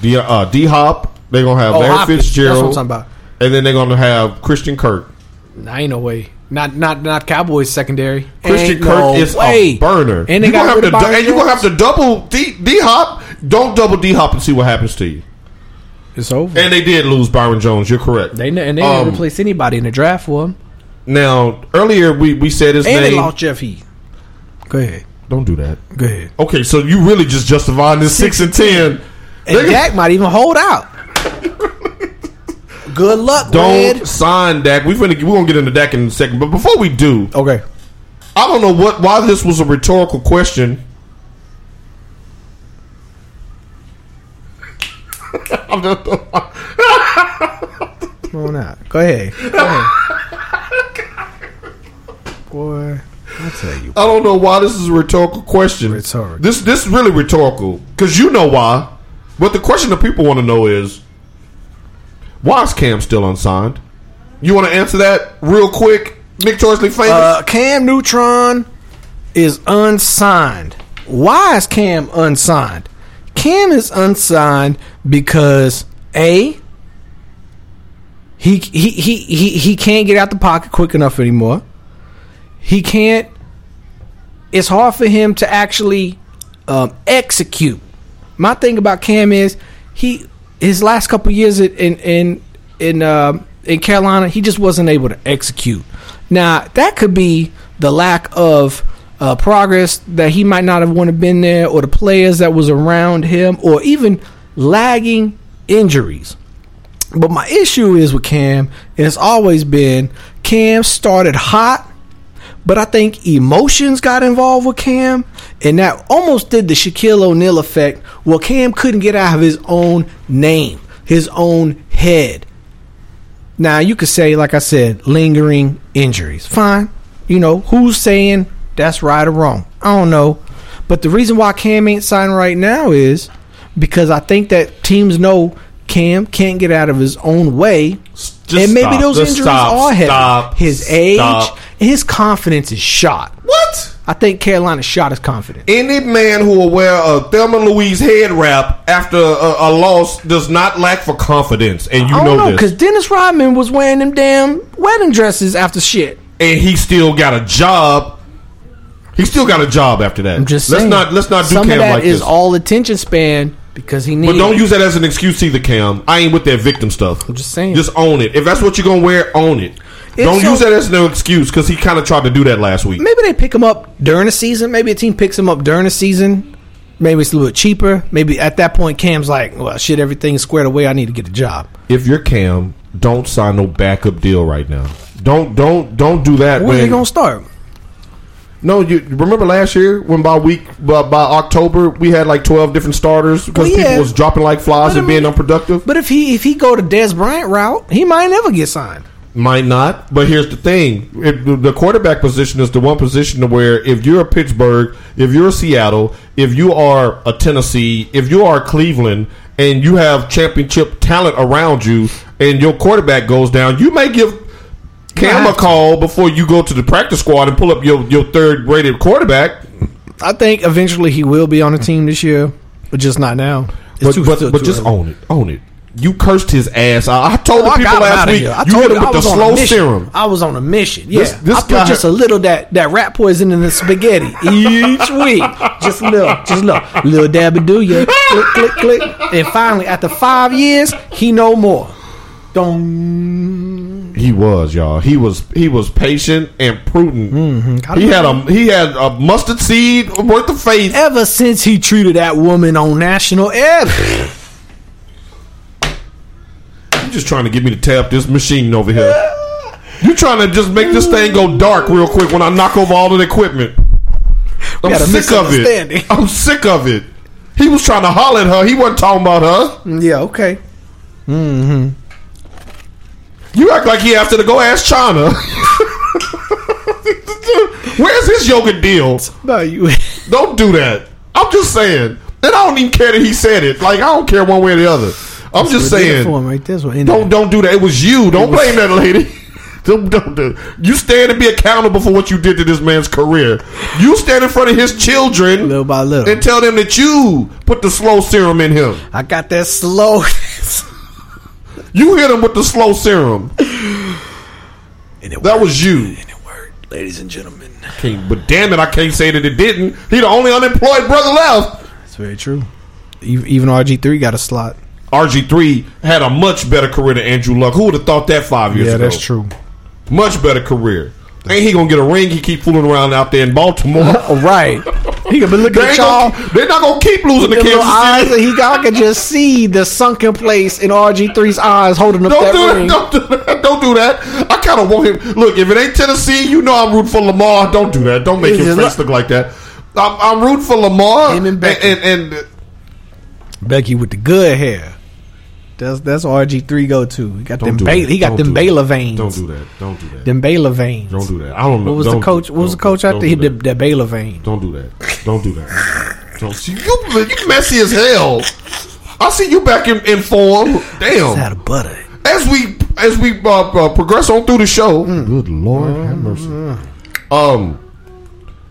[SPEAKER 2] D uh, D Hop. They gonna have Larry
[SPEAKER 1] Oh, Hopkins.
[SPEAKER 2] Fitzgerald.
[SPEAKER 1] That's what I'm talking
[SPEAKER 2] And then they're gonna have Christian Kirk.
[SPEAKER 1] about. Nah, ain't no way. Not not not Cowboys secondary.
[SPEAKER 2] Christian
[SPEAKER 1] Ain't
[SPEAKER 2] Kirk
[SPEAKER 1] no
[SPEAKER 2] is
[SPEAKER 1] way.
[SPEAKER 2] a burner.
[SPEAKER 1] And they
[SPEAKER 2] you
[SPEAKER 1] got
[SPEAKER 2] gonna have
[SPEAKER 1] rid
[SPEAKER 2] to
[SPEAKER 1] of Byron
[SPEAKER 2] du- and you gonna
[SPEAKER 1] Jones.
[SPEAKER 2] have to double D D Hop. Don't double D Hop and see what happens to you.
[SPEAKER 1] It's over.
[SPEAKER 2] And they did lose Byron Jones. You're correct.
[SPEAKER 1] they ne- and they
[SPEAKER 2] Um,
[SPEAKER 1] didn't replace anybody in the draft for him.
[SPEAKER 2] Now earlier we, we said his
[SPEAKER 1] And
[SPEAKER 2] name.
[SPEAKER 1] they lost Jeff Heath. Go ahead.
[SPEAKER 2] Don't do that.
[SPEAKER 1] Go ahead.
[SPEAKER 2] Okay, so you really just justifying this six and ten.
[SPEAKER 1] And
[SPEAKER 2] Nigga,
[SPEAKER 1] Dak might even hold out. Good luck,
[SPEAKER 2] Don't
[SPEAKER 1] Red.
[SPEAKER 2] sign Dak. We finna, we're gonna get into Dak in a second, but before we do,
[SPEAKER 1] Okay.
[SPEAKER 2] I don't know what why this was a rhetorical question. I'm just-
[SPEAKER 1] Come on out. Go ahead. Go ahead. Boy, I tell you.
[SPEAKER 2] I don't know why this is a rhetorical question.
[SPEAKER 1] Rhetorical.
[SPEAKER 2] This this is really rhetorical because you know why. But the question that people want to know is, why is Cam still unsigned? You want to answer that real quick, Nick Choisley famous?
[SPEAKER 1] Uh, Cam Neutron is unsigned. Why is Cam unsigned? Cam is unsigned because a he he he he, he can't get out the pocket quick enough anymore. He can't. It's hard for him to actually um, execute. My thing about Cam is he his last couple years in in in in, um, in Carolina he just wasn't able to execute. Now that could be the lack of uh, progress that he might not have want to been there, or the players that was around him, or even lagging injuries. But my issue is with Cam, and it's always been Cam started hot, but I think emotions got involved with Cam, and that almost did the Shaquille O'Neal effect where Cam couldn't get out of his own name, his own head. Now, you could say, like I said, lingering injuries. Fine. You know, who's saying that's right or wrong? I don't know. But the reason why Cam ain't signed right now is because I think that teams know Cam can't get out of his own way.
[SPEAKER 2] Just
[SPEAKER 1] and maybe
[SPEAKER 2] stop.
[SPEAKER 1] those
[SPEAKER 2] Just
[SPEAKER 1] injuries
[SPEAKER 2] stop.
[SPEAKER 1] are heavy.
[SPEAKER 2] Stop.
[SPEAKER 1] his age,
[SPEAKER 2] Stop.
[SPEAKER 1] his confidence is shot.
[SPEAKER 2] What?
[SPEAKER 1] I think Carolina shot his confidence.
[SPEAKER 2] Any man who will wear a Thelma and Louise head wrap after a, a loss does not lack for confidence, and you
[SPEAKER 1] I don't
[SPEAKER 2] know,
[SPEAKER 1] know
[SPEAKER 2] this.
[SPEAKER 1] because Dennis Rodman was wearing them damn wedding dresses after shit.
[SPEAKER 2] And he still got a job. He still got a job after that.
[SPEAKER 1] I'm just
[SPEAKER 2] let's
[SPEAKER 1] saying.
[SPEAKER 2] not let's not do
[SPEAKER 1] some
[SPEAKER 2] Cam
[SPEAKER 1] of that
[SPEAKER 2] like
[SPEAKER 1] is
[SPEAKER 2] this.
[SPEAKER 1] all attention span because he needs.
[SPEAKER 2] But don't use that as an excuse either, Cam. I ain't with that victim stuff. I'm
[SPEAKER 1] just saying.
[SPEAKER 2] Just own it. If that's what you're gonna wear, own it. don't
[SPEAKER 1] so-
[SPEAKER 2] use that as no excuse because he kind of tried to do that last week.
[SPEAKER 1] maybe they pick him up during the season. Maybe a team picks him up during the season. Maybe it's a little cheaper. Maybe at that point, Cam's like, "Well, shit, everything's squared away. I need to get a job."
[SPEAKER 2] If you're Cam, don't sign no backup deal right now. Don't don't don't do that.
[SPEAKER 1] Where are they
[SPEAKER 2] when-
[SPEAKER 1] gonna start?
[SPEAKER 2] No, you remember last year when by week by, by October we had like twelve different starters because
[SPEAKER 1] Well, yeah.
[SPEAKER 2] people was dropping like flies
[SPEAKER 1] But I
[SPEAKER 2] and being
[SPEAKER 1] mean-
[SPEAKER 2] unproductive.
[SPEAKER 1] But if he if he go the Des Bryant route, he might never get signed.
[SPEAKER 2] Might not, but here's the thing: If the- the quarterback position is the one position to where if you're a Pittsburgh, if you're a Seattle, if you are a Tennessee, if you are a Cleveland, and you have championship talent around you, and your quarterback goes down, you may give Cam a
[SPEAKER 1] have to.
[SPEAKER 2] call before you go to the practice squad and pull up your your third rated quarterback.
[SPEAKER 1] I think eventually he will be on the team this year, but just not now. It's
[SPEAKER 2] But
[SPEAKER 1] too-
[SPEAKER 2] but,
[SPEAKER 1] still
[SPEAKER 2] but
[SPEAKER 1] too
[SPEAKER 2] just
[SPEAKER 1] early.
[SPEAKER 2] own it, own it. You cursed his ass. I, I told
[SPEAKER 1] Oh,
[SPEAKER 2] the
[SPEAKER 1] I
[SPEAKER 2] people
[SPEAKER 1] got him
[SPEAKER 2] last
[SPEAKER 1] outta
[SPEAKER 2] week.
[SPEAKER 1] here. I
[SPEAKER 2] You
[SPEAKER 1] told
[SPEAKER 2] hit him
[SPEAKER 1] I
[SPEAKER 2] with the
[SPEAKER 1] was on a
[SPEAKER 2] slow
[SPEAKER 1] mission.
[SPEAKER 2] serum.
[SPEAKER 1] I was on a mission. Yeah,
[SPEAKER 2] This- this
[SPEAKER 1] I put
[SPEAKER 2] guy-
[SPEAKER 1] just a little that that rat poison in the spaghetti each week. Just a little, just a little, little dab do ya. click, click, click, and finally, after five years, he no more. Dong.
[SPEAKER 2] He was, y'all. He was he was patient and prudent.
[SPEAKER 1] Gotta
[SPEAKER 2] He had a he had a mustard seed worth of faith.
[SPEAKER 1] Ever since he treated that woman on national air,
[SPEAKER 2] You just trying to get me to tap this machine over here. You trying to just make this thing go dark real quick when I knock over all of the equipment. I'm
[SPEAKER 1] had a
[SPEAKER 2] sick of
[SPEAKER 1] misunderstanding.
[SPEAKER 2] it. I'm sick of it. He was trying to holler at her. He wasn't talking about her.
[SPEAKER 1] yeah, okay.
[SPEAKER 2] You act like he after to go ask China. Where's his yoga deal?
[SPEAKER 1] No, you.
[SPEAKER 2] Don't do that. I'm just saying. And I don't even care that he said it. Like I don't care one way or the other. I'm just
[SPEAKER 1] for
[SPEAKER 2] saying.
[SPEAKER 1] him right this one. ain't
[SPEAKER 2] Don't
[SPEAKER 1] it?
[SPEAKER 2] don't do that. It was you. Don't blame that lady. Don't, don't, do- You stand and be accountable for what you did to this man's career. You stand in front of his children
[SPEAKER 1] little by little.
[SPEAKER 2] and tell them that you put the slow serum in him.
[SPEAKER 1] I got that slow.
[SPEAKER 2] You hit him with the slow serum.
[SPEAKER 1] and it
[SPEAKER 2] That was you.
[SPEAKER 1] And it worked, ladies and gentlemen.
[SPEAKER 2] Can't- But damn it, I can't say that it didn't. He the only unemployed brother left.
[SPEAKER 1] That's very true. Even E-, even RG3 got a slot.
[SPEAKER 2] RG3 had a much better career than Andrew Luck. Who would have thought that five years ago?
[SPEAKER 1] true.
[SPEAKER 2] Much better career. Ain't he gonna get a ring? He keep fooling around out there in Baltimore.
[SPEAKER 1] All right. He could be looking at
[SPEAKER 2] they ain't
[SPEAKER 1] y'all.
[SPEAKER 2] gonna, they're not gonna keep losing to
[SPEAKER 1] with little
[SPEAKER 2] Kansas
[SPEAKER 1] eyes,
[SPEAKER 2] City.
[SPEAKER 1] and he I could just see the sunken place in RG3's eyes holding up
[SPEAKER 2] Don't
[SPEAKER 1] that
[SPEAKER 2] do
[SPEAKER 1] ring.
[SPEAKER 2] that. Don't do that. Don't do that. I kind of want him. Look, if it ain't Tennessee, you know I'm rooting for Lamar. Don't do that. Don't make
[SPEAKER 1] It's
[SPEAKER 2] his
[SPEAKER 1] just
[SPEAKER 2] face look like that. I'm, I'm rooting for Lamar.
[SPEAKER 1] Him and Beckham.
[SPEAKER 2] and, and
[SPEAKER 1] Becky with the good hair. That's that's RG3 go to. He got
[SPEAKER 2] Don't
[SPEAKER 1] them
[SPEAKER 2] do
[SPEAKER 1] ba-
[SPEAKER 2] that.
[SPEAKER 1] he got
[SPEAKER 2] Don't
[SPEAKER 1] them
[SPEAKER 2] do that.
[SPEAKER 1] Baylor veins.
[SPEAKER 2] don't do that. Don't do that.
[SPEAKER 1] Them Baylor veins.
[SPEAKER 2] Don't do that. I don't know.
[SPEAKER 1] What was the
[SPEAKER 2] Don't-
[SPEAKER 1] coach? What was the
[SPEAKER 2] don't-
[SPEAKER 1] coach out
[SPEAKER 2] don't
[SPEAKER 1] there? He
[SPEAKER 2] do that.
[SPEAKER 1] did that Baylor vein.
[SPEAKER 2] Don't do that. Don't do that. Don't see you. You messy as hell. I see you back in, in form.
[SPEAKER 1] It's out
[SPEAKER 2] Damn.
[SPEAKER 1] of butter.
[SPEAKER 2] As we as we uh, uh, progress on through the show,
[SPEAKER 1] Mm.
[SPEAKER 2] good lord
[SPEAKER 1] Mm-hmm.
[SPEAKER 2] have mercy. Um,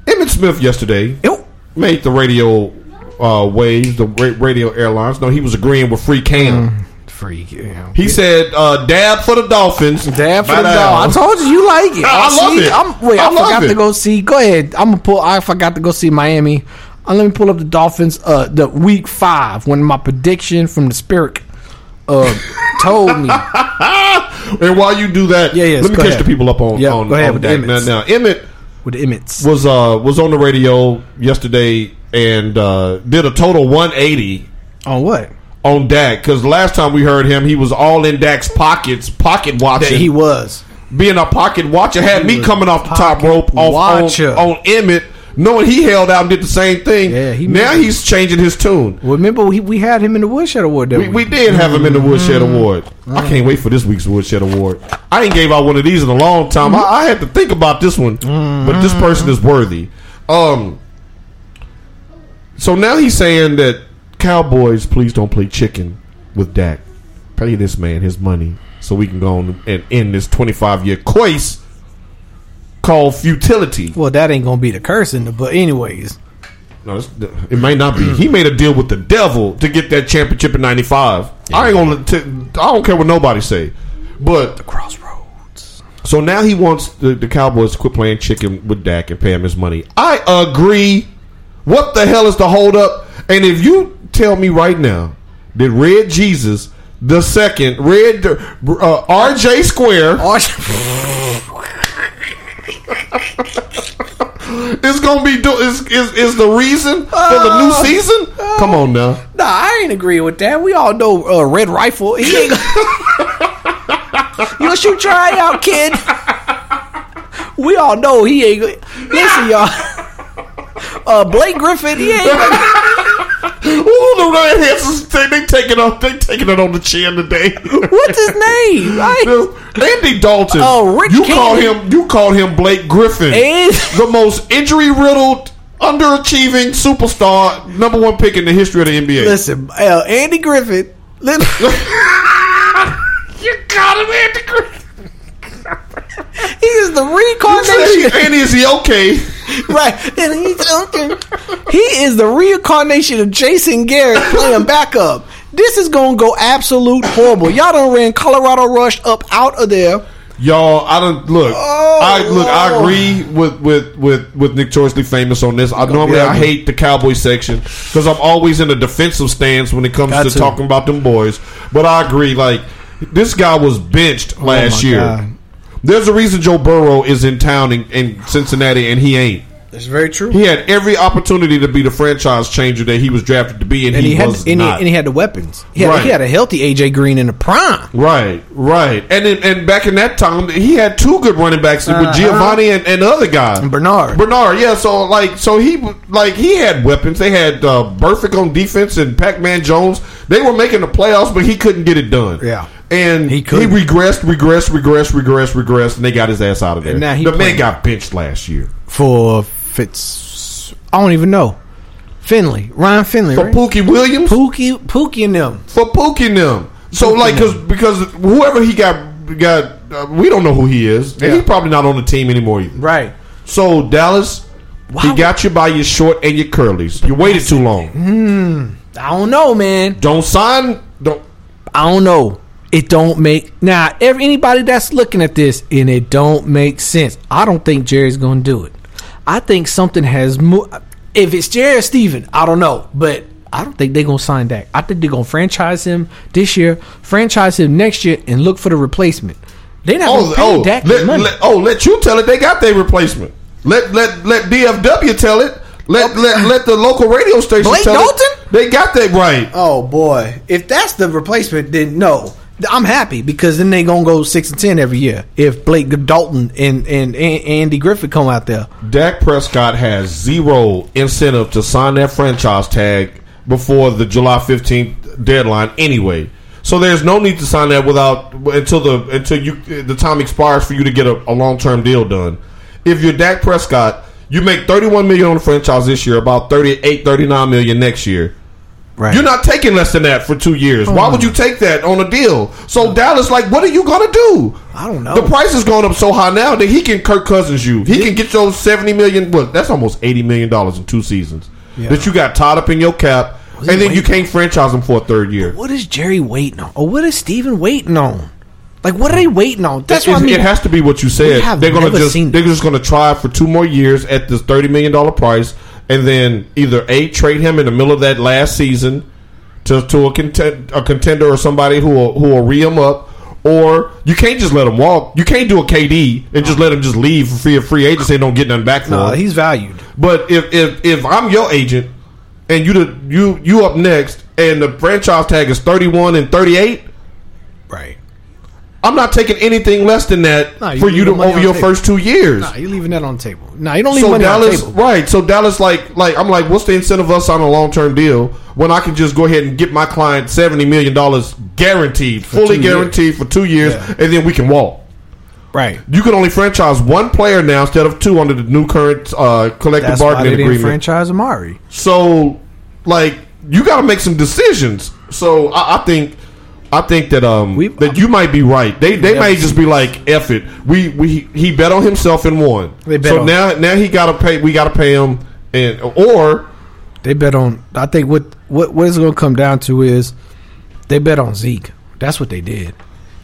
[SPEAKER 2] Emmett Smith yesterday
[SPEAKER 1] Yo.
[SPEAKER 2] made the radio uh, waves, the ra- radio airlines. No, he was agreeing with free cam.
[SPEAKER 1] Mm. Freak. You know.
[SPEAKER 2] He said, uh, "Dab for the Dolphins."
[SPEAKER 1] Dab for the
[SPEAKER 2] Bye-bye.
[SPEAKER 1] dog. I told you you like it.
[SPEAKER 2] uh, I love
[SPEAKER 1] See,
[SPEAKER 2] it.
[SPEAKER 1] I'm, wait, I,
[SPEAKER 2] I love
[SPEAKER 1] forgot
[SPEAKER 2] it.
[SPEAKER 1] to go see. Go ahead. I'm gonna pull. I forgot to go see Miami. Uh, let me pull up the Dolphins. Uh, the week five when my prediction from the Spirit uh told me.
[SPEAKER 2] And while you do that,
[SPEAKER 1] Yeah, yes,
[SPEAKER 2] let me
[SPEAKER 1] go
[SPEAKER 2] catch
[SPEAKER 1] ahead.
[SPEAKER 2] the people up on
[SPEAKER 1] Yeah,
[SPEAKER 2] on,
[SPEAKER 1] go ahead
[SPEAKER 2] on
[SPEAKER 1] with
[SPEAKER 2] that. Now,
[SPEAKER 1] Emmitt.
[SPEAKER 2] now, Emmett
[SPEAKER 1] with the Emmets.
[SPEAKER 2] was uh, was on the radio yesterday and uh, did a total 180
[SPEAKER 1] On what?
[SPEAKER 2] on Dak because last time we heard him, he was all in Dak's pockets, pocket
[SPEAKER 1] That
[SPEAKER 2] watching,
[SPEAKER 1] he was.
[SPEAKER 2] being a pocket watcher. Had me
[SPEAKER 1] was
[SPEAKER 2] coming off the top
[SPEAKER 1] pocket
[SPEAKER 2] rope off on,
[SPEAKER 1] watcher.
[SPEAKER 2] on Emmett, knowing he held out and did the same thing.
[SPEAKER 1] Yeah, he
[SPEAKER 2] now
[SPEAKER 1] made-
[SPEAKER 2] he's changing his tune.
[SPEAKER 1] Remember we, we had him in the Woodshed Award. That
[SPEAKER 2] We, we
[SPEAKER 1] week.
[SPEAKER 2] did have him in the Woodshed Award. I can't wait for this week's Woodshed Award. I ain't gave out one of these in a long time. I, I had to think about this one, but this person is worthy. Um, so now he's saying that Cowboys, please don't play chicken with Dak. Pay this man his money so we can go on and end this twenty-five year course called futility.
[SPEAKER 1] Well, that ain't gonna be the curse in the. But anyways,
[SPEAKER 2] No, it's, it may not be. He made a deal with the devil to get that championship in '95. I ain't gonna. T- I don't care what nobody say. But
[SPEAKER 1] crossroads.
[SPEAKER 2] so now he wants the, the Cowboys to quit playing chicken with Dak and pay him his money. I agree. What the hell is the holdup? And if you tell me right now that Red Jesus the second, Red uh, RJ Square is gonna be do- is, is is the reason for the new season? Come on now.
[SPEAKER 1] Nah, I ain't agree with that. We all know uh, Red Rifle. He ain't. you shoot your eye out, kid. We all know he ain't. Listen, y'all. Uh, Blake Griffin, he ain't.
[SPEAKER 2] Ooh, the redheads is they, they taking off they taking it on the chin today.
[SPEAKER 1] What's his name? I,
[SPEAKER 2] Andy Dalton.
[SPEAKER 1] Oh, Rick
[SPEAKER 2] you
[SPEAKER 1] Cannon.
[SPEAKER 2] call him you call him Blake Griffin,
[SPEAKER 1] And-
[SPEAKER 2] the most injury riddled, underachieving superstar, number one pick in the history of the NBA.
[SPEAKER 1] listen, uh, Andy Griffin. Listen,
[SPEAKER 2] you got him, Andy Griffin.
[SPEAKER 1] he is the reincarnation.
[SPEAKER 2] Andy, is he okay?
[SPEAKER 1] right. And he's He is the reincarnation of Jason Garrett playing backup. This is going to go absolute horrible. Y'all done ran Colorado Rush up out of there.
[SPEAKER 2] Y'all, I don't look.
[SPEAKER 1] Oh,
[SPEAKER 2] I look. I
[SPEAKER 1] Lord.
[SPEAKER 2] agree with with with with notoriously famous on this. I normally I
[SPEAKER 1] ugly.
[SPEAKER 2] hate the cowboy section because I'm always in a defensive stance when it comes
[SPEAKER 1] Got
[SPEAKER 2] to,
[SPEAKER 1] to.
[SPEAKER 2] talking about them boys. But I agree. Like this guy was benched
[SPEAKER 1] Oh
[SPEAKER 2] last
[SPEAKER 1] my
[SPEAKER 2] year.
[SPEAKER 1] God.
[SPEAKER 2] There's a reason Joe Burrow is in town in, in Cincinnati and he ain't.
[SPEAKER 1] That's very true.
[SPEAKER 2] He had every opportunity to be the franchise changer that he was drafted to be, and,
[SPEAKER 1] and he,
[SPEAKER 2] he,
[SPEAKER 1] had
[SPEAKER 2] was
[SPEAKER 1] and he,
[SPEAKER 2] not.
[SPEAKER 1] and he had the weapons. He had,
[SPEAKER 2] Right.
[SPEAKER 1] he had a healthy AJ Green in the prime.
[SPEAKER 2] Right, right, and then, and back in that time, he had two good running backs
[SPEAKER 1] Uh-huh.
[SPEAKER 2] with Giovanni and, and the other guy
[SPEAKER 1] And Bernard.
[SPEAKER 2] Bernard, yeah. So like, so he like he had weapons. They had uh, Burfict on defense and Pac Man Jones. They were making the playoffs, but he couldn't get it done.
[SPEAKER 1] Yeah.
[SPEAKER 2] and
[SPEAKER 1] He
[SPEAKER 2] he,
[SPEAKER 1] couldn't.
[SPEAKER 2] regressed, regressed, regressed, regressed, regressed, and they got his ass out of there.
[SPEAKER 1] And now he
[SPEAKER 2] the
[SPEAKER 1] playing.
[SPEAKER 2] man got benched last year
[SPEAKER 1] For Fitz, I don't even know. Finley, Ryan Finley,
[SPEAKER 2] for
[SPEAKER 1] right?
[SPEAKER 2] Pookie Williams.
[SPEAKER 1] Pookie, Pookie, and them.
[SPEAKER 2] for poking them. So
[SPEAKER 1] Pooking
[SPEAKER 2] like, because
[SPEAKER 1] them.
[SPEAKER 2] because whoever he got got, uh, we don't know who he is, and
[SPEAKER 1] Yeah.
[SPEAKER 2] he's probably not on the team anymore either.
[SPEAKER 1] Right.
[SPEAKER 2] So Dallas,
[SPEAKER 1] Why
[SPEAKER 2] he
[SPEAKER 1] would- Mm-hmm.
[SPEAKER 2] got you by your short and your curlies. You waited too long.
[SPEAKER 1] I don't know, man.
[SPEAKER 2] Don't sign. Don't.
[SPEAKER 1] I don't know. It don't make now. Every, anybody that's looking at this and it don't make sense. I don't think Jerry's going to do it. I think something has mo- If it's Jerry or Steven, I don't know, but I don't think they're going to sign Dak. I think they're going to franchise him this year, franchise him next year, and look for the replacement. They're not
[SPEAKER 2] Oh,
[SPEAKER 1] going to pay
[SPEAKER 2] oh,
[SPEAKER 1] Dak his
[SPEAKER 2] let,
[SPEAKER 1] money.
[SPEAKER 2] let- oh, let you tell it. They got their replacement. Let let let DFW tell it. Let let let the local radio station
[SPEAKER 1] Blake
[SPEAKER 2] tell
[SPEAKER 1] Dalton?
[SPEAKER 2] it. They got that right.
[SPEAKER 1] oh boy, if that's the replacement, then no. I'm happy because then they gonna go six and ten every year if Blake Dalton and and, and Andy Griffith come out there.
[SPEAKER 2] Dak Prescott has zero incentive to sign that franchise tag before the July 15th deadline anyway. So there's no need to sign that without until the until you the time expires for you to get a, a long term deal done. If you're Dak Prescott, you make 31 million on the franchise this year, about 38, 39 million next year.
[SPEAKER 1] Right.
[SPEAKER 2] You're not taking less than that for two years. Why
[SPEAKER 1] Oh.
[SPEAKER 2] would you take that on a deal? So Dallas, like, what are you gonna do?
[SPEAKER 1] I don't know.
[SPEAKER 2] The price is going up so high now that he can Kirk Cousins you. He can get your seventy million. Well, that's almost eighty million dollars in two seasons
[SPEAKER 1] Yeah.
[SPEAKER 2] that you got tied up in your cap, and
[SPEAKER 1] he
[SPEAKER 2] then you
[SPEAKER 1] waiting?
[SPEAKER 2] can't franchise him for a third year.
[SPEAKER 1] What is Jerry waiting on? Or what is Steven waiting on? Like, what are they waiting on? That's
[SPEAKER 2] it,
[SPEAKER 1] what I mean.
[SPEAKER 2] it has to be what you said.
[SPEAKER 1] We have
[SPEAKER 2] They're gonna
[SPEAKER 1] never
[SPEAKER 2] just
[SPEAKER 1] seen
[SPEAKER 2] they're just gonna try for two more years at this thirty million dollar price, and then either a trade him in the middle of that last season to to a contend, a contender or somebody who will, who will re him up, or you can't just let him walk. You can't do a KD and just let him just leave for free of free agency and don't get nothing back for
[SPEAKER 1] Nah,
[SPEAKER 2] him.
[SPEAKER 1] he's valued.
[SPEAKER 2] But if if if I'm your agent and you the, you you up next and the franchise tag is thirty one and thirty eight.
[SPEAKER 1] Right.
[SPEAKER 2] I'm not taking anything less than that
[SPEAKER 1] Nah, you
[SPEAKER 2] for
[SPEAKER 1] leave
[SPEAKER 2] you to
[SPEAKER 1] the money
[SPEAKER 2] over
[SPEAKER 1] on
[SPEAKER 2] your
[SPEAKER 1] the table.
[SPEAKER 2] first two years.
[SPEAKER 1] Nah, you're leaving that on the table. Nah, you don't leave
[SPEAKER 2] so
[SPEAKER 1] money
[SPEAKER 2] Dallas,
[SPEAKER 1] on the table.
[SPEAKER 2] right? So Dallas, like, like I'm like, what's the incentive of us on a long term deal when I can just go ahead and get my client seventy million dollars guaranteed, fully
[SPEAKER 1] two years.
[SPEAKER 2] guaranteed for two years,
[SPEAKER 1] Yeah.
[SPEAKER 2] and then we can walk.
[SPEAKER 1] Right.
[SPEAKER 2] You can only franchise one player now instead of two under the new current uh, collective
[SPEAKER 1] That's why they
[SPEAKER 2] bargaining
[SPEAKER 1] didn't
[SPEAKER 2] agreement.
[SPEAKER 1] franchise Amari.
[SPEAKER 2] So, like, you got to make some decisions. So, I, I think, I think that um
[SPEAKER 1] We-
[SPEAKER 2] that you might be right. They they
[SPEAKER 1] Yeah.
[SPEAKER 2] may just be like, "F it." We we he bet on himself and won.
[SPEAKER 1] They bet
[SPEAKER 2] so
[SPEAKER 1] on-
[SPEAKER 2] now now he got to pay. We got to pay him, and or
[SPEAKER 1] They bet on. I think what what what it's going to come down to is they bet on Zeke. That's what they did.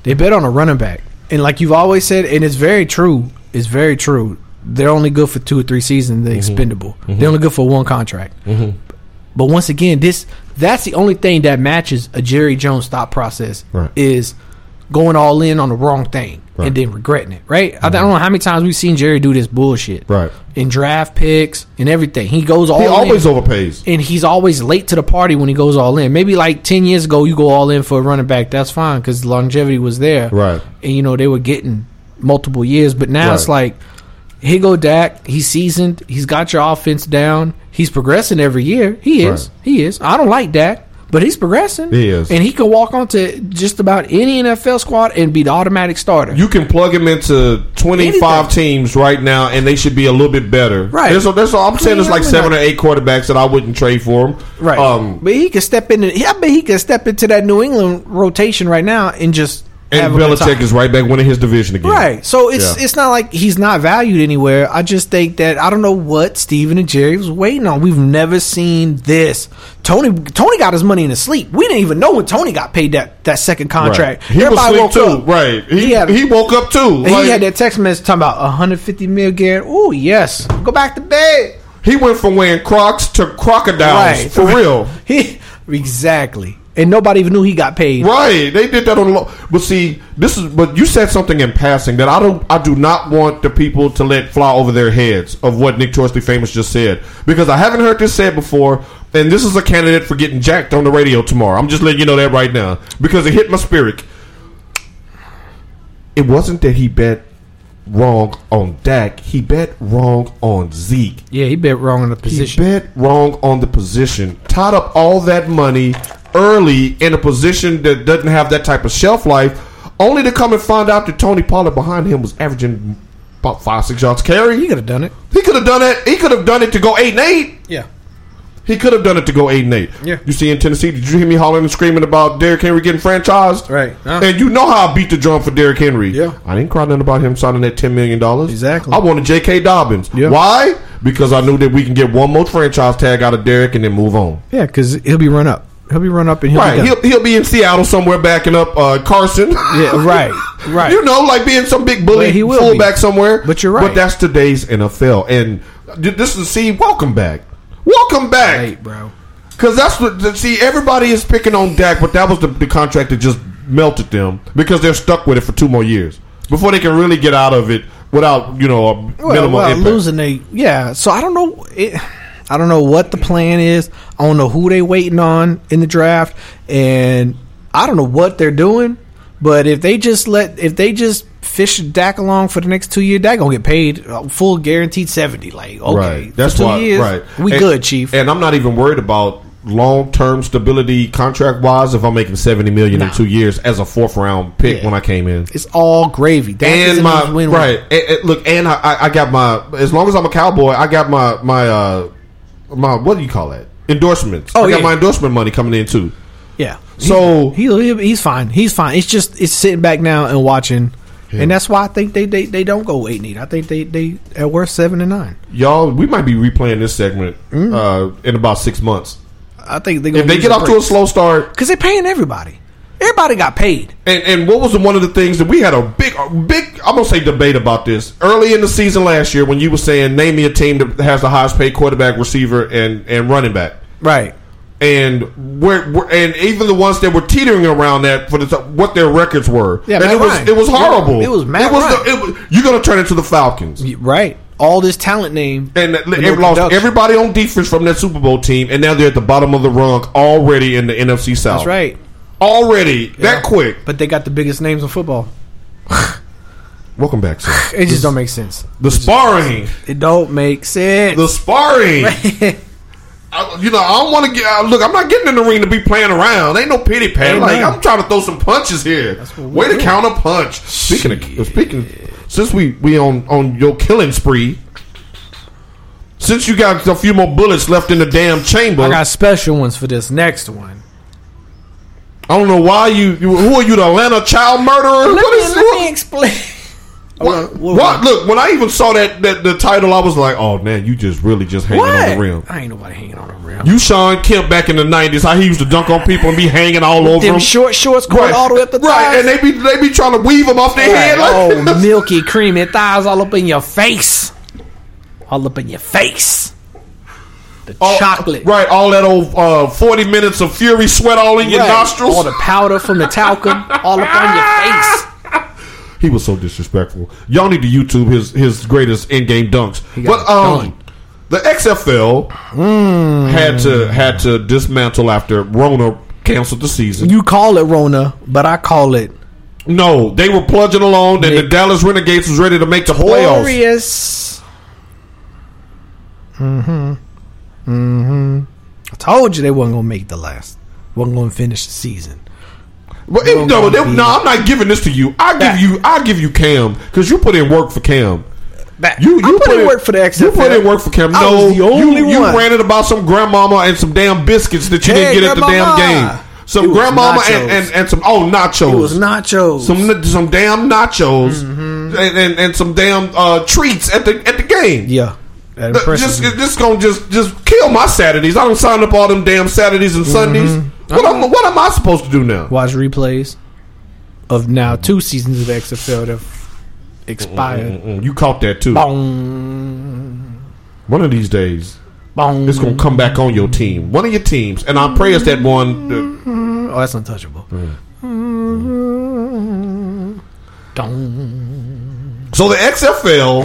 [SPEAKER 1] They bet on a running back, and like you've always said, and it's very true. It's very true. They're only good for two or three seasons. They're
[SPEAKER 2] Mm-hmm.
[SPEAKER 1] expendable. They're only good for one contract. But once again, this that's the only thing that matches a Jerry Jones thought process
[SPEAKER 2] Right.
[SPEAKER 1] is going all in on the wrong thing
[SPEAKER 2] Right. Mm-hmm.
[SPEAKER 1] and then regretting it. Right? I don't know how many times we've seen Jerry do this bullshit.
[SPEAKER 2] Right.
[SPEAKER 1] In draft picks and everything, he goes all.
[SPEAKER 2] he always
[SPEAKER 1] in
[SPEAKER 2] overpays.
[SPEAKER 1] and he's always late to the party when he goes all in. Maybe like ten years ago, you go all in for a running back. That's fine because longevity was there,
[SPEAKER 2] Right.
[SPEAKER 1] And you know they were getting multiple years, but now it's
[SPEAKER 2] Right.
[SPEAKER 1] like here go Dak. He's seasoned. He's got your offense down. He's progressing every year. He is.
[SPEAKER 2] Right.
[SPEAKER 1] He is. I don't like Dak, but he's progressing.
[SPEAKER 2] He is.
[SPEAKER 1] and he can walk onto just about any NFL squad and be the automatic starter.
[SPEAKER 2] You can plug him into 25 teams right now, and they should be a little bit better.
[SPEAKER 1] Right.
[SPEAKER 2] There's, a, there's a, I'm
[SPEAKER 1] mean,
[SPEAKER 2] saying there's like
[SPEAKER 1] I'm
[SPEAKER 2] seven
[SPEAKER 1] not-
[SPEAKER 2] or eight quarterbacks that I wouldn't trade for him.
[SPEAKER 1] Right.
[SPEAKER 2] Um,
[SPEAKER 1] but he could step into. I bet he could step into that New England rotation right now and just.
[SPEAKER 2] and
[SPEAKER 1] have a good time.
[SPEAKER 2] Belichick is right back winning his division again.
[SPEAKER 1] Right. So it's
[SPEAKER 2] Yeah.
[SPEAKER 1] it's not like he's not valued anywhere. I just think that I don't know what Steven and Jerry was waiting on. We've never seen this. Tony Tony got his money in his sleep. We didn't even know when Tony got paid that, that second contract.
[SPEAKER 2] Right. He
[SPEAKER 1] Everybody
[SPEAKER 2] was asleep
[SPEAKER 1] woke
[SPEAKER 2] too.
[SPEAKER 1] up.
[SPEAKER 2] Right. He,
[SPEAKER 1] He had-
[SPEAKER 2] he woke up too.
[SPEAKER 1] And
[SPEAKER 2] Like,
[SPEAKER 1] he had that text message talking about 150 mil gear. Oh yes. Go back to bed.
[SPEAKER 2] he went from wearing Crocs to crocodiles for real.
[SPEAKER 1] He exactly. And nobody even knew he got paid.
[SPEAKER 2] Right. They did that on. Lo- but see, this is. But you said something in passing that I don't. I do not want the people to let fly over their heads of what Nick Torsley famous just said because I haven't heard this said before. And this is a candidate for getting jacked on the radio tomorrow. I'm just letting you know that right now because it hit my spirit. It wasn't that he bet wrong on Dak. He bet wrong on Zeke.
[SPEAKER 1] Yeah, he bet wrong in the position.
[SPEAKER 2] He bet wrong on the position. Tied up all that money early in a position that doesn't have that type of shelf life, only to come and find out that Tony Pollard behind him was averaging about five, six yards
[SPEAKER 1] He
[SPEAKER 2] carry.
[SPEAKER 1] could have done it.
[SPEAKER 2] He could have done it. He could have done it to go eight and eight.
[SPEAKER 1] Yeah.
[SPEAKER 2] He could have done it to go eight and eight.
[SPEAKER 1] Yeah.
[SPEAKER 2] You see in Tennessee, did you hear me hollering and screaming about Derrick Henry getting franchised?
[SPEAKER 1] Right. Huh.
[SPEAKER 2] And you know how I beat the drum for Derrick Henry.
[SPEAKER 1] Yeah.
[SPEAKER 2] I didn't cry nothing about him signing that ten million dollars.
[SPEAKER 1] Exactly.
[SPEAKER 2] I wanted J.K. Dobbins.
[SPEAKER 1] Yeah.
[SPEAKER 2] Why? Because I knew that we can get one more franchise tag out of Derrick and then move on.
[SPEAKER 1] Yeah, because he'll be run up. He'll be run up and he'll be
[SPEAKER 2] Right.
[SPEAKER 1] done.
[SPEAKER 2] He'll, he'll be in Seattle somewhere backing up uh, Carson.
[SPEAKER 1] Yeah, right, right.
[SPEAKER 2] You know, like being some big bully
[SPEAKER 1] But he will
[SPEAKER 2] fullback
[SPEAKER 1] be.
[SPEAKER 2] somewhere.
[SPEAKER 1] But you're
[SPEAKER 2] But
[SPEAKER 1] right.
[SPEAKER 2] that's today's NFL. And th- this is see, welcome back. Welcome back.
[SPEAKER 1] right, bro.
[SPEAKER 2] Because that's what the- see everybody is picking on Dak, but that was the, the contract that just melted them because they're stuck with it for two more years before they can really get out of it without you know a
[SPEAKER 1] Well,
[SPEAKER 2] minimal
[SPEAKER 1] well,
[SPEAKER 2] impact.
[SPEAKER 1] losing they, yeah. So I don't know. It, I don't know what the plan is. I don't know who they waiting on in the draft, and I don't know what they're doing. But if they just let, if they just fish Dak along for the next two years, Dak gonna get paid uh, full guaranteed seventy. Like okay,
[SPEAKER 2] Right, that's
[SPEAKER 1] for two
[SPEAKER 2] why.
[SPEAKER 1] years,
[SPEAKER 2] right,
[SPEAKER 1] we
[SPEAKER 2] And-
[SPEAKER 1] good, chief.
[SPEAKER 2] And I'm not even worried about long term stability contract wise if I'm making seventy million in
[SPEAKER 1] Nah.
[SPEAKER 2] two years as a fourth round pick
[SPEAKER 1] Yeah.
[SPEAKER 2] when I came in.
[SPEAKER 1] it's all gravy. Dak is
[SPEAKER 2] and
[SPEAKER 1] in
[SPEAKER 2] my
[SPEAKER 1] this win-win.
[SPEAKER 2] right. And- and look, and I, I- I got my. As long as I'm a cowboy, I got my my uh my. What do you call that? endorsements.
[SPEAKER 1] Oh,
[SPEAKER 2] I got
[SPEAKER 1] yeah.
[SPEAKER 2] my endorsement money coming in too.
[SPEAKER 1] Yeah.
[SPEAKER 2] So-
[SPEAKER 1] he, he he's fine. He's fine. It's just it's sitting back now and watching, and that's why I think they, they they don't go eight and eight. I think they they at worst seven and nine.
[SPEAKER 2] Y'all, we might be replaying this segment
[SPEAKER 1] Mm-hmm.
[SPEAKER 2] uh, in about six months.
[SPEAKER 1] I think they
[SPEAKER 2] If they get off to a slow start,
[SPEAKER 1] because they're paying everybody. Everybody got paid.
[SPEAKER 2] and, and what was the, one of the things that we had a big, a big, I'm gonna say debate about this early in the season last year when you were saying name me a team that has the highest paid quarterback, receiver, and and running back,
[SPEAKER 1] Right.
[SPEAKER 2] and where, where and even the ones that were teetering around that for the top, what their records were,
[SPEAKER 1] Yeah,
[SPEAKER 2] and
[SPEAKER 1] Matt
[SPEAKER 2] it was
[SPEAKER 1] Ryan.
[SPEAKER 2] it was horrible.
[SPEAKER 1] It was Matt
[SPEAKER 2] It was
[SPEAKER 1] Ryan.
[SPEAKER 2] the- it was- you're gonna turn into the Falcons.
[SPEAKER 1] Right. All this talent name
[SPEAKER 2] And they
[SPEAKER 1] no
[SPEAKER 2] lost
[SPEAKER 1] production.
[SPEAKER 2] everybody on defense from that Super Bowl team, and now they're at the bottom of the rung already in the NFC South.
[SPEAKER 1] That's right.
[SPEAKER 2] Already that quick.
[SPEAKER 1] But they got the biggest names in football.
[SPEAKER 2] Welcome back, sir.
[SPEAKER 1] It just don't make sense.
[SPEAKER 2] The sparring,
[SPEAKER 1] It don't make sense.
[SPEAKER 2] the sparring. I, you know, I don't want to get uh, look. I'm not getting in the ring to be playing around. Ain't no pity pat.
[SPEAKER 1] Ain't
[SPEAKER 2] Like
[SPEAKER 1] none.
[SPEAKER 2] I'm trying to throw some punches here.
[SPEAKER 1] what we
[SPEAKER 2] Way to
[SPEAKER 1] do.
[SPEAKER 2] count a punch. Speaking of speaking, since we we on on your killing spree. Since you got a few more bullets left in the damn chamber,
[SPEAKER 1] I got special ones for this next one.
[SPEAKER 2] I don't know why you, you. Who are you, the Atlanta child murderer?
[SPEAKER 1] Let
[SPEAKER 2] What
[SPEAKER 1] me,
[SPEAKER 2] is-
[SPEAKER 1] let
[SPEAKER 2] what-
[SPEAKER 1] me explain.
[SPEAKER 2] what?
[SPEAKER 1] What-
[SPEAKER 2] what? Look, when I even saw that, that the title, I was like, "Oh man, you just really just hanging on the rim."
[SPEAKER 1] I ain't nobody hanging on the rim.
[SPEAKER 2] You Sean Kemp back in the nineties, how he used to dunk on people and be hanging all over
[SPEAKER 1] Them
[SPEAKER 2] them.
[SPEAKER 1] short shorts going all the way up the
[SPEAKER 2] right,
[SPEAKER 1] thighs.
[SPEAKER 2] and they be they be trying to weave them off their
[SPEAKER 1] Right.
[SPEAKER 2] head. Like,
[SPEAKER 1] oh, milky, creamy thighs all up in your face. All up in your face. The
[SPEAKER 2] all-
[SPEAKER 1] chocolate.
[SPEAKER 2] Oh, Right, all that old uh, forty minutes of fury sweat all in your
[SPEAKER 1] Right.
[SPEAKER 2] nostrils.
[SPEAKER 1] All the powder from the talcum all up on your face.
[SPEAKER 2] he was so disrespectful. Y'all need to YouTube his his greatest in game dunks.
[SPEAKER 1] got
[SPEAKER 2] But um,
[SPEAKER 1] done. Mm.
[SPEAKER 2] the XFL had to had to dismantle after Rona canceled the season.
[SPEAKER 1] You call it Rona, but I call it
[SPEAKER 2] No, they were plunging along, and the Dallas Renegades was ready to make the playoffs.
[SPEAKER 1] glorious. Mm-hmm. Mm-hmm. I told you they wasn't gonna make the last. wasn't gonna finish the season.
[SPEAKER 2] But even though
[SPEAKER 1] gonna
[SPEAKER 2] they-
[SPEAKER 1] be-
[SPEAKER 2] no, I'm not giving this to you. I give
[SPEAKER 1] Back.
[SPEAKER 2] you, I give you Cam because you put in work for Cam.
[SPEAKER 1] That,
[SPEAKER 2] You you
[SPEAKER 1] I put, in work for the XFL.
[SPEAKER 2] You put in work for Cam.
[SPEAKER 1] I
[SPEAKER 2] No,
[SPEAKER 1] was the only
[SPEAKER 2] you, you
[SPEAKER 1] one.
[SPEAKER 2] ranted about some grandmama and some damn biscuits that you
[SPEAKER 1] Hey,
[SPEAKER 2] didn't get at
[SPEAKER 1] grandmama.
[SPEAKER 2] the damn game.
[SPEAKER 1] It
[SPEAKER 2] Some
[SPEAKER 1] was
[SPEAKER 2] grandmama
[SPEAKER 1] nachos.
[SPEAKER 2] and, and, and some oh nachos.
[SPEAKER 1] It was nachos. Mm-hmm.
[SPEAKER 2] some some damn nachos and, and and some damn uh, treats at the at the game.
[SPEAKER 1] yeah, that
[SPEAKER 2] Th-
[SPEAKER 1] impresses
[SPEAKER 2] just
[SPEAKER 1] me.
[SPEAKER 2] this gonna just just kill my Saturdays. I don't sign up all them damn Saturdays and Sundays.
[SPEAKER 1] Mm-hmm.
[SPEAKER 2] What am what am I supposed to do now?
[SPEAKER 1] Watch replays of now two seasons of XFL that have expired.
[SPEAKER 2] Mm-mm, You caught that too.
[SPEAKER 1] Boom,
[SPEAKER 2] One of these days,
[SPEAKER 1] boom.
[SPEAKER 2] it's gonna come back on your team. One of your teams, and I pray it's that one. uh,
[SPEAKER 1] Oh, that's untouchable. Mm-hmm. Dong.
[SPEAKER 2] So the XFL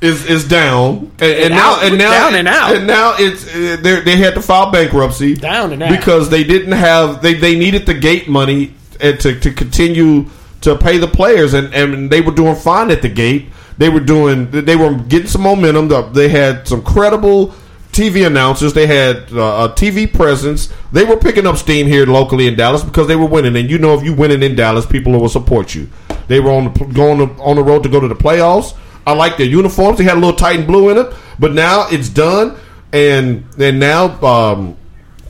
[SPEAKER 2] is is down, and, and now
[SPEAKER 1] out.
[SPEAKER 2] and now
[SPEAKER 1] Down and out.
[SPEAKER 2] and now it's uh, they they had to file bankruptcy
[SPEAKER 1] Down and out.
[SPEAKER 2] because they didn't have they they needed the gate money and to to continue to pay the players, and and they were doing fine at the gate. They were doing they were getting some momentum. The- They had some credible. TV announcers, they had uh, a TV presence. They were picking up steam here locally in Dallas because they were winning, and you know if you winning in Dallas, people will support you. They were on the, going to, on the road to go to the playoffs. I like their uniforms; they had a little Titan blue in it, but now it's done, and and now um,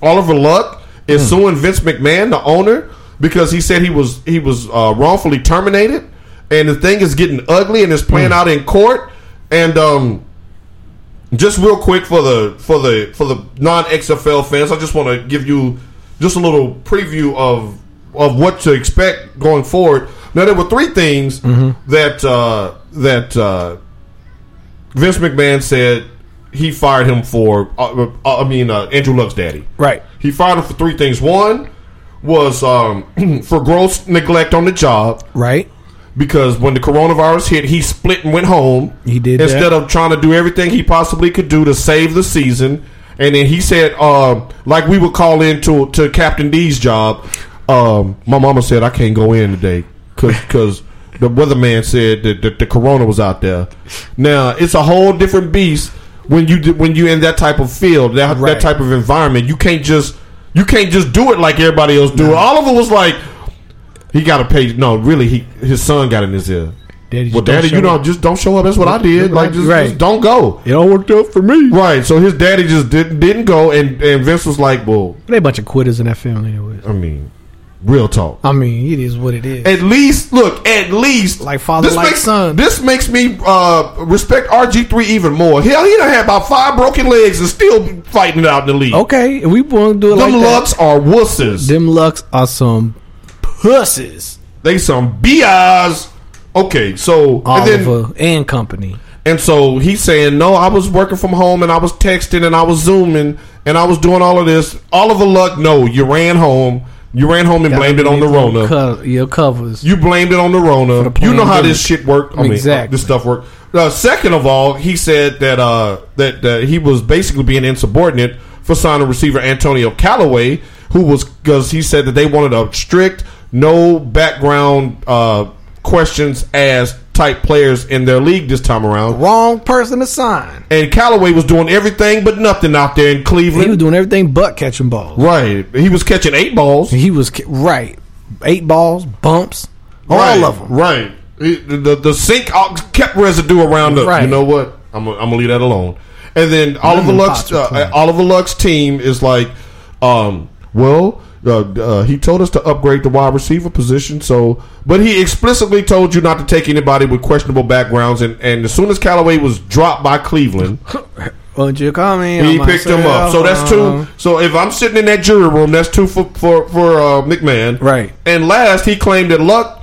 [SPEAKER 2] Oliver Luck is suing Vince McMahon, the owner, because he said he was he was uh, wrongfully terminated, and the thing is getting ugly and it's playing out in court. And um, just real quick for the for the for the non XFL fans, I just want to give you just a little preview of of what to expect going forward. Now there were three things that uh, that uh, Vince McMahon said he fired him for. Uh, uh, I mean, uh, Andrew Luck's daddy.
[SPEAKER 1] Right.
[SPEAKER 2] He fired him for three things. One was um, for gross neglect on the job
[SPEAKER 1] Right.
[SPEAKER 2] because when the coronavirus hit, he split and went home.
[SPEAKER 1] He did
[SPEAKER 2] instead
[SPEAKER 1] that.
[SPEAKER 2] of trying to do everything he possibly could do to save the season. And then he said, um, like we would call in to, to Captain D's job. Um, my mama said I can't go in today because the weatherman said that the, the corona was out there. Now it's a whole different beast when you d- when you in that type of field that, that
[SPEAKER 1] Right.
[SPEAKER 2] type of environment. You can't just you can't just do it like everybody else do. it. Oliver was like, he got to pay. No, really, he his son got in his ear.
[SPEAKER 1] Daddy,
[SPEAKER 2] Well,
[SPEAKER 1] just don't
[SPEAKER 2] Daddy,
[SPEAKER 1] show
[SPEAKER 2] you know,
[SPEAKER 1] up.
[SPEAKER 2] just don't show up. That's what I did. Like, just,
[SPEAKER 1] Right.
[SPEAKER 2] just don't go.
[SPEAKER 1] it all worked out for me.
[SPEAKER 2] Right. So his daddy just didn't didn't go, and and Vince was like, "Well,
[SPEAKER 1] They a bunch of quitters in that family, anyways.
[SPEAKER 2] I mean, real talk.
[SPEAKER 1] I mean, it is what it is.
[SPEAKER 2] At least, look, at least,
[SPEAKER 1] Like father, like
[SPEAKER 2] makes,
[SPEAKER 1] son.
[SPEAKER 2] This makes me uh, respect RG three even more. Hell, he done had about five broken legs and still fighting it out in the league.
[SPEAKER 1] okay, if we want to do it
[SPEAKER 2] Them
[SPEAKER 1] like that,
[SPEAKER 2] Lux are wusses.
[SPEAKER 1] them Lux are some pussies.
[SPEAKER 2] They some bi's. Okay, so and then
[SPEAKER 1] Oliver and, company.
[SPEAKER 2] And so he's saying, No, I was working from home and I was texting and I was zooming and I was doing all of this. Oliver Luck, no, you ran home. You ran home and blamed it on the Rona.
[SPEAKER 1] Co- your covers.
[SPEAKER 2] You blamed it on the Rona.
[SPEAKER 1] the
[SPEAKER 2] you know how this
[SPEAKER 1] pandemic.
[SPEAKER 2] shit worked. I mean, uh,
[SPEAKER 1] Exactly.
[SPEAKER 2] this stuff worked. Uh, second of all, he said that uh, that that he was basically being insubordinate for signing receiver Antonio Callaway, who was because he said that they wanted a strict, no background uh, questions asked type players in their league this time around.
[SPEAKER 1] Wrong person to sign.
[SPEAKER 2] And Callaway was doing everything but nothing out there
[SPEAKER 1] He
[SPEAKER 2] in
[SPEAKER 1] was
[SPEAKER 2] Cleveland.
[SPEAKER 1] doing everything but catching balls.
[SPEAKER 2] right. He was catching eight balls.
[SPEAKER 1] He was ca- right, eight balls, bumps, all
[SPEAKER 2] right.
[SPEAKER 1] of them.
[SPEAKER 2] Right. He- The, the, the sink all- kept residue around us. You
[SPEAKER 1] Right.
[SPEAKER 2] know what? I'm going to leave that alone. And then Oliver
[SPEAKER 1] of the
[SPEAKER 2] Luck's,
[SPEAKER 1] pots are
[SPEAKER 2] uh,
[SPEAKER 1] clean.
[SPEAKER 2] Oliver Luck's team is like, um, well, uh, uh, he told us to upgrade the wide receiver position, so but he explicitly told you not to take anybody with questionable backgrounds. And, and as soon as Callaway was dropped by Cleveland,
[SPEAKER 1] Won't you come in?
[SPEAKER 2] He picked him up. So that's two. So if I'm sitting in that jury room, that's two for for for uh, McMahon.
[SPEAKER 1] Right.
[SPEAKER 2] And last, he claimed that Luck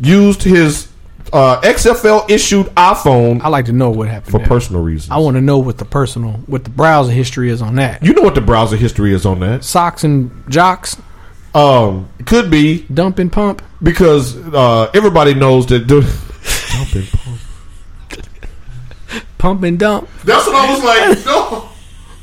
[SPEAKER 2] used his uh, XFL issued iPhone
[SPEAKER 1] I like to know what happened.
[SPEAKER 2] for
[SPEAKER 1] there.
[SPEAKER 2] personal reasons.
[SPEAKER 1] I want to know what the personal, what the browser history is on that.
[SPEAKER 2] you know what the browser history is on that?
[SPEAKER 1] Socks and jocks,
[SPEAKER 2] Um, it could be
[SPEAKER 1] dump and pump.
[SPEAKER 2] because uh, everybody knows that. Dude,
[SPEAKER 1] pump and dump.
[SPEAKER 2] that's what I was like. No.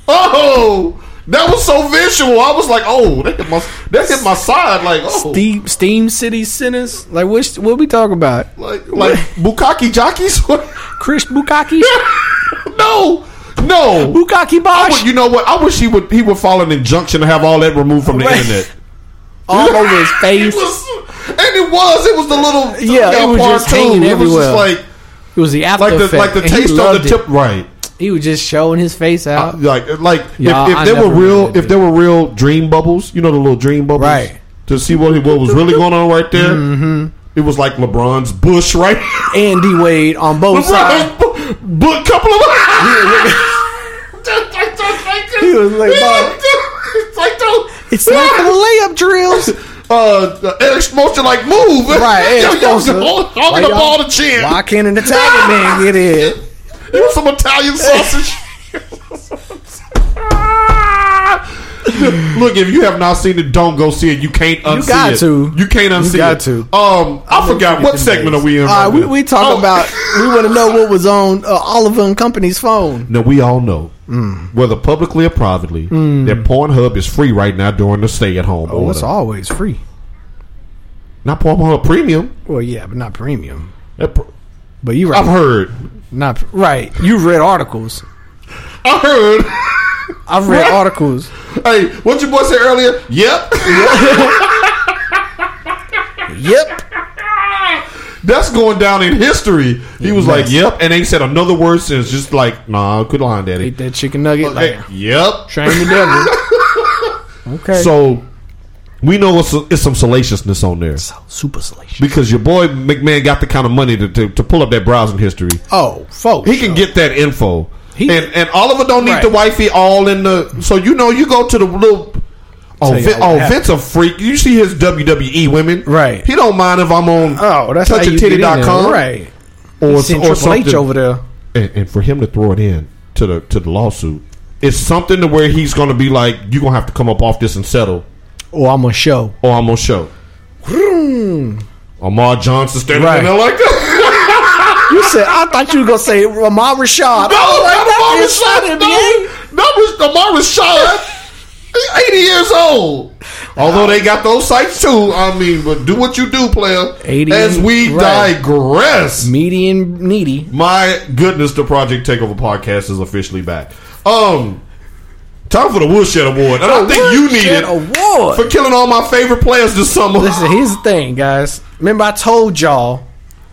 [SPEAKER 2] Oh. That was so visual. I was like, "Oh, that hit my that hit my side." Like, oh,
[SPEAKER 1] Steam, Steam City Centers. Like what? What we talking about?
[SPEAKER 2] like like Bukaki jockeys.
[SPEAKER 1] Chris Bukaki,
[SPEAKER 2] no, no.
[SPEAKER 1] Bukaki
[SPEAKER 2] I
[SPEAKER 1] Bosch,
[SPEAKER 2] would, you know what? I wish he would he would file an injunction to have all that removed from the
[SPEAKER 1] Right.
[SPEAKER 2] internet.
[SPEAKER 1] all over his
[SPEAKER 2] It
[SPEAKER 1] face.
[SPEAKER 2] was, and it was it was the little
[SPEAKER 1] Yeah, it was
[SPEAKER 2] part
[SPEAKER 1] just hanging
[SPEAKER 2] It was
[SPEAKER 1] everywhere.
[SPEAKER 2] just like
[SPEAKER 1] It was the after
[SPEAKER 2] like the
[SPEAKER 1] effect,
[SPEAKER 2] like the
[SPEAKER 1] and he
[SPEAKER 2] taste on the
[SPEAKER 1] loved it.
[SPEAKER 2] tip right.
[SPEAKER 1] He was just showing his face out.
[SPEAKER 2] Like like
[SPEAKER 1] Y'all,
[SPEAKER 2] if,
[SPEAKER 1] I
[SPEAKER 2] if there were
[SPEAKER 1] never
[SPEAKER 2] real
[SPEAKER 1] really did.
[SPEAKER 2] if there were real dream bubbles, you know the little dream bubbles,
[SPEAKER 1] Right.
[SPEAKER 2] To see what what was really going on right there. Mm-hmm. It was like LeBron's bush right.
[SPEAKER 1] and D Wade on both sides.
[SPEAKER 2] LeBron's bu- bu- couple of.
[SPEAKER 1] He was like, "Bob."
[SPEAKER 2] it's like don't.
[SPEAKER 1] It's not for the layup drills.
[SPEAKER 2] uh, the Eric Spoelstra like move.
[SPEAKER 1] Right,
[SPEAKER 2] yo,
[SPEAKER 1] Eric
[SPEAKER 2] yo,
[SPEAKER 1] Spoelstra.
[SPEAKER 2] hold-
[SPEAKER 1] Why
[SPEAKER 2] holding the
[SPEAKER 1] y'all-
[SPEAKER 2] ball to chin.
[SPEAKER 1] Why can't an Italian man get in?
[SPEAKER 2] It was some Italian sausage. Look, if you have not seen it, don't go see it. You can't unsee
[SPEAKER 1] got
[SPEAKER 2] it.
[SPEAKER 1] to.
[SPEAKER 2] You can't unsee
[SPEAKER 1] got
[SPEAKER 2] it.
[SPEAKER 1] to.
[SPEAKER 2] Um, I forgot what segment are we in?
[SPEAKER 1] All right, we,
[SPEAKER 2] now?
[SPEAKER 1] we talk
[SPEAKER 2] Oh.
[SPEAKER 1] about. We want to know what was on uh, Oliver and Company's phone.
[SPEAKER 2] Now we all know,
[SPEAKER 1] Mm.
[SPEAKER 2] whether publicly or privately, that Pornhub is free right now during the stay-at-home
[SPEAKER 1] Oh, it's
[SPEAKER 2] order.
[SPEAKER 1] always free.
[SPEAKER 2] Not Pornhub Premium.
[SPEAKER 1] Well, yeah, but not premium.
[SPEAKER 2] That pr-
[SPEAKER 1] But you
[SPEAKER 2] I've
[SPEAKER 1] right,
[SPEAKER 2] heard.
[SPEAKER 1] not right. You read articles.
[SPEAKER 2] I heard.
[SPEAKER 1] I've read
[SPEAKER 2] What?
[SPEAKER 1] articles.
[SPEAKER 2] Hey, what your boy said earlier? Yep,
[SPEAKER 1] Yep.
[SPEAKER 2] that's going down in history. He was like, "Yep," and ain't said another word since. Just like, nah, good line, daddy.
[SPEAKER 1] Ate that chicken nugget.
[SPEAKER 2] Hey,
[SPEAKER 1] Like,
[SPEAKER 2] yep.
[SPEAKER 1] train the devil. Okay.
[SPEAKER 2] So we know it's, it's some salaciousness on there
[SPEAKER 1] super salacious.
[SPEAKER 2] because your boy McMahon got the kind of money to, to, to pull up that browsing history.
[SPEAKER 1] Oh, folks.
[SPEAKER 2] He can get that info.
[SPEAKER 1] He-
[SPEAKER 2] and and Oliver don't need
[SPEAKER 1] Right.
[SPEAKER 2] the wifey all in the. So you know, you go to the little. Oh,
[SPEAKER 1] Tell you
[SPEAKER 2] Vin,
[SPEAKER 1] what
[SPEAKER 2] oh
[SPEAKER 1] happened.
[SPEAKER 2] Vince a freak. You see his WWE women,
[SPEAKER 1] Right.
[SPEAKER 2] He don't mind if I'm on
[SPEAKER 1] Oh, that's how you get in there.
[SPEAKER 2] touchandtitty.com.
[SPEAKER 1] Right.
[SPEAKER 2] or,
[SPEAKER 1] Send
[SPEAKER 2] or
[SPEAKER 1] Triple H
[SPEAKER 2] something.
[SPEAKER 1] over there.
[SPEAKER 2] and, and for him to throw it in to the to the lawsuit, it's something to where he's going to be like, "You're going to have to come up off this and settle,
[SPEAKER 1] Oh, I'm gonna show.
[SPEAKER 2] or I'm going to show." Amar Johnson standing
[SPEAKER 1] Right.
[SPEAKER 2] in there like that.
[SPEAKER 1] You said I thought you were gonna say Ramon Rashad.
[SPEAKER 2] No,
[SPEAKER 1] I was like, that is
[SPEAKER 2] not Amar Rashad.
[SPEAKER 1] not NBA.
[SPEAKER 2] No, that was Amar Rashad. He's 80 years old. Although they got those sites too. I mean, but do what you do, player.
[SPEAKER 1] 80
[SPEAKER 2] As we
[SPEAKER 1] right.
[SPEAKER 2] digress.
[SPEAKER 1] Median needy.
[SPEAKER 2] My goodness, the Project Takeover podcast is officially back. Um, time for the Woodshed Award. And I don't think you need
[SPEAKER 1] Shit
[SPEAKER 2] it
[SPEAKER 1] award.
[SPEAKER 2] for killing all my favorite players this summer.
[SPEAKER 1] Listen, here's the thing, guys. Remember, I told y'all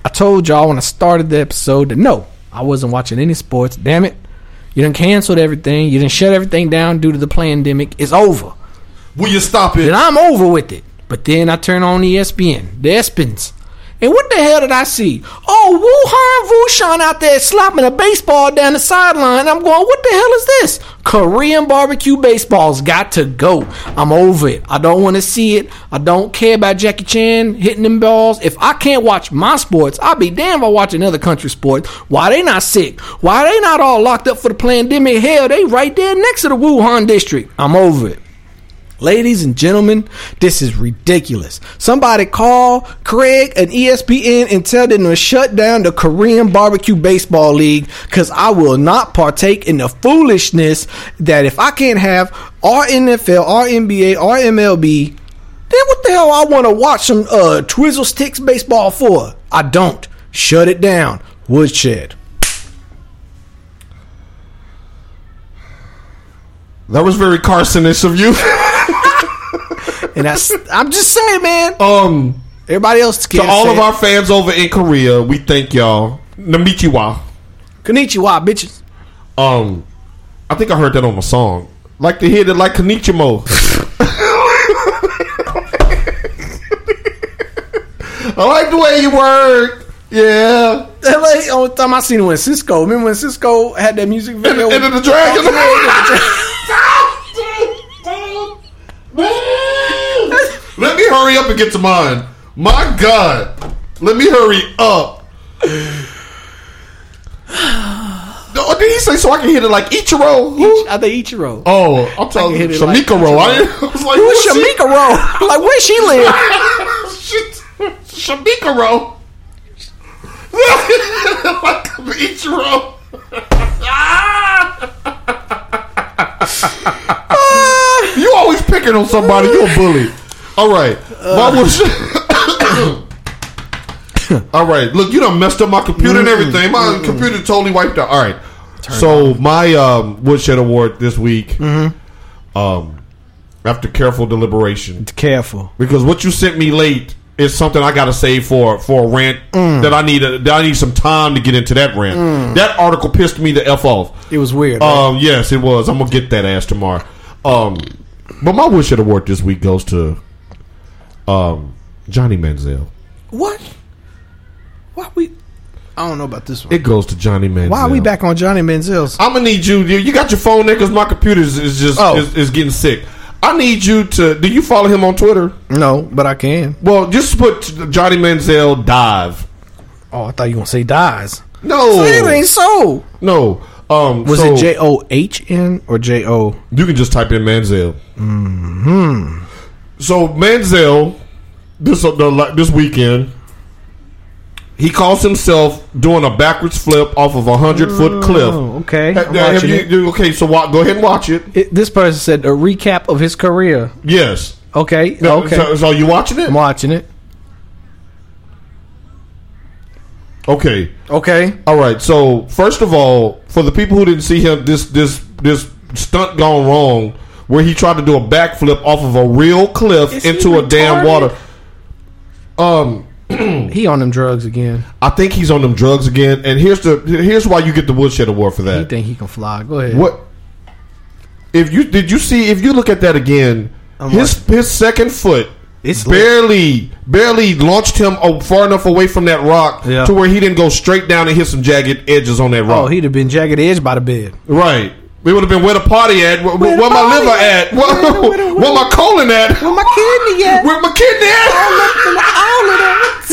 [SPEAKER 1] I told y'all when I started the episode that no, I wasn't watching any sports. Damn it. You done canceled everything. You done shut everything down due to the pandemic. It's over.
[SPEAKER 2] Will you stop it?
[SPEAKER 1] Then I'm over with it. But then I turn on E ESPN, the Espins. And what the hell did I see? Oh, Wuhan Vushan out there slapping a baseball down the sideline. I'm going, what the hell is this? Korean barbecue baseball's got to go. I'm over it. I don't want to see it. I don't care about Jackie Chan hitting them balls. If I can't watch my sports, I'll be damned if I watch another country sport. Why they not sick? Why they not all locked up for the pandemic? Hell, they right there next to the Wuhan district. I'm over it. Ladies and gentlemen, this is ridiculous. Somebody call Craig E an ESPN and tell them to shut down the Korean Barbecue Baseball League because I will not partake in the foolishness that if I can't have our NFL, our NBA, our MLB, then what the hell I want to watch some uh, Twizzle Sticks baseball for? I don't. Shut it down. Woodshed.
[SPEAKER 2] That was very Carsonish of you.
[SPEAKER 1] And that's, I'm just saying, man.
[SPEAKER 2] um,
[SPEAKER 1] Everybody else
[SPEAKER 2] to
[SPEAKER 1] can
[SPEAKER 2] all of our fans over in Korea, we thank y'all. Namichiwa.
[SPEAKER 1] Konnichiwa, bitches.
[SPEAKER 2] Um, I think I heard that on a song. Like to hear that, like Kanichimo. I like the way you work. Yeah.
[SPEAKER 1] That lady, only time I seen it when Cisco. Remember when Cisco had that music video?
[SPEAKER 2] Into the dragon. Let me hurry up and get to mine. My God. Let me hurry up. Oh, did he say so I can hit it like Ichiro? Who?
[SPEAKER 1] I think Ichiro. Oh,
[SPEAKER 2] Oh, I'm talking
[SPEAKER 1] hit it
[SPEAKER 2] Shamika
[SPEAKER 1] like
[SPEAKER 2] Roll. I, didn't- I was like, who
[SPEAKER 1] Who's
[SPEAKER 2] is she?
[SPEAKER 1] Shamika Rowe? like, where she live?
[SPEAKER 2] Shit. Shamika Roll. like Ichiro. Ah! you always picking on somebody. You're a bully. All right. My wish- All right. Look, you done messed up my computer and everything. My computer totally wiped out. All right. so my um, woodshed award this week, um, after careful deliberation,
[SPEAKER 1] Careful.
[SPEAKER 2] because what you sent me late is something I got to save for for a rant
[SPEAKER 1] Mm.
[SPEAKER 2] that I need. A, that I need some time to get into that rant. That article pissed me the f off.
[SPEAKER 1] It was weird. right?
[SPEAKER 2] Um, yes, it was. I'm gonna get that ass tomorrow. Um, but my wish of the award this week goes to um Johnny Manziel.
[SPEAKER 1] what? Why we? I don't know about this one.
[SPEAKER 2] It goes to Johnny Manziel.
[SPEAKER 1] Why are we back on Johnny Manziel's?
[SPEAKER 2] I'm gonna need you. You you got your phone there because my computer is, is just
[SPEAKER 1] Oh.
[SPEAKER 2] is, is getting sick. I need you to. Do you follow him on Twitter?
[SPEAKER 1] No, but I can.
[SPEAKER 2] Well, just put Johnny Manziel dive.
[SPEAKER 1] Oh, I thought you were gonna say dies.
[SPEAKER 2] No,
[SPEAKER 1] But it ain't so.
[SPEAKER 2] no. Um,
[SPEAKER 1] Was
[SPEAKER 2] Oh. so
[SPEAKER 1] it J O H N or J O?
[SPEAKER 2] You can just type in Manziel. Hmm. So Manziel, this uh, the, this weekend, he calls himself doing a backwards flip off of a hundred foot cliff.
[SPEAKER 1] Oh, okay.
[SPEAKER 2] Ha-
[SPEAKER 1] I'm
[SPEAKER 2] have
[SPEAKER 1] watching
[SPEAKER 2] you-
[SPEAKER 1] it.
[SPEAKER 2] you- okay, so wa- go ahead and watch it.
[SPEAKER 1] It- This person said a recap of his career.
[SPEAKER 2] Yes.
[SPEAKER 1] Okay, okay.
[SPEAKER 2] So, so you watching it?
[SPEAKER 1] I'm watching it.
[SPEAKER 2] Okay.
[SPEAKER 1] Okay.
[SPEAKER 2] All right. So first of all, for the people who didn't see him, this this this stunt gone wrong, where he tried to do a backflip off of a real cliff
[SPEAKER 1] Is he
[SPEAKER 2] into a damn
[SPEAKER 1] retarded?
[SPEAKER 2] water. Um.
[SPEAKER 1] He on them drugs again.
[SPEAKER 2] I think he's on them drugs again. And here's the here's why you get the woodshed award for
[SPEAKER 1] He
[SPEAKER 2] that.
[SPEAKER 1] think he can fly. Go ahead.
[SPEAKER 2] What if you did you see if you look at that again?
[SPEAKER 1] I'm
[SPEAKER 2] his his second foot
[SPEAKER 1] It's lit.
[SPEAKER 2] barely barely launched him oh, far enough away from that rock
[SPEAKER 1] Yeah.
[SPEAKER 2] to where he didn't go straight down and hit some jagged edges on that rock.
[SPEAKER 1] Oh, he'd have been jagged edge by the bed.
[SPEAKER 2] right. We would have been where the party at, where,
[SPEAKER 1] Where the
[SPEAKER 2] where my
[SPEAKER 1] party
[SPEAKER 2] liver
[SPEAKER 1] at?
[SPEAKER 2] at, where,
[SPEAKER 1] Where the- where the-
[SPEAKER 2] where my colon at,
[SPEAKER 1] Well, my kidney yet.
[SPEAKER 2] where my kidney at.
[SPEAKER 1] All of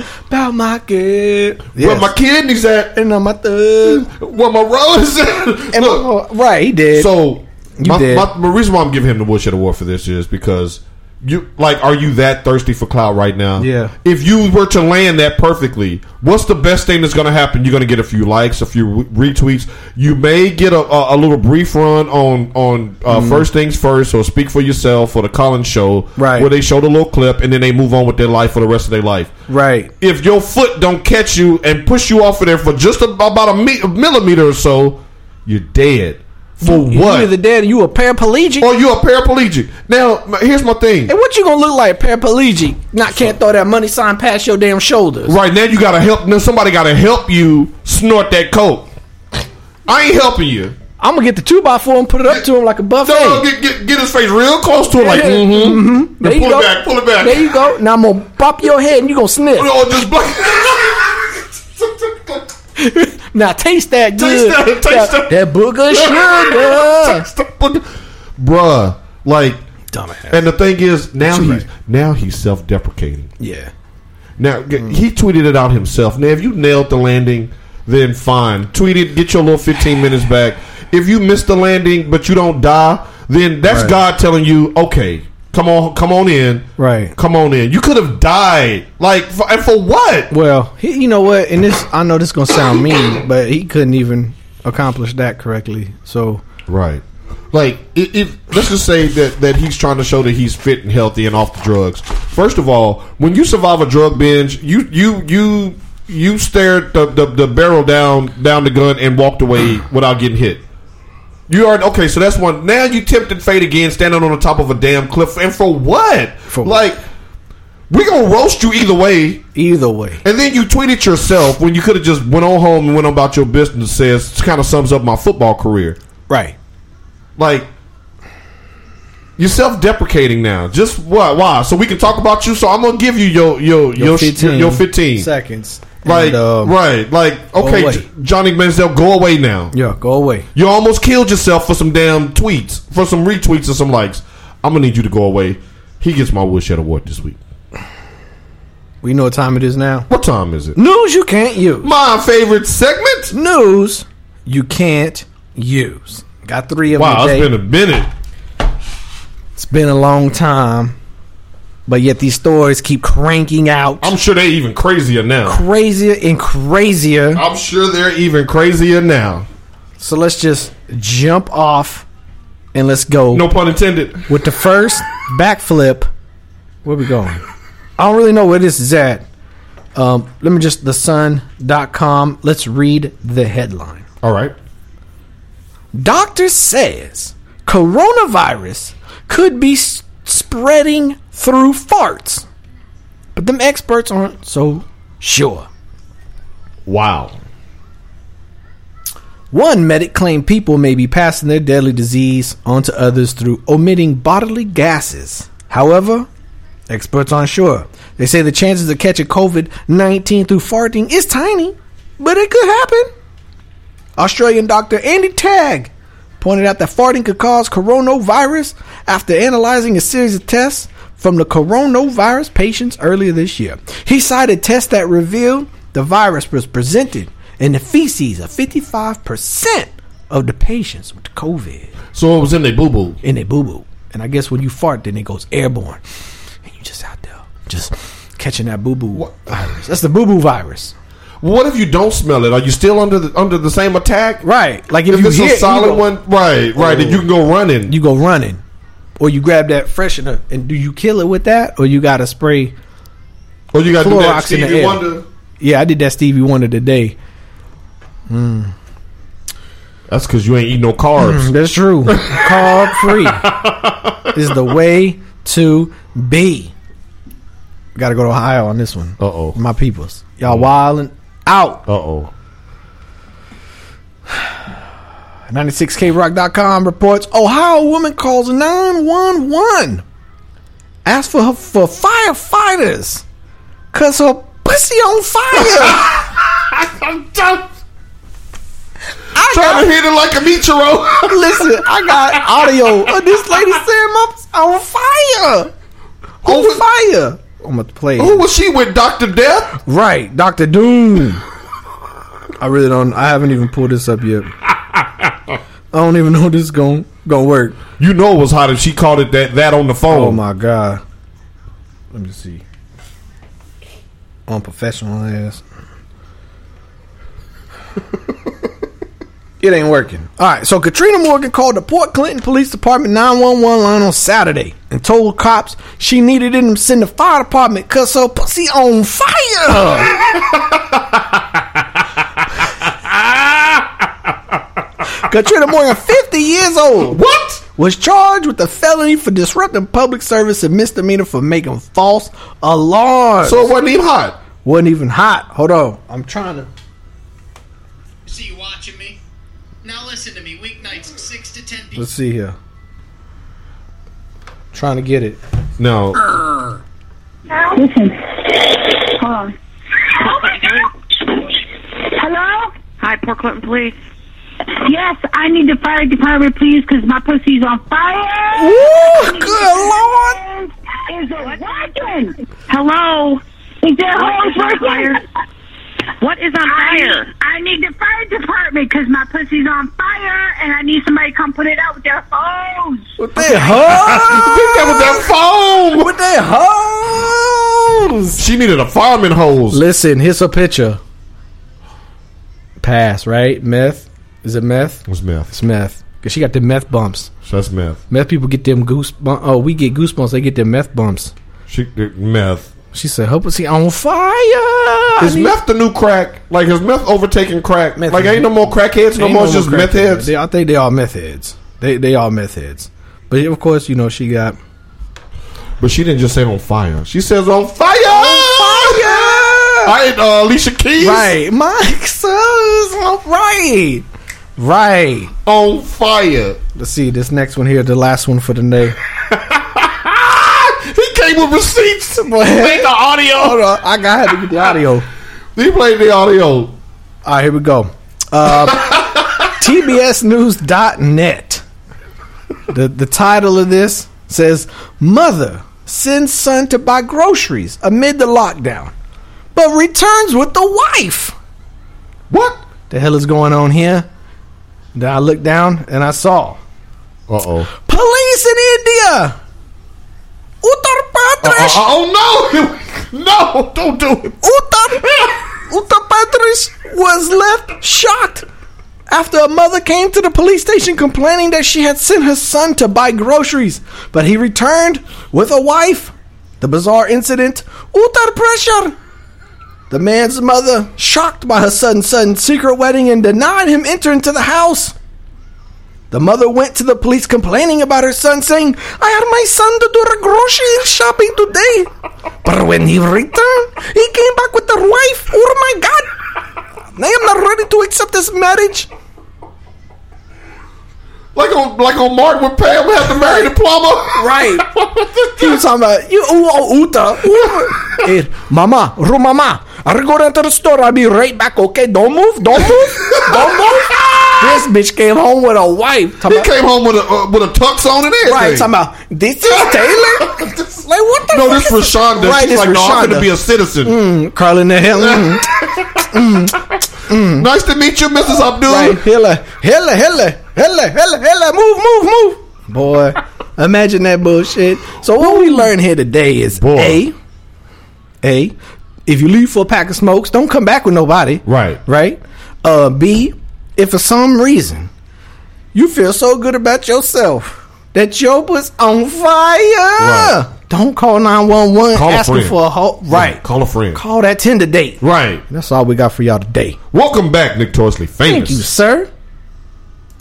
[SPEAKER 1] that. About my kid.
[SPEAKER 2] Where my kidneys at,
[SPEAKER 1] and on my thug.
[SPEAKER 2] where my rose at.
[SPEAKER 1] And
[SPEAKER 2] Look,
[SPEAKER 1] my- right, he did.
[SPEAKER 2] So
[SPEAKER 1] You
[SPEAKER 2] my,
[SPEAKER 1] did.
[SPEAKER 2] my, my reason why I'm giving him the Woodshed Award for this is because you like, are you that thirsty for clout right now?
[SPEAKER 1] Yeah.
[SPEAKER 2] If you were to land that perfectly, what's the best thing that's going to happen? You're going to get a few likes, a few re- retweets. You may get a, a, a little brief run on on uh,
[SPEAKER 1] Mm-hmm.
[SPEAKER 2] first things first, or speak for yourself, or the Collins show,
[SPEAKER 1] Right.
[SPEAKER 2] Where they show the little clip and then they move on with their life for the rest of their life.
[SPEAKER 1] right.
[SPEAKER 2] If your foot don't catch you and push you off of there for just a, about a, me- a millimeter or so, you're dead. For what?
[SPEAKER 1] You either dead or you a paraplegic.
[SPEAKER 2] or you a paraplegic. Now, m- here's my thing.
[SPEAKER 1] and what you gonna look like paraplegic? Not can't throw that money sign past your damn shoulders.
[SPEAKER 2] Right now, you gotta help. Now, somebody gotta help you snort that coke. I ain't helping you.
[SPEAKER 1] I'm gonna get the two by four and put it up to him like a buffet.
[SPEAKER 2] No, get, get get his face real close to it, like
[SPEAKER 1] Yeah.
[SPEAKER 2] mm-hmm.
[SPEAKER 1] There
[SPEAKER 2] pull it back, pull it back.
[SPEAKER 1] There you go. Now I'm gonna pop your head and you gonna sniff.
[SPEAKER 2] Oh, just black.
[SPEAKER 1] Now taste that good.
[SPEAKER 2] that, taste
[SPEAKER 1] Now,
[SPEAKER 2] that.
[SPEAKER 1] booger sugar.
[SPEAKER 2] Bruh, like,
[SPEAKER 1] Dumbass.
[SPEAKER 2] and the thing is, now
[SPEAKER 1] You're
[SPEAKER 2] he's now he's self-deprecating.
[SPEAKER 1] Yeah.
[SPEAKER 2] Now g- he tweeted it out himself. Now, if you nailed the landing, then fine. Tweet it. Get your little fifteen minutes back. If you miss the landing, but you don't die, then that's
[SPEAKER 1] Right.
[SPEAKER 2] God telling you, okay, come on, come on in,
[SPEAKER 1] Right.
[SPEAKER 2] come on in. You could have died, like, for, and for what?
[SPEAKER 1] Well, he, you know what? And this, I know this gonna sound mean, but he couldn't even accomplish that correctly. So
[SPEAKER 2] Right. Like, if, if let's just say that that he's trying to show that he's fit and healthy and off the drugs. First of all, when you survive a drug binge, you you you you stared the, the, the barrel down down the gun and walked away without getting hit. You are okay, so that's one. Now you tempted fate again, standing on the top of a damn cliff, and for what?
[SPEAKER 1] For what?
[SPEAKER 2] like, we gonna roast you either way.
[SPEAKER 1] either way,
[SPEAKER 2] And then you tweeted yourself when you could have just went on home and went on about your business. Says kind of sums up my football career
[SPEAKER 1] right?
[SPEAKER 2] like you're self-deprecating now. Just why? Why? So we can talk about you. So I'm gonna give you your your your your 15. Your 15.
[SPEAKER 1] seconds.
[SPEAKER 2] Like
[SPEAKER 1] And, um,
[SPEAKER 2] right? Like okay,
[SPEAKER 1] away.
[SPEAKER 2] J- Johnny Manziel, go away now.
[SPEAKER 1] Yeah, go away.
[SPEAKER 2] You almost killed yourself for some damn tweets, for some retweets and some likes. I'm gonna need you to go away. He gets my Woodshed Award this week.
[SPEAKER 1] We know what time it is now.
[SPEAKER 2] What time is it?
[SPEAKER 1] News you can't use.
[SPEAKER 2] My favorite segment.
[SPEAKER 1] News you can't use. Got three of
[SPEAKER 2] Wow,
[SPEAKER 1] them.
[SPEAKER 2] it's
[SPEAKER 1] today.
[SPEAKER 2] been a minute.
[SPEAKER 1] It's been a long time, but yet these stories keep cranking out
[SPEAKER 2] I'm sure they're even crazier now.
[SPEAKER 1] crazier and crazier.
[SPEAKER 2] I'm sure they're even crazier now.
[SPEAKER 1] So let's just jump off and let's go
[SPEAKER 2] No pun intended.
[SPEAKER 1] with the first backflip. Where we going? I don't really know where this is at. Um, let me just thesun.com. Let's read the headline.
[SPEAKER 2] All right.
[SPEAKER 1] Doctor says coronavirus could be s- spreading through farts. But them experts aren't so sure.
[SPEAKER 2] Wow.
[SPEAKER 1] One medic claimed people may be passing their deadly disease onto others through omitting bodily gases. However, experts aren't sure. They say the chances of catching COVID 19 through farting is tiny, but it could happen. Australian doctor Andy Tagg pointed out that farting could cause coronavirus after analyzing a series of tests from the coronavirus patients earlier this year. He cited tests that revealed the virus was presented in the feces of 55% of the patients with COVID
[SPEAKER 2] So it was in their boo boo.
[SPEAKER 1] in their boo boo. And I guess when you fart, then it goes airborne. And you just out there, just catching that boo boo virus. That's the boo boo virus.
[SPEAKER 2] What if you don't smell it? Are you still under the under the same attack?
[SPEAKER 1] Right. Like if,
[SPEAKER 2] If
[SPEAKER 1] you
[SPEAKER 2] it's
[SPEAKER 1] hear it,
[SPEAKER 2] a
[SPEAKER 1] you
[SPEAKER 2] solid
[SPEAKER 1] go-
[SPEAKER 2] one, right, right, then you can go running.
[SPEAKER 1] you go running, or you grab that freshener and do you kill it with that, or you got to spray?
[SPEAKER 2] or you got to do that
[SPEAKER 1] Clorox in the
[SPEAKER 2] Stevie
[SPEAKER 1] air.
[SPEAKER 2] Wonder.
[SPEAKER 1] Yeah, I did that Stevie Wonder today.
[SPEAKER 2] That's because you ain't eating no carbs.
[SPEAKER 1] That's true. Carb free is the way to be. Got to go to Ohio on this one.
[SPEAKER 2] Uh oh.
[SPEAKER 1] My peoples, y'all wilding out.
[SPEAKER 2] Uh oh.
[SPEAKER 1] 96krock.com reports Ohio woman calls 911. Asks for her, for firefighters. Cause her pussy on fire.
[SPEAKER 2] I'm done.
[SPEAKER 1] I got
[SPEAKER 2] Trying to hit it like a meteoro.
[SPEAKER 1] Listen, I got audio of this lady saying my on fire. On fire. I'm gonna play.
[SPEAKER 2] Who was she with, Doctor Death?
[SPEAKER 1] Right, Doctor Doom. I really don't. I haven't even pulled this up yet. I don't even know if this is gonna gonna work.
[SPEAKER 2] You know it was hot if she called it that that on the phone.
[SPEAKER 1] Oh my god. Let me see. Unprofessional ass. it ain't working. All right, so Katrina Morgan called the Port Clinton Police Department 911 line on Saturday and told cops she needed them to send the fire department because her pussy on fire. Katrina Morgan, 50 years old,
[SPEAKER 2] What?
[SPEAKER 1] was charged with a felony for disrupting public service and misdemeanor for making false alarms.
[SPEAKER 2] So it wasn't even hot.
[SPEAKER 1] wasn't even hot. Hold on, I'm trying to.
[SPEAKER 3] See you watching me? Now listen to me. Weeknights, 6 to 10 p.m.
[SPEAKER 1] Let's see here. Trying to get it.
[SPEAKER 2] No.
[SPEAKER 4] Listen. Hold on. Hello?
[SPEAKER 5] Hi, Port Clinton Police.
[SPEAKER 4] Yes, I need the fire department, please, because my pussy's on fire.
[SPEAKER 1] Ooh, good lord!
[SPEAKER 4] And Is it working?
[SPEAKER 5] Hello.
[SPEAKER 4] Is there hose
[SPEAKER 5] is on
[SPEAKER 4] working?
[SPEAKER 5] What is on
[SPEAKER 4] I
[SPEAKER 5] fire?
[SPEAKER 4] need, I need the fire department because my pussy's on fire, and I need somebody to come put it out with their hose.
[SPEAKER 1] With that hose!
[SPEAKER 2] that was that foam.
[SPEAKER 1] With that hose!
[SPEAKER 2] She needed a fireman hose.
[SPEAKER 1] Listen, here's a picture. Pass, right? Meth? Is it meth?
[SPEAKER 2] That's meth.
[SPEAKER 1] It's meth. 'Cause she got the meth bumps.
[SPEAKER 2] That's meth.
[SPEAKER 1] Meth people get them goosebumps. Oh, we get goosebumps. They get them meth bumps.
[SPEAKER 2] She meth.
[SPEAKER 1] She said, "Help us, see on fire."
[SPEAKER 2] Is meth the new crack? Like is meth overtaking crack?
[SPEAKER 1] Meth
[SPEAKER 2] like
[SPEAKER 1] is-
[SPEAKER 2] ain't no more crackheads no more. It's just meth heads.
[SPEAKER 1] They, I think they are meth heads. They they are meth heads. But of course, you know she got
[SPEAKER 2] But she didn't just say on fire. She says on fire.
[SPEAKER 1] fire.
[SPEAKER 2] I ain't uh, Alicia Keys
[SPEAKER 1] Right, my son's all right, right.
[SPEAKER 2] on fire.
[SPEAKER 1] Let's see this next one here, the last one for the day.
[SPEAKER 2] He came with receipts. Played the
[SPEAKER 1] Hold
[SPEAKER 2] audio.
[SPEAKER 1] on, Uh, I got to get the audio.
[SPEAKER 2] He played the audio.
[SPEAKER 1] All right, here we go. Uh, TBSNews.net. The, the title of this says Mother sends son to buy groceries amid the lockdown, but returns with the wife.
[SPEAKER 2] What?
[SPEAKER 1] The hell is going on here? Then I looked down and I saw
[SPEAKER 2] Uh oh.
[SPEAKER 1] police in India. Uttar Pradesh.
[SPEAKER 2] Oh uh, no! No! Don't do it.
[SPEAKER 1] Uttar, Uttar Pradesh was left shocked after a mother came to the police station complaining that she had sent her son to buy groceries, but he returned with a wife. The bizarre incident, Uttar Pradesh. The man's mother, shocked by her son's sudden secret wedding and denied him enter into the house. The mother went to the police complaining about her son, saying, I had my son to do the grocery shopping today. But when he returned, he came back with the wife. Oh my God! I am not ready to accept this marriage.
[SPEAKER 2] Like on like on Mark with Pam had to marry the plumber.
[SPEAKER 1] Right. he was talking about, you, ooh, oh, Uta. ooh." Hey, mama, ru mama, I'll go down to the store. I'll be right back, okay? Don't move, don't move, don't move. this bitch came home with a wife. Talking
[SPEAKER 2] He
[SPEAKER 1] about-
[SPEAKER 2] came home with a uh, with a tux on and everything.
[SPEAKER 1] Right, talking about this is Taylor.
[SPEAKER 2] This-
[SPEAKER 1] Like what the?
[SPEAKER 2] no,
[SPEAKER 1] fuck
[SPEAKER 2] this
[SPEAKER 1] is-
[SPEAKER 2] Rashonda.
[SPEAKER 1] Right,
[SPEAKER 2] She's
[SPEAKER 1] this
[SPEAKER 2] like, no, I'm
[SPEAKER 1] Rashonda. Mm-hmm.
[SPEAKER 2] gonna be a citizen.
[SPEAKER 1] curling the hair. Mm.
[SPEAKER 2] Nice to meet you, Mrs. Abdul.
[SPEAKER 1] right, hella, hella, hella, hella, hella, hella. Move, move, move. Boy, imagine that bullshit. So what we learn here today is
[SPEAKER 2] Boy.
[SPEAKER 1] a, a, if you leave for a pack of smokes, don't come back with nobody.
[SPEAKER 2] Right.
[SPEAKER 1] right. Uh, B, if for some reason you feel so good about yourself that your was on fire,
[SPEAKER 2] Right.
[SPEAKER 1] don't call nine one one
[SPEAKER 2] Call a
[SPEAKER 1] asking
[SPEAKER 2] friend.
[SPEAKER 1] for a ho- right.
[SPEAKER 2] Call a friend.
[SPEAKER 1] Call that Tinder date.
[SPEAKER 2] Right.
[SPEAKER 1] That's all we got for y'all today.
[SPEAKER 2] Welcome back, Nick Torsley. Famous.
[SPEAKER 1] Thank you, sir.